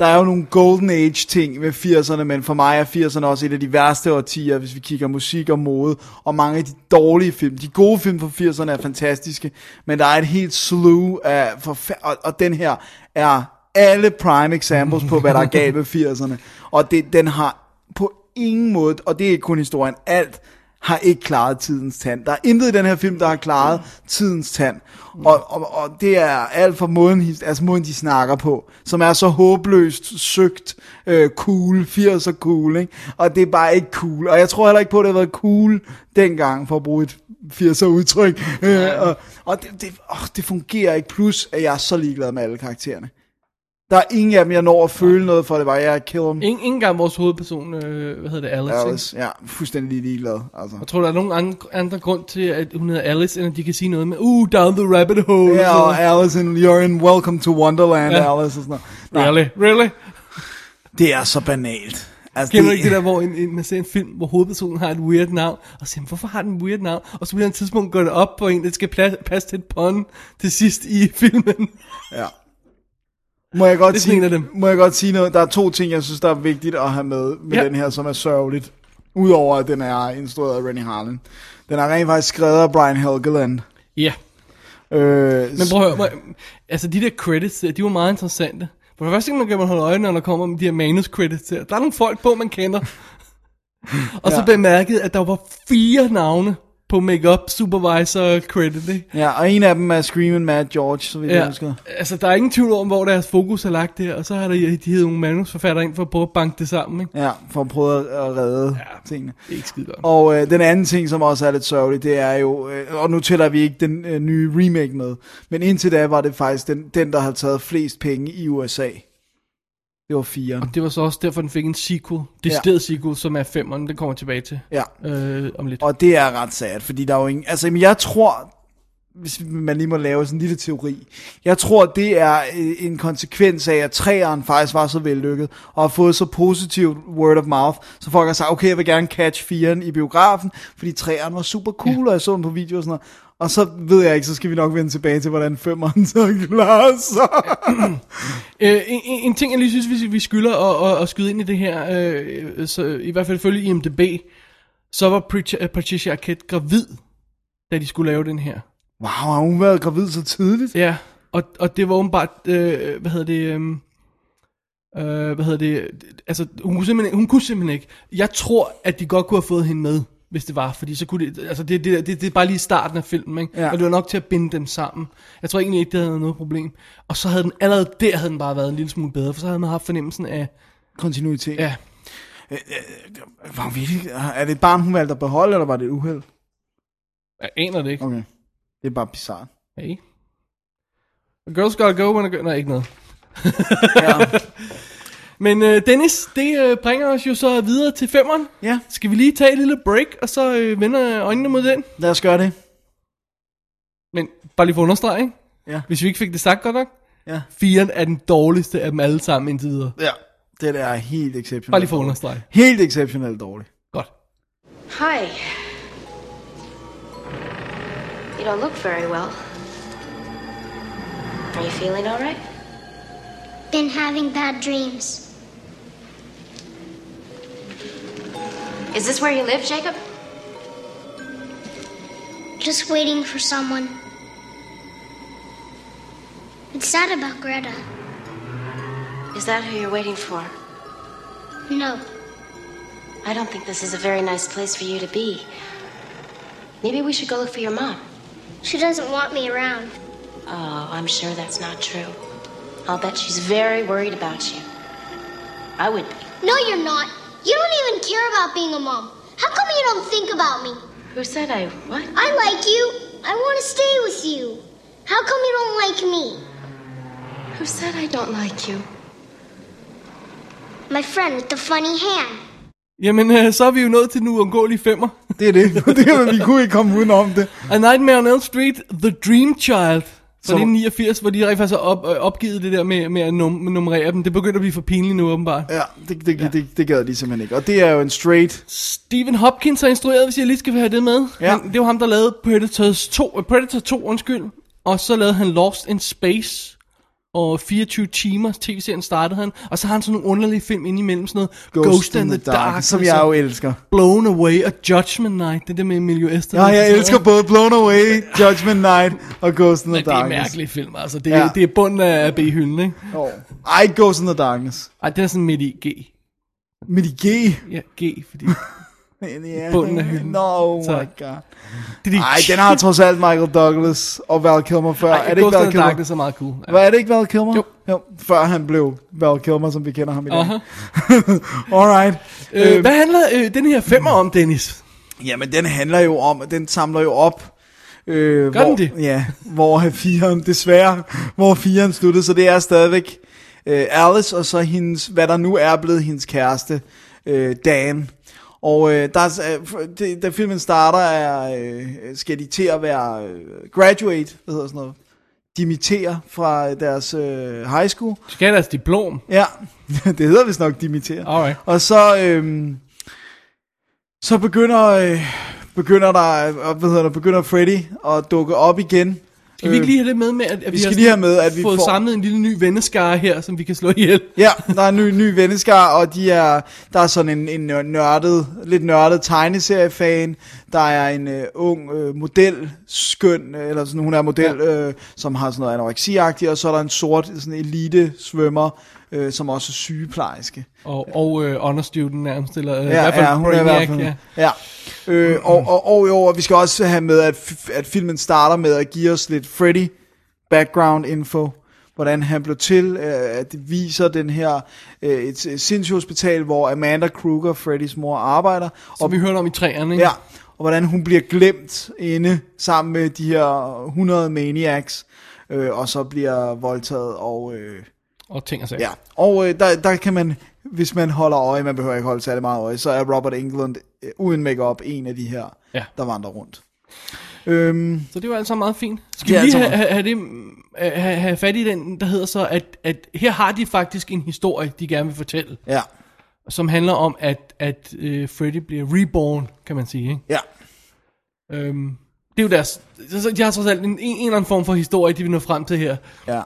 [SPEAKER 3] der er jo nogle golden age ting med 80'erne, men for mig er 80'erne også et af de værste årtier, hvis vi kigger musik og mode, og mange af de dårlige film. De gode film fra 80'erne er fantastiske, men der er et helt slew af forfærd, og, og den her er alle prime examples på, hvad der er galt med 80'erne. Og det, den har på ingen måde, og det er ikke kun historien, alt har ikke klaret tidens tand. Der er intet i den her film, der har klaret tidens tand. Og, og, og det er alt fra måden, his- altså måden, de snakker på, som er så håbløst søgt øh, cool, 80'er cool, ikke? og det er bare ikke cool. Og jeg tror heller ikke på, at det har været cool dengang, for at bruge et 80'er udtryk. Øh, og og det, det, åh, det fungerer ikke, plus at jeg er så ligeglad med alle karaktererne. Der er ingen af dem, jeg når at føle noget for, det var, jeg er kill them.
[SPEAKER 4] Ingen, ingen gang vores hovedperson, øh, hvad hedder det, Alice. Alice.
[SPEAKER 3] Alice, ja, fuldstændig ligeglad. Altså.
[SPEAKER 4] Jeg tror, der er nogen andre, andre grund til, at hun hedder Alice, end at de kan sige noget med, uh, down the rabbit hole.
[SPEAKER 3] Ja,
[SPEAKER 4] og
[SPEAKER 3] og Alice in, you're in Welcome to Wonderland,
[SPEAKER 4] Ja.
[SPEAKER 3] ja. Alice og sådan noget.
[SPEAKER 4] Really? Really?
[SPEAKER 3] Det er så banalt. Altså,
[SPEAKER 4] Kender du ikke det der, hvor en, en, man ser en film, hvor hovedpersonen har et weird navn, og siger, hvorfor har den et weird navn? Og så på et eller andet tidspunkt går det op på en, det skal pla- passe til et pun til sidst i filmen.
[SPEAKER 3] Ja. Må jeg, godt
[SPEAKER 4] Det er
[SPEAKER 3] sige,
[SPEAKER 4] sådan en af dem.
[SPEAKER 3] må jeg godt sige noget? Der er to ting, jeg synes, der er vigtigt at have med med
[SPEAKER 4] Ja.
[SPEAKER 3] ja. den her, som er sørgeligt. Udover at den er instrueret af Rennie Harlan. Den er rent faktisk skrevet af Brian Helgeland.
[SPEAKER 4] Ja. Yeah.
[SPEAKER 3] Øh,
[SPEAKER 4] Men prøv at høre, må- altså de der credits der, de var meget interessante. For det første kan man, kan man holde øje, når der kommer med de her manus credits der. Der er nogle folk på, man kender. og så
[SPEAKER 3] Ja.
[SPEAKER 4] bemærkede, at der var fire navne på makeup supervisor credit, ikke?
[SPEAKER 3] Ja, og en af dem er Screaming Mad George, så vidt ja. jeg husker.
[SPEAKER 4] altså der er ingen tvivl om, hvor deres fokus er lagt der, og så har de, de hedder nogle manusforfattere ind for at prøve at banke det sammen, ikke?
[SPEAKER 3] Ja, for at prøve at at redde
[SPEAKER 4] Ja.
[SPEAKER 3] ja. tingene.
[SPEAKER 4] Det er ikke skide godt.
[SPEAKER 3] Og øh, den anden ting, som også er lidt sørgelig, det er jo, øh, og nu tæller vi ikke den øh, nye remake med, men indtil da var det faktisk den, den der har taget flest penge i USA. Det var fire.
[SPEAKER 4] Det var så også derfor, den fik en sequel, det ja. sequel, som er femmeren, den kommer jeg tilbage til
[SPEAKER 3] Ja,
[SPEAKER 4] øh, om lidt.
[SPEAKER 3] og det er ret sad, fordi der er jo ingen... Altså, jamen, jeg tror, hvis man lige må lave sådan en lille teori, jeg tror, det er øh, en konsekvens af, at træeren faktisk var så vellykket, og har fået så positivt word of mouth, så folk har sagt, okay, jeg vil gerne catch firen i biografen, fordi træeren var super cool, ja. og jeg så den på video og sådan noget. Og så ved jeg ikke, så skal vi nok vende tilbage til, hvordan femmeren så klarer sig.
[SPEAKER 4] Øh, en, en en ting, jeg lige synes, vi, vi skylder at, at, at skyde ind i det her, øh, så, i hvert fald følge IMDB, så var Patricia- Patricia Arquette gravid, da de skulle lave den her.
[SPEAKER 3] Wow, har hun været gravid så tidligt?
[SPEAKER 4] Ja, og, og det var åbenbart, øh, hvad hedder det, øh, øh, hvad hedder det, altså hun kunne, simpelthen, hun kunne simpelthen ikke. Jeg tror, at de godt kunne have fået hende med, hvis det var, fordi så kunne det, altså det, det, det, det er bare lige starten af filmen, ikke?
[SPEAKER 3] Ja.
[SPEAKER 4] og det var nok til at binde dem sammen. Jeg tror egentlig ikke, det havde været noget problem. Og så havde den allerede der, havde den bare været en lille smule bedre, for så havde man haft fornemmelsen af,
[SPEAKER 3] Kontinuitet.
[SPEAKER 4] ja,
[SPEAKER 3] Var hun virkelig, er det et barn, hun valgte at beholde, eller var det et uheld?
[SPEAKER 4] jeg aner det ikke.
[SPEAKER 3] Okay. Det er bare bizarrt.
[SPEAKER 4] Hey. A girl's gotta go when a girl... Nej, ikke noget.
[SPEAKER 3] Ja.
[SPEAKER 4] Men øh, Dennis, det øh, bringer os jo så videre til femmeren.
[SPEAKER 3] ja,
[SPEAKER 4] Skal vi lige tage et lille break, og så øh, vende øjnene mod den?
[SPEAKER 3] lad os gøre det.
[SPEAKER 4] Men bare lige for at understrege, ikke?
[SPEAKER 3] Ja.
[SPEAKER 4] Hvis vi ikke fik det sagt godt nok.
[SPEAKER 3] Ja.
[SPEAKER 4] Firen er den dårligste af dem alle sammen indtil videre.
[SPEAKER 3] Ja. Det der er helt exceptionelt.
[SPEAKER 4] Bare lige for at understrege.
[SPEAKER 3] Helt exceptionelt dårligt.
[SPEAKER 4] Godt.
[SPEAKER 6] Hi. You don't look very well. Are you feeling all right?
[SPEAKER 10] Been having bad dreams.
[SPEAKER 6] Is this where you live, Jacob?
[SPEAKER 10] Just waiting for someone. It's sad about Greta.
[SPEAKER 6] Is that who you're waiting for?
[SPEAKER 10] No,
[SPEAKER 6] I don't think this is a very nice place for you to be. Maybe we should go look for your mom.
[SPEAKER 10] she doesn't want me around.
[SPEAKER 6] Oh, I'm sure that's not true. I'll bet she's very worried about you. I would be.
[SPEAKER 10] No, you're not. You don't even care about being a mom. How come you don't think about me?
[SPEAKER 6] Who said I what?
[SPEAKER 10] I like you. I want to stay with you. How come you don't like me?
[SPEAKER 6] Who said I don't like you?
[SPEAKER 10] My friend with the funny hand.
[SPEAKER 4] Jamen, øh, så er vi jo nået til den uundgåelige femmer.
[SPEAKER 3] Det er det. det er, vi kunne ikke komme udenom det.
[SPEAKER 4] A Nightmare on Elm Street, The Dream Child. Fra
[SPEAKER 3] Som-
[SPEAKER 4] det 89, hvor de rent faktisk har op, øh, opgivet det der med, med at num- nummerere dem. Det begynder at blive for pinligt nu, åbenbart.
[SPEAKER 3] Ja, det, det, ja. det, det gad de simpelthen ikke. Og det er jo en straight...
[SPEAKER 4] Stephen Hopkins har instrueret, hvis jeg lige skal have det med.
[SPEAKER 3] Ja.
[SPEAKER 4] Han, det var ham, der lavede Predators 2, uh, Predator 2, undskyld. Og så lavede han Lost in Space. Og 24 timer tv-serien startede han. Og så har han sådan nogle underlige film ind imellem. Sådan noget Ghost, Ghost in the, Dark, altså.
[SPEAKER 3] som
[SPEAKER 4] og
[SPEAKER 3] jeg
[SPEAKER 4] så
[SPEAKER 3] jo elsker.
[SPEAKER 4] Blown Away og Judgment Night. Det der med Emilio Altså, Esther.
[SPEAKER 3] Ja, jeg elsker både Blown Away, Judgment Night og Ghost in the
[SPEAKER 4] Men det er
[SPEAKER 3] Darkness.
[SPEAKER 4] mærkelige film, altså. Det,
[SPEAKER 3] Ja.
[SPEAKER 4] ja. det er bunden af B-hylden, ikke?
[SPEAKER 3] Oh. Ej, ikke Ghost in the Darkness.
[SPEAKER 4] Ej, den er sådan midt i G.
[SPEAKER 3] Med de G.
[SPEAKER 4] Ja, G, fordi...
[SPEAKER 3] Ja.
[SPEAKER 4] Bunden af hylden.
[SPEAKER 3] No, oh
[SPEAKER 4] Så-
[SPEAKER 3] my god.
[SPEAKER 4] Det er de-
[SPEAKER 3] Ej, den har trods alt Michael Douglas og Val Kilmer før.
[SPEAKER 4] Ej,
[SPEAKER 3] er det ikke
[SPEAKER 4] Ghost in
[SPEAKER 3] Val
[SPEAKER 4] the
[SPEAKER 3] Kilmer?
[SPEAKER 4] Darkness er meget cool.
[SPEAKER 3] Hvad er det ikke Val Kilmer?
[SPEAKER 4] Jo.
[SPEAKER 3] jo. Før han blev Val Kilmer, som vi kender ham i dag.
[SPEAKER 4] Aha.
[SPEAKER 3] Alright.
[SPEAKER 4] Øh, hvad handler øh, den her femmer om, Dennis?
[SPEAKER 3] Jamen, den handler jo om, den samler jo op. Øh,
[SPEAKER 4] Gør den
[SPEAKER 3] hvor,
[SPEAKER 4] det?
[SPEAKER 3] Ja, hvor firen, desværre, hvor firen sluttede, så det er stadigvæk øh, Alice, og så hendes, hvad der nu er blevet hendes kæreste, øh, Dan. Og øh, der, er- øh, det, da filmen starter, er, øh, skal de til at være øh, graduate, hvad hedder sådan noget, dimittere fra deres øh, high school.
[SPEAKER 4] Du skal have deres diplom.
[SPEAKER 3] Ja, det hedder vist nok dimittere.
[SPEAKER 4] Alright.
[SPEAKER 3] Og så, øhm, så begynder, øh, begynder der, øh, hvad hedder der, begynder Freddy at dukke op igen.
[SPEAKER 4] Skal vi ikke lige have det med med, at, at Øh, vi,
[SPEAKER 3] skal
[SPEAKER 4] har
[SPEAKER 3] lige have med, at vi
[SPEAKER 4] fået
[SPEAKER 3] får-
[SPEAKER 4] samlet en lille ny venneskare her, som vi kan slå ihjel?
[SPEAKER 3] Ja, der er en ny, ny venneskar, og de er, der er sådan en, en nør- nørdet, lidt nørdet tegneseriefan. Der er en øh, ung øh, model, skøn, øh, eller sådan, hun er model, ja. øh, som har sådan noget anoreksiagtigt, og så er der en sort sådan elite svømmer, øh, som også er sygeplejerske.
[SPEAKER 4] Og, og øh, honor student nærmest, eller øh, i
[SPEAKER 3] ja,
[SPEAKER 4] hvert fald
[SPEAKER 3] ja, hun er i hvert
[SPEAKER 4] Brainiac,
[SPEAKER 3] fald.
[SPEAKER 4] ja. Mm-hmm.
[SPEAKER 3] Ja. ja. Øh, og, og, og, jo, og vi skal også have med, at, f- at filmen starter med at give os lidt Freddy background info. Hvordan han blev til, øh, at det viser den her øh, et et sindssygehospital, hvor Amanda Kruger, Freddys mor, arbejder.
[SPEAKER 4] Som vi hørte om i træerne, ikke?
[SPEAKER 3] Ja, og hvordan hun bliver glemt inde sammen med de her 100 maniacs, øh, og så bliver voldtaget og... Øh,
[SPEAKER 4] Og ting og sager.
[SPEAKER 3] Ja, og øh, der, der kan man, hvis man holder øje, man behøver ikke holde særlig meget øje, så er Robert Englund øh, uden makeup en af de her,
[SPEAKER 4] Ja.
[SPEAKER 3] der vandrer rundt. Øhm,
[SPEAKER 4] Så det var altså meget fint. Skal
[SPEAKER 3] Det er
[SPEAKER 4] vi lige
[SPEAKER 3] altså
[SPEAKER 4] have, have, have, det, øh, have, have fat i den, der hedder så, at, at her har de faktisk en historie, de gerne vil fortælle,
[SPEAKER 3] ja,
[SPEAKER 4] som handler om, at, at øh, Freddy bliver reborn, kan man sige, ikke?
[SPEAKER 3] ja.
[SPEAKER 4] Øhm, Det er jo deres... altså, De har trods alt en, en, en eller anden form for historie, de vil nå frem til her.
[SPEAKER 3] Ja.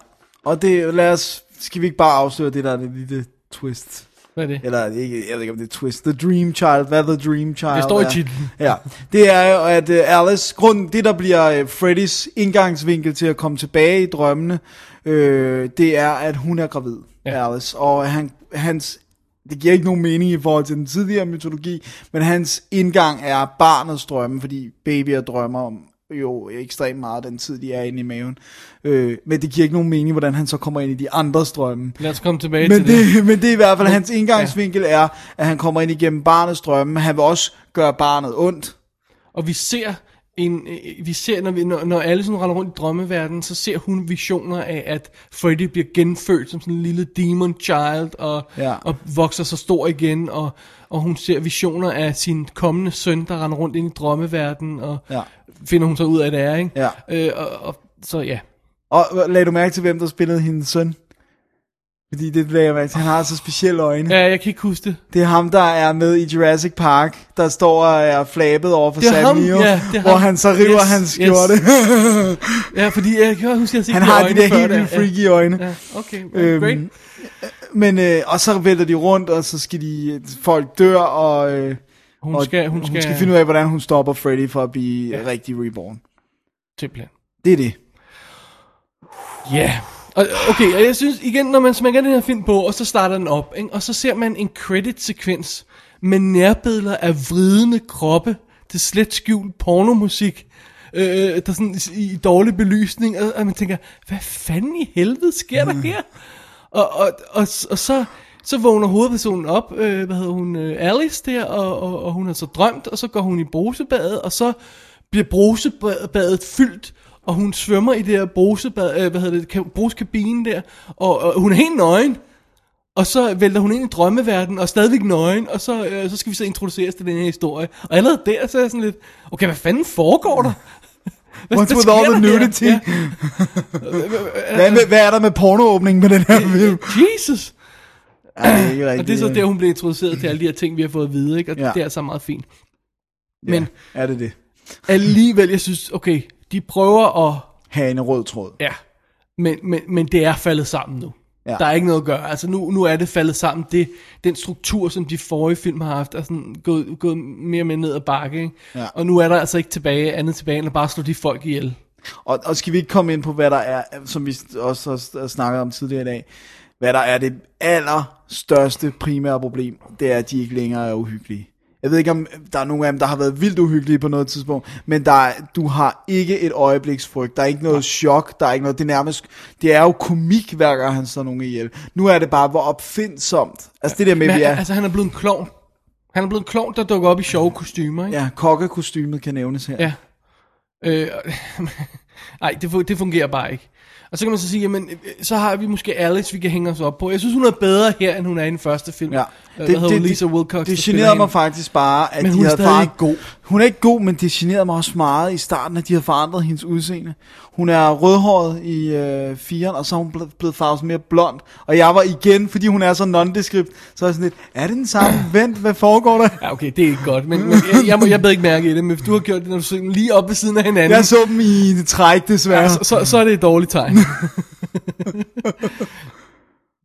[SPEAKER 3] Og det, lad os, skal vi ikke bare afsløre det der det lille twist?
[SPEAKER 4] Hvad er det?
[SPEAKER 3] Eller det er ikke, jeg ved ikke om det er twist. The Dream Child. Hvad The Dream Child
[SPEAKER 4] Det står i
[SPEAKER 3] er.
[SPEAKER 4] titlen.
[SPEAKER 3] Ja. Det er jo, at øh, Alice, grunden, det der bliver øh, Freddys indgangsvinkel til at komme tilbage i drømmene, øh, det er, at hun er gravid, ja. Alice. Og han, hans, det giver ikke nogen mening i forhold til den tidligere mytologi, men hans indgang er barnets drømme, fordi babyer drømmer om jo ekstremt meget den tid, de er inde i maven. Øh, men det giver ikke nogen mening, hvordan han så kommer ind i de andres drømme.
[SPEAKER 4] Lad os komme tilbage
[SPEAKER 3] Men
[SPEAKER 4] til det.
[SPEAKER 3] det, men det er i hvert fald hans indgangsvinkel er, at han kommer ind igennem barnets drømme. Han vil også gøre barnet ondt.
[SPEAKER 4] Og vi ser, en, øh, vi ser når, vi, når, når alle sådan render rundt i drømmeverdenen, så ser hun visioner af, at Freddy bliver genfødt som sådan en lille demon child, og,
[SPEAKER 3] Ja.
[SPEAKER 4] og vokser så stor igen, og, og hun ser visioner af sin kommende søn, der render rundt ind i drømmeverdenen, og
[SPEAKER 3] Ja.
[SPEAKER 4] finder hun så ud af, at det er, ikke?
[SPEAKER 3] Ja.
[SPEAKER 4] Øh, og, og, så ja.
[SPEAKER 3] Og lagde du mærke til, hvem der spillede hendes søn? Fordi det lagde jeg mærke til. Han har så specielle øjne.
[SPEAKER 4] Ja, jeg kan ikke huske det.
[SPEAKER 3] Det er ham, der er med i Jurassic Park, der står og er flabet over for
[SPEAKER 4] Det er
[SPEAKER 3] Sam
[SPEAKER 4] ham,
[SPEAKER 3] Neill,
[SPEAKER 4] ja, det er
[SPEAKER 3] hvor
[SPEAKER 4] ham.
[SPEAKER 3] han så river
[SPEAKER 4] Yes,
[SPEAKER 3] yes, hans
[SPEAKER 4] yes.
[SPEAKER 3] skjorte.
[SPEAKER 4] Ja, fordi jeg kan huske, at jeg set
[SPEAKER 3] han har de
[SPEAKER 4] øjne
[SPEAKER 3] der
[SPEAKER 4] før
[SPEAKER 3] helt vildt freaky øjne.
[SPEAKER 4] Ja, ja okay,
[SPEAKER 3] Øhm,
[SPEAKER 4] øhm, great.
[SPEAKER 3] Men, øh, og så vælter de rundt, og så skal de, folk dør, og, øh,
[SPEAKER 4] Hun,
[SPEAKER 3] og
[SPEAKER 4] skal, hun, skal,
[SPEAKER 3] hun skal finde ud af, hvordan hun stopper Freddy for at blive ja. rigtig reborn.
[SPEAKER 4] Simpelthen.
[SPEAKER 3] Det er det.
[SPEAKER 4] Ja. Og, okay, og jeg synes igen, når man smækker den her film på, og så starter den op, ikke? og så ser man en credit-sekvens med nærbilleder af vridende kroppe til slet skjult pornomusik, øh, der sådan i i dårlig belysning, og, og man tænker, hvad fanden i helvede sker der her? Og, og, og, og så, så vågner hovedpersonen op, øh, hvad hedder hun, øh, Alice der, og, og, og hun har så drømt, og så går hun i brusebadet, og så bliver brusebadet fyldt, og hun svømmer i det her brusebad, øh, hvad hedder det, ka- bruskabine der, og, og hun er helt nøgen. Og så vælter hun ind i drømmeverdenen, og er stadigvæk nøgen, og så, øh, så skal vi så introduceres til den her historie. Og allerede der, så er jeg sådan lidt, okay, hvad fanden foregår der? Hvad-
[SPEAKER 3] What's
[SPEAKER 4] hvad
[SPEAKER 3] with
[SPEAKER 4] sker
[SPEAKER 3] all the
[SPEAKER 4] der her?
[SPEAKER 3] nudity?
[SPEAKER 4] Ja.
[SPEAKER 3] Hvad, med, hvad er der med pornoåbningen med den her film?
[SPEAKER 4] Jesus!
[SPEAKER 3] Ej, det er ikke
[SPEAKER 4] Og det er så
[SPEAKER 3] rigtigt.
[SPEAKER 4] der, hun blev introduceret til alle de her ting, vi har fået at vide, ikke? Og
[SPEAKER 3] øh, Ja.
[SPEAKER 4] ja. det er så meget fint.
[SPEAKER 3] Ja,
[SPEAKER 4] Men-
[SPEAKER 3] er det det?
[SPEAKER 4] Alligevel, jeg synes, okay, de prøver at...
[SPEAKER 3] Have en rød tråd.
[SPEAKER 4] Ja, men, men, men det er faldet sammen nu.
[SPEAKER 3] Ja.
[SPEAKER 4] Ja. Der er ikke noget at gøre. Altså nu, nu er det faldet sammen. Det, den struktur, som de forrige film har haft, er sådan gået, gået mere og mere ned ad bakke. Ikke?
[SPEAKER 3] Ja.
[SPEAKER 4] Og nu er der altså ikke tilbage, andet tilbage, end at bare slå de folk ihjel.
[SPEAKER 3] Og, og skal vi ikke komme ind på, hvad der er, som vi også har snakket om tidligere i dag, hvad der er det allerstørste primære problem, det er, at de ikke længere er uhyggelige. Jeg ved ikke, om der er nogen af dem, der har været vildt uhyggelige på noget tidspunkt, men der er, du har ikke et øjebliks frygt. Der er ikke noget chok, der er ikke noget, det er nærmest, det er jo komik, hver gang han slår nogen ihjel. Nu er det bare, hvor opfindsomt. Altså det der med,
[SPEAKER 4] Men
[SPEAKER 3] vi
[SPEAKER 4] han,
[SPEAKER 3] er,
[SPEAKER 4] altså han er blevet en klovn. Han er blevet en klovn, der dukker op i sjove kostymer. Ikke?
[SPEAKER 3] ja, kokkekostymet kan nævnes her.
[SPEAKER 4] Ja. Øh, nej, det, fu- det fungerer bare ikke. Og så kan man så sige, jamen, øh, så har vi måske Alex, vi kan hænge os op på. Jeg synes, hun er bedre her, end hun er i den første film.
[SPEAKER 3] Ja.
[SPEAKER 4] Det, Hvad hedder hun? Lisa Wilcox. der
[SPEAKER 3] det
[SPEAKER 4] spiller
[SPEAKER 3] generede
[SPEAKER 4] hende.
[SPEAKER 3] mig faktisk bare, at
[SPEAKER 4] Men
[SPEAKER 3] de
[SPEAKER 4] hun er
[SPEAKER 3] havde
[SPEAKER 4] stadig
[SPEAKER 3] forand-
[SPEAKER 4] ikke god.
[SPEAKER 3] Hun er ikke god, men det generede mig også meget i starten, at de havde forandret hendes udseende. Hun er rødhåret i øh, firen, og så er hun blevet, blevet farvet mere blond. Og jeg var igen, fordi hun er så nondeskript, så er jeg sådan lidt, er det den samme? Vent, hvad foregår der?
[SPEAKER 4] Ja, okay, det er ikke godt, men, men jeg, jeg, må, jeg beder ikke mærke i det, men hvis du har gjort det, når du sidder lige op ved siden af hinanden,
[SPEAKER 3] Jeg så dem i det træk, desværre.
[SPEAKER 4] så, så, så er det et dårligt tegn.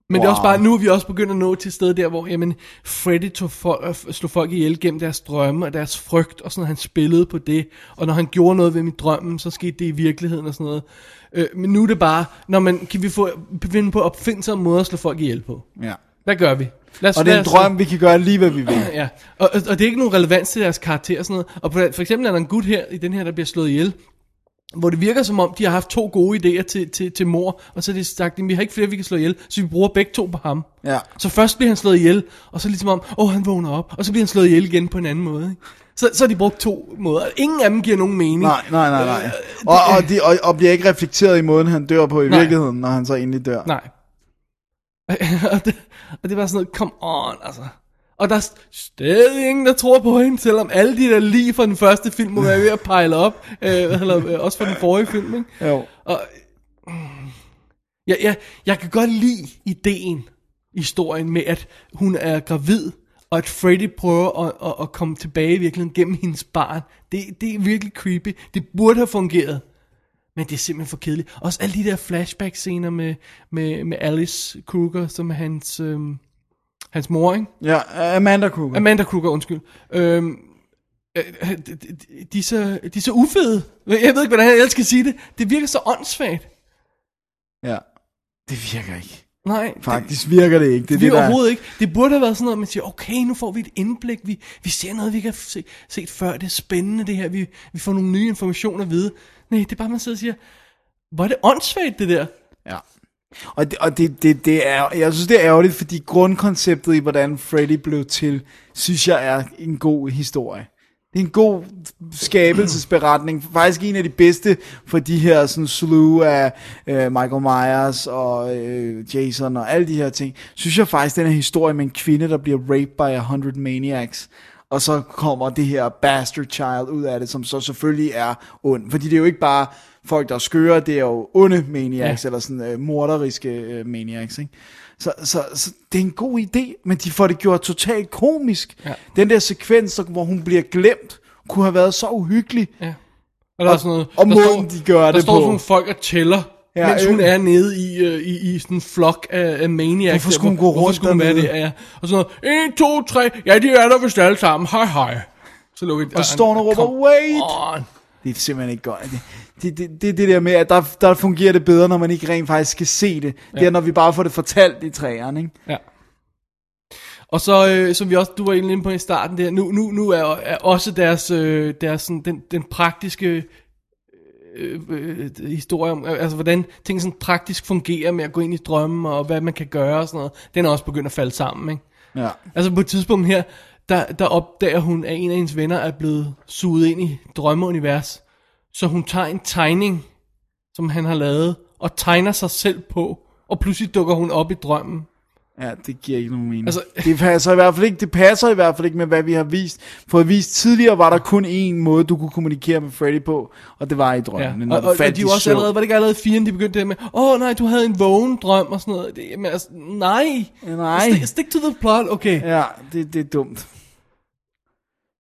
[SPEAKER 4] men det er også
[SPEAKER 3] Wow.
[SPEAKER 4] bare, nu er vi også begyndt at nå til et sted der, hvor jamen, Freddy tog folk, slog folk ihjel gennem deres drømme og deres frygt, og sådan noget, han spillede på det, og når han gjorde noget ved min drømmen, så skete det i virkeligheden og sådan noget. Øh, men nu er det bare, når man, kan vi få, finde på opfindsomme måder at slå folk ihjel på?
[SPEAKER 3] Ja.
[SPEAKER 4] Hvad gør vi? Lad os,
[SPEAKER 3] Og det er
[SPEAKER 4] lad
[SPEAKER 3] en
[SPEAKER 4] os-
[SPEAKER 3] drøm, vi kan gøre lige, hvad vi vil.
[SPEAKER 4] Ja, og, og, og det er ikke nogen relevans til deres karakter og sådan noget. Og på, for eksempel er der en gut her, i den her, der bliver slået ihjel, hvor det virker som om, de har haft to gode idéer til, til, til mor, og så har de sagt, at vi har ikke flere, vi kan slå ihjel, så vi bruger begge to på ham.
[SPEAKER 3] Ja.
[SPEAKER 4] Så først bliver han slået ihjel, og så ligesom om, åh, han vågner op, og så bliver han slået ihjel igen på en anden måde. Ikke? Så, så har de brugt to måder. Ingen af dem giver nogen mening.
[SPEAKER 3] Nej, nej, nej, nej. Og, og, de, og, og bliver ikke reflekteret i måden, han dør på i
[SPEAKER 4] Nej.
[SPEAKER 3] virkeligheden, når han så endelig dør.
[SPEAKER 4] Nej. og, det, og det var sådan noget, come on, altså. Og der er st- stadig ingen, der tror på hende, selvom alle de der lige fra den første film må være ved at pejle op. Øh, eller øh, også fra den forrige film, ikke?
[SPEAKER 3] Jo.
[SPEAKER 4] Og, mm, jeg, jeg, jeg kan godt lide ideen, i historien med, at hun er gravid, og at Freddy prøver at, at, at komme tilbage i virkeligheden gennem hendes barn. Det, det er virkelig creepy. Det burde have fungeret. Men det er simpelthen for kedeligt. Også alle de der flashback scener med, med, med Alice Kruger, som er hans, øhm, hans mor, ikke?
[SPEAKER 3] Ja, Amanda Kruger.
[SPEAKER 4] Amanda Kruger, undskyld. Øhm, øh, øh, de, de- de, er så, de er så ufede. Jeg ved ikke, hvordan jeg ellers skal sige det. Det virker så åndssvagt.
[SPEAKER 3] Ja. Det virker ikke.
[SPEAKER 4] Nej, det-
[SPEAKER 3] Faktisk virker det ikke. Det er
[SPEAKER 4] Det, det
[SPEAKER 3] det,
[SPEAKER 4] er
[SPEAKER 3] der...
[SPEAKER 4] overhovedet ikke. Det burde have været sådan noget, man siger, okay, nu får vi et indblik, vi, vi ser noget, vi ikke har se, set før, det er spændende det her, vi, vi får nogle nye informationer at vide. Nej, det er bare, man sidder og siger, hvor er det åndssvagt det der?
[SPEAKER 3] Ja. Og, det, og det, det, det er, jeg synes, det er ærgerligt, fordi grundkonceptet i, hvordan Freddy blev til, synes jeg er en god historie. Det er en god skabelsesberetning. Faktisk en af de bedste for de her sådan, slew af øh, Michael Myers og øh, Jason og alle de her ting. Synes jeg faktisk, den her historie med en kvinde, der bliver raped by a hundred maniacs. Og så kommer det her bastard child ud af det, som så selvfølgelig er ond. Fordi det er jo ikke bare folk, der er skøre, det er jo onde maniacs, ja. eller sådan øh, morderiske øh, maniacs, ikke? Så, så, så det er en god idé, men de får det gjort totalt komisk.
[SPEAKER 4] Ja.
[SPEAKER 3] Ja. Den der sekvens, der- hvor hun bliver glemt, kunne have været så uhyggelig.
[SPEAKER 4] Ja. Og der er sådan noget,
[SPEAKER 3] og
[SPEAKER 4] der
[SPEAKER 3] måden,
[SPEAKER 4] står,
[SPEAKER 3] de gør
[SPEAKER 4] der
[SPEAKER 3] det
[SPEAKER 4] står
[SPEAKER 3] på.
[SPEAKER 4] sådan nogle folk og tæller, ja,
[SPEAKER 3] Ja,
[SPEAKER 4] mens hun
[SPEAKER 3] øh.
[SPEAKER 4] er nede i, øh, i, i sådan en flok af, af maniacs.
[SPEAKER 3] Hvorfor skulle hun
[SPEAKER 4] der, hvor-
[SPEAKER 3] gå
[SPEAKER 4] Hvorfor
[SPEAKER 3] rundt
[SPEAKER 4] skulle hun være det?
[SPEAKER 3] dernede?
[SPEAKER 4] Ja, ja. Og sådan noget, 1, 2, 3, ja, de er der vist alle sammen, hej hej. Så lukker de
[SPEAKER 3] Og så står hun og råber,
[SPEAKER 4] "Kom
[SPEAKER 3] wait!
[SPEAKER 4] on."
[SPEAKER 3] Det er simpelthen ikke godt. Det det, det, det, det der med, at der, der fungerer det bedre, når man ikke rent faktisk skal se det. Ja. Det er, når vi bare får det fortalt i træerne, ikke?
[SPEAKER 4] Ja. Og så, øh, som vi også, du var egentlig inde på i starten der, nu, nu, nu er, er også deres, øh, deres sådan, den, den praktiske øh, øh, historie om, øh, altså hvordan ting sådan praktisk fungerer med at gå ind i drømmen, og hvad man kan gøre og sådan noget, den er også begyndt at falde sammen, ikke?
[SPEAKER 3] Ja.
[SPEAKER 4] Altså på et tidspunkt her, der, der opdager hun, at en af hendes venner er blevet suget ind i drømmeunivers. Så hun tager en tegning, som han har lavet, og tegner sig selv på. Og pludselig dukker hun op i drømmen.
[SPEAKER 3] Ja, det giver ikke nogen mening.
[SPEAKER 4] Altså-
[SPEAKER 3] Altså, det, passer i hvert fald ikke, det passer i hvert fald ikke med, hvad vi har vist. For at vise tidligere var der kun én måde, du kunne kommunikere med Freddy på, og det var i drømmen.
[SPEAKER 4] Ja. Og, og, og de er jo også allerede, var det ikke allerede firen, de begyndte det med, åh oh, nej, du havde en vågen drøm og sådan noget. Det, men altså, nej.
[SPEAKER 3] Nej.
[SPEAKER 4] Stick, stick to the plot, okay. Ja.
[SPEAKER 3] Ja, det, det er dumt.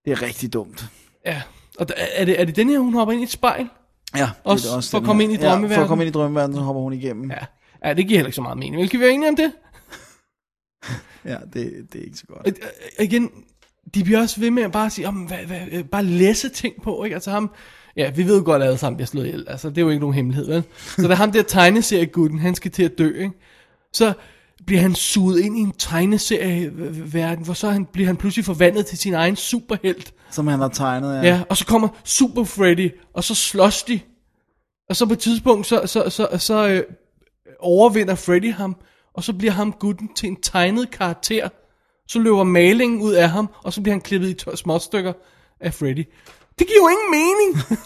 [SPEAKER 3] Det er rigtig dumt.
[SPEAKER 4] ja. Og der, er, det, er det den her, hun hopper ind i et spejl?
[SPEAKER 3] Ja,
[SPEAKER 4] Også
[SPEAKER 3] det er
[SPEAKER 4] for at
[SPEAKER 3] den
[SPEAKER 4] komme
[SPEAKER 3] her.
[SPEAKER 4] ind i
[SPEAKER 3] Ja, for
[SPEAKER 4] drømmeverdenen.
[SPEAKER 3] at komme ind i drømmeverdenen, så hopper hun igennem. Ja,
[SPEAKER 4] Ja. Ja, det giver heller ikke så meget mening. Men kan vi være enige om det?
[SPEAKER 3] ja det, det er ikke så godt.
[SPEAKER 4] Og, øh, igen, de bliver også ved med at bare sige, om, hvad, hvad, øh, bare læse ting på, ikke? Altså ham, ja, vi ved jo godt, at alle sammen bliver slået ihjel. Altså, det er jo ikke nogen hemmelighed, vel? Så der ham der tegneseriegutten, han skal til at dø, ikke? Så bliver han suget ind i en tegneserieverden, hvor så han, bliver han pludselig forvandlet til sin egen superhelt.
[SPEAKER 3] Som han har tegnet, ja.
[SPEAKER 4] Ja, og så kommer Super Freddy, og så slås de. Og så på et tidspunkt, så, så, så, så, så øh, overvinder Freddy ham, og så bliver ham gutten til en tegnet karakter. Så løber malingen ud af ham, og så bliver han klippet i to- små stykker af Freddy. Det giver jo ingen mening!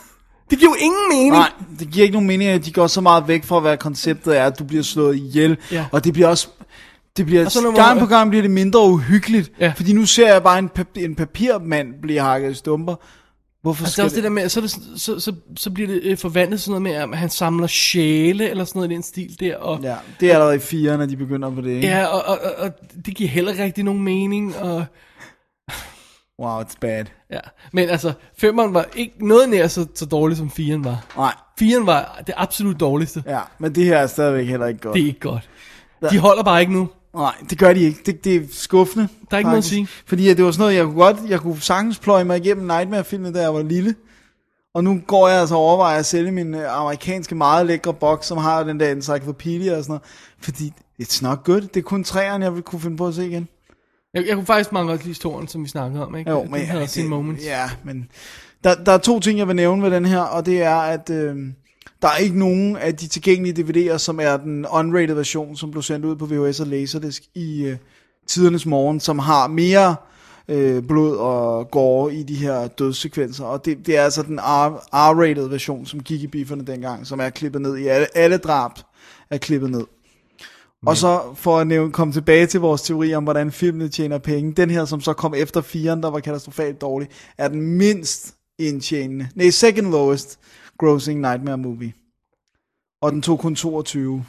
[SPEAKER 4] det giver jo ingen mening!
[SPEAKER 3] Nej, det giver ikke nogen mening, at de går så meget væk fra, hvad konceptet er, at du bliver slået ihjel.
[SPEAKER 4] Ja.
[SPEAKER 3] Og det bliver også... Det bliver,
[SPEAKER 4] Og så når
[SPEAKER 3] så
[SPEAKER 4] man-
[SPEAKER 3] gang på gang bliver det mindre uhyggeligt.
[SPEAKER 4] Ja.
[SPEAKER 3] Fordi nu ser jeg bare en, pap- en papirmand blive hakket i stumper. Hvorfor
[SPEAKER 4] Altså, det
[SPEAKER 3] skal
[SPEAKER 4] er også det der
[SPEAKER 3] det...
[SPEAKER 4] med, at så, er det, sådan- så, så, så bliver det øh, forvandlet sådan noget med, at han samler sjæle, eller sådan noget i den stil der, og
[SPEAKER 3] Ja, det er allerede i firen, at de begynder på det. Ikke?
[SPEAKER 4] ja og, og, og, og det giver heller ikke rigtig nogen mening, og...
[SPEAKER 3] Wow, it's bad.
[SPEAKER 4] Ja, men altså, femeren var ikke noget nær så, så dårlig, som firen var.
[SPEAKER 3] Nej,
[SPEAKER 4] Firen var det absolut dårligste. Ja.
[SPEAKER 3] ja, men det her er stadigvæk heller ikke godt.
[SPEAKER 4] Det er ikke godt. De holder bare ikke nu.
[SPEAKER 3] Nej, det gør de ikke. Det, det er skuffende.
[SPEAKER 4] Der er ikke noget at sige.
[SPEAKER 3] Fordi at det var sådan noget, jeg kunne godt, jeg kunne sagtens pløje mig igennem Nightmare-filmen, da jeg var lille. Og nu går jeg altså og overvejer at sælge min øh, amerikanske meget lækre boks, som har den der encyclopedia og sådan noget. Fordi it's not good. Det er kun træerne, jeg vil kunne finde på at se igen.
[SPEAKER 4] Jeg, jeg kunne faktisk mange godt lide historien, som vi snakkede om, ikke? Den havde
[SPEAKER 3] det-
[SPEAKER 4] sine moments.
[SPEAKER 3] Ja, men der, der er to ting, jeg vil nævne ved den her, og det er, at øh, der er ikke nogen af de tilgængelige DVD'er, som er den unrated version, som blev sendt ud på VHS og Laserdisc i øh, tidernes morgen, som har mere øh, blod og gore i de her dødssekvenser, og det, det er altså den R- R-rated version, som gik i bifferne dengang, som er klippet ned i alle, alle drab er klippet ned. Og så for at nævne, komme tilbage til vores teori om, hvordan filmene tjener penge. Den her, som så kom efter firen, der var katastrofalt dårlig, er den mindst indtjenende. Nej, second lowest grossing nightmare movie. Og den tog kun 22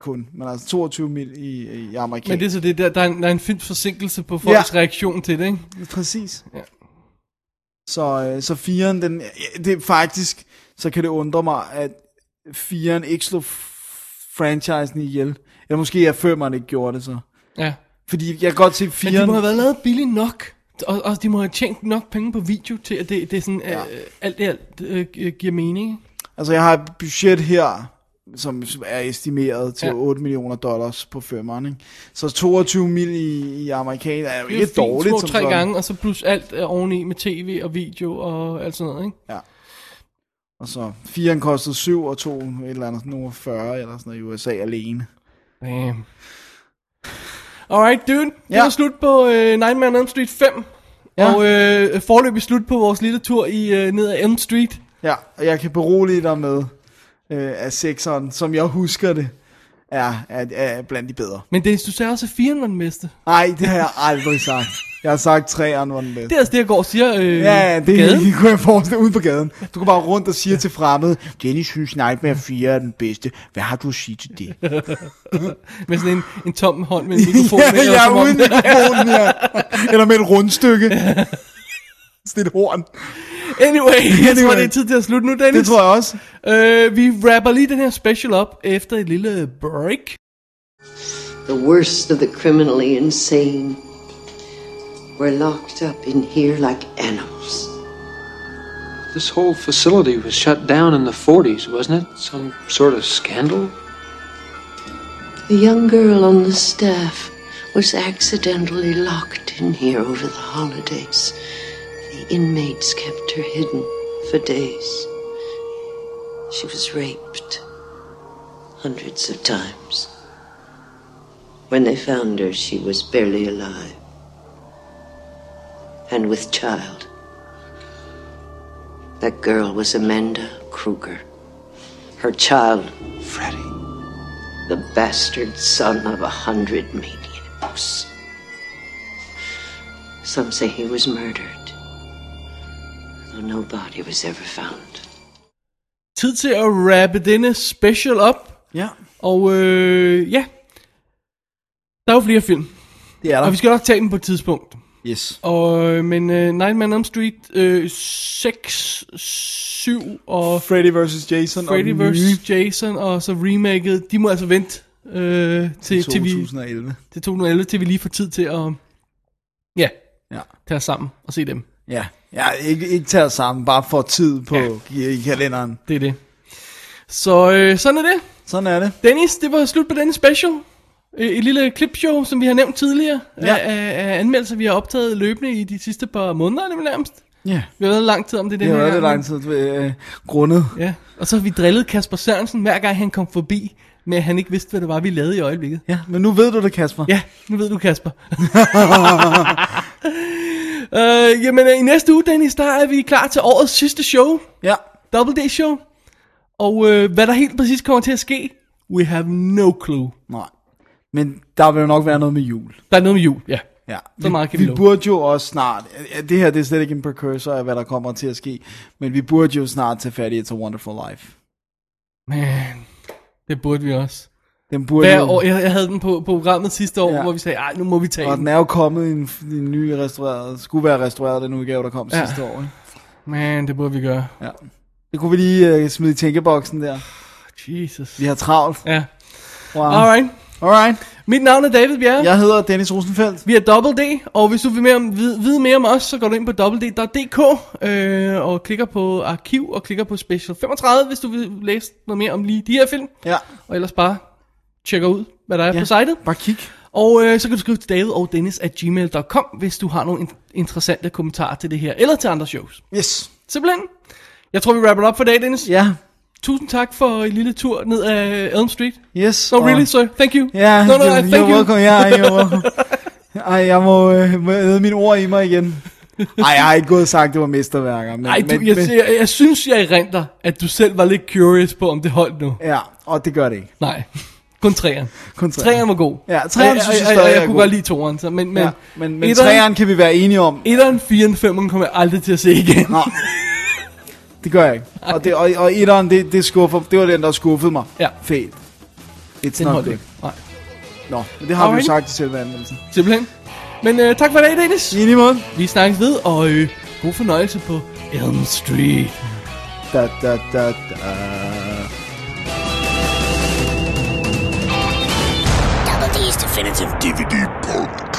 [SPEAKER 3] kun, men altså 22 mil i, i amerikansk.
[SPEAKER 4] Men det er så det, der, der, er en, der er en films forsinkelse på folks ja. reaktion til det, ikke?
[SPEAKER 3] Præcis.
[SPEAKER 4] Ja.
[SPEAKER 3] Så, øh, så firen, den, det er faktisk, så kan det undre mig, at firen ikke slog f- franchisen ihjel. Eller måske er før man ikke gjorde det så.
[SPEAKER 4] Ja.
[SPEAKER 3] Fordi jeg kan godt se firen...
[SPEAKER 4] Men de må have været lavet billigt nok. Og, og de må have tjent nok penge på video til, at det, det er sådan, ja. øh, alt det alt, øh, øh, giver mening. ikke?
[SPEAKER 3] Altså jeg har et budget her, som som er estimeret til
[SPEAKER 4] Ja.
[SPEAKER 3] ja. 8 millioner dollars på femmeren. Ikke? Så 22 mil i, i amerikaner er jo
[SPEAKER 4] Det er
[SPEAKER 3] ikke
[SPEAKER 4] fint,
[SPEAKER 3] dårligt.
[SPEAKER 4] små
[SPEAKER 3] som
[SPEAKER 4] tre
[SPEAKER 3] sådan.
[SPEAKER 4] gange, og så plus alt øh, oveni med tv og video og alt sådan noget, ikke?
[SPEAKER 3] Ja. Og så firen kostede 7 og 2 et eller andet, sådan over 40 eller sådan noget i USA alene.
[SPEAKER 4] Damn. Alright, dude. Det
[SPEAKER 3] Ja.
[SPEAKER 4] var slut på øh, Nightmare on Elm Street 5. Ja.
[SPEAKER 3] Ja.
[SPEAKER 4] Og øh, forløbig slut på vores lille tur i øh, ned ad Elm Street.
[SPEAKER 3] Ja, og jeg kan berolige dig med, øh, at sekseren, som jeg husker det, er, er, er blandt de bedre.
[SPEAKER 4] Men Dennis, du sagde også, at 4'eren var den bedste.
[SPEAKER 3] Nej, det har jeg aldrig sagt. Jeg har sagt, at træeren var den bedste.
[SPEAKER 4] Det er altså det, jeg går og siger øh,
[SPEAKER 3] Ja, det
[SPEAKER 4] gaden.
[SPEAKER 3] gaden? kunne jeg forestille ude på gaden. Du går bare rundt og siger til fremmede, Jenny synes Nightmare 4 er den bedste. Hvad har du at sige til det?
[SPEAKER 4] Med sådan en, en tom hånd med en mikrofon.
[SPEAKER 3] ja,
[SPEAKER 4] ikke? Og
[SPEAKER 3] jeg
[SPEAKER 4] som om-
[SPEAKER 3] er uden mikrofonen, ja. Eller med et rundstykke. Sådan et horn.
[SPEAKER 4] Anyway, jeg tror,
[SPEAKER 3] Anyway.
[SPEAKER 4] det er tid til at slutte nu, Dennis.
[SPEAKER 3] Det tror jeg også.
[SPEAKER 4] Øh, vi rapper lige den her special op efter et lille break.
[SPEAKER 11] The worst of the criminally insane were locked up in here like animals.
[SPEAKER 8] This whole facility was shut down in the 40s, wasn't it? Some sort of scandal?
[SPEAKER 11] The young girl on the staff was accidentally locked in here over the holidays. The inmates kept her hidden for days. She was raped hundreds of times. When they found her, she was barely alive and with child. That girl was Amanda Kruger. Her child, Freddie the bastard son of a hundred maniacs. Some say he was murdered, though no body was ever found.
[SPEAKER 4] Tid til at rappe denne special op.
[SPEAKER 3] Ja,
[SPEAKER 4] Og øh, ja, der er jo flere film.
[SPEAKER 3] det er der.
[SPEAKER 4] Og vi skal nok tage dem på et tidspunkt.
[SPEAKER 3] Yes.
[SPEAKER 4] Og, øh, men øh, Nightmare on Elm Street øh, 6, 7 og
[SPEAKER 3] Freddy vs. Jason
[SPEAKER 4] Freddy
[SPEAKER 3] og den nye
[SPEAKER 4] vs. Jason og så remaket, de må altså vente øh, til, til, vi,
[SPEAKER 3] 2011.
[SPEAKER 4] til 2011, til vi lige får tid til at ja,
[SPEAKER 3] Ja.
[SPEAKER 4] tage os sammen og se dem.
[SPEAKER 3] Ja, ja ikke, ikke tage os sammen, bare for tid på
[SPEAKER 4] Ja.
[SPEAKER 3] ja. i, i kalenderen.
[SPEAKER 4] Det er det. Så øh, sådan er det.
[SPEAKER 3] Sådan er det.
[SPEAKER 4] Dennis, det var slut på denne special. Øh, Et lille klipshow, som vi har nævnt tidligere.
[SPEAKER 3] Ja.
[SPEAKER 4] Af, af, af anmeldelser, vi har optaget løbende i de sidste par måneder, nemlig nærmest.
[SPEAKER 3] Ja.
[SPEAKER 4] Vi har været lang tid om det. den
[SPEAKER 3] Det har
[SPEAKER 4] her
[SPEAKER 3] været
[SPEAKER 4] gang.
[SPEAKER 3] lidt lang tid øh, grundet.
[SPEAKER 4] Ja, og så har vi drillet Kasper Sørensen, hver gang han kom forbi, med at han ikke vidste, hvad det var, vi lavede i øjeblikket.
[SPEAKER 3] Ja, men nu ved du det, Kasper.
[SPEAKER 4] Ja, nu ved du, Kasper. øh, jamen, øh, i næste uge, Dennis, der er vi klar til årets sidste show.
[SPEAKER 3] ja.
[SPEAKER 4] Double Day Show. Og øh, hvad der helt præcis kommer til at ske, we have no clue.
[SPEAKER 3] Nej. Men der vil jo nok være noget med jul.
[SPEAKER 4] Der er noget med jul, ja.
[SPEAKER 3] Ja.
[SPEAKER 4] Så meget kan vi
[SPEAKER 3] vi, vi
[SPEAKER 4] love.
[SPEAKER 3] burde jo også snart, ja, det her det er slet ikke en precursor af, hvad der kommer til at ske, men vi burde jo snart tage fat i It's a Wonderful Life.
[SPEAKER 4] Man, det burde vi også.
[SPEAKER 3] Den burde
[SPEAKER 4] Hver
[SPEAKER 3] jo,
[SPEAKER 4] år, jeg, jeg havde den på, på programmet sidste år, ja.
[SPEAKER 3] Ja.
[SPEAKER 4] hvor vi sagde, ej, nu må vi tage
[SPEAKER 3] og
[SPEAKER 4] den.
[SPEAKER 3] den er jo kommet i en, i en ny restaureret, skulle være restaureret den udgave, der kom
[SPEAKER 4] Ja.
[SPEAKER 3] ja. sidste år. Ikke?
[SPEAKER 4] Man, det burde vi gøre.
[SPEAKER 3] Ja. Det kunne vi lige øh, smide i tænkeboksen der.
[SPEAKER 4] Jesus.
[SPEAKER 3] Vi har travlt.
[SPEAKER 4] Ja. Ah.
[SPEAKER 3] Wow.
[SPEAKER 4] Alright.
[SPEAKER 3] Alright.
[SPEAKER 4] Mit navn er David Bjerre.
[SPEAKER 3] Jeg hedder Dennis Rosenfeldt.
[SPEAKER 4] Vi er Double D, og hvis du vil mere om, vide, vide mere om os, så går du ind på www.dk øh, og klikker på arkiv og klikker på special 35, hvis du vil læse noget mere om lige de her film.
[SPEAKER 3] Ja.
[SPEAKER 4] Og ellers bare tjekker ud, hvad der er ja.
[SPEAKER 3] Ja.
[SPEAKER 4] på sitet.
[SPEAKER 3] Bare kig.
[SPEAKER 4] Og øh, så kan du skrive til David og Dennis at gmail.com, hvis du har nogle in- interessante kommentarer til det her, eller til andre shows.
[SPEAKER 3] Yes.
[SPEAKER 4] Simpelthen. Jeg tror, vi wrapper op for i dag, Dennis.
[SPEAKER 3] Ja.
[SPEAKER 4] Tusind tak for en lille tur ned ad Elm Street.
[SPEAKER 3] Yes.
[SPEAKER 4] No,
[SPEAKER 3] og-
[SPEAKER 4] really, sir. Thank you.
[SPEAKER 3] Ja,
[SPEAKER 4] no, no,
[SPEAKER 3] you're,
[SPEAKER 4] thank
[SPEAKER 3] you're
[SPEAKER 4] you.
[SPEAKER 3] welcome. Ja, you're welcome. Ej, jeg må øh, må æde mine ord i mig igen. Ej, jeg har ikke gået og sagt, det var mesterværker. Men,
[SPEAKER 4] Nej, du,
[SPEAKER 3] men,
[SPEAKER 4] jeg,
[SPEAKER 3] men,
[SPEAKER 4] jeg, jeg synes, jeg erindrer, at du selv var lidt curious på, om det holdt nu.
[SPEAKER 3] Ja, og det gør det ikke.
[SPEAKER 4] Nej, kun træeren.
[SPEAKER 3] Kun
[SPEAKER 4] Træeren var god.
[SPEAKER 3] Ja, træeren
[SPEAKER 4] Og-
[SPEAKER 3] synes jeg
[SPEAKER 4] og- og-
[SPEAKER 3] stadig
[SPEAKER 4] og Jeg
[SPEAKER 3] er
[SPEAKER 4] kunne
[SPEAKER 3] god.
[SPEAKER 4] godt lide toeren, så, men, men,
[SPEAKER 3] Men, ja, men, men
[SPEAKER 4] etteren-
[SPEAKER 3] træeren kan vi være enige om.
[SPEAKER 4] Etteren, firen, femeren kommer jeg aldrig til at se igen.
[SPEAKER 3] Nå, det gør jeg ikke. Og, det, og, og etteren, det, det, skuffer, det var den, der skuffede mig.
[SPEAKER 4] Ja.
[SPEAKER 3] Fælt. It's
[SPEAKER 4] Den
[SPEAKER 3] not
[SPEAKER 4] holdt
[SPEAKER 3] good.
[SPEAKER 4] ikke. Nej.
[SPEAKER 3] Nå, men det har vi jo
[SPEAKER 4] Alright.
[SPEAKER 3] sagt i selve anmeldelsen.
[SPEAKER 4] Simpelthen. Men øh, tak for i dag, Dennis.
[SPEAKER 3] I lige måde.
[SPEAKER 4] Vi snakkes ved, og øh, god fornøjelse på Elm Street.
[SPEAKER 3] Da, da, da, da.
[SPEAKER 2] Double D's Definitive DVD Punk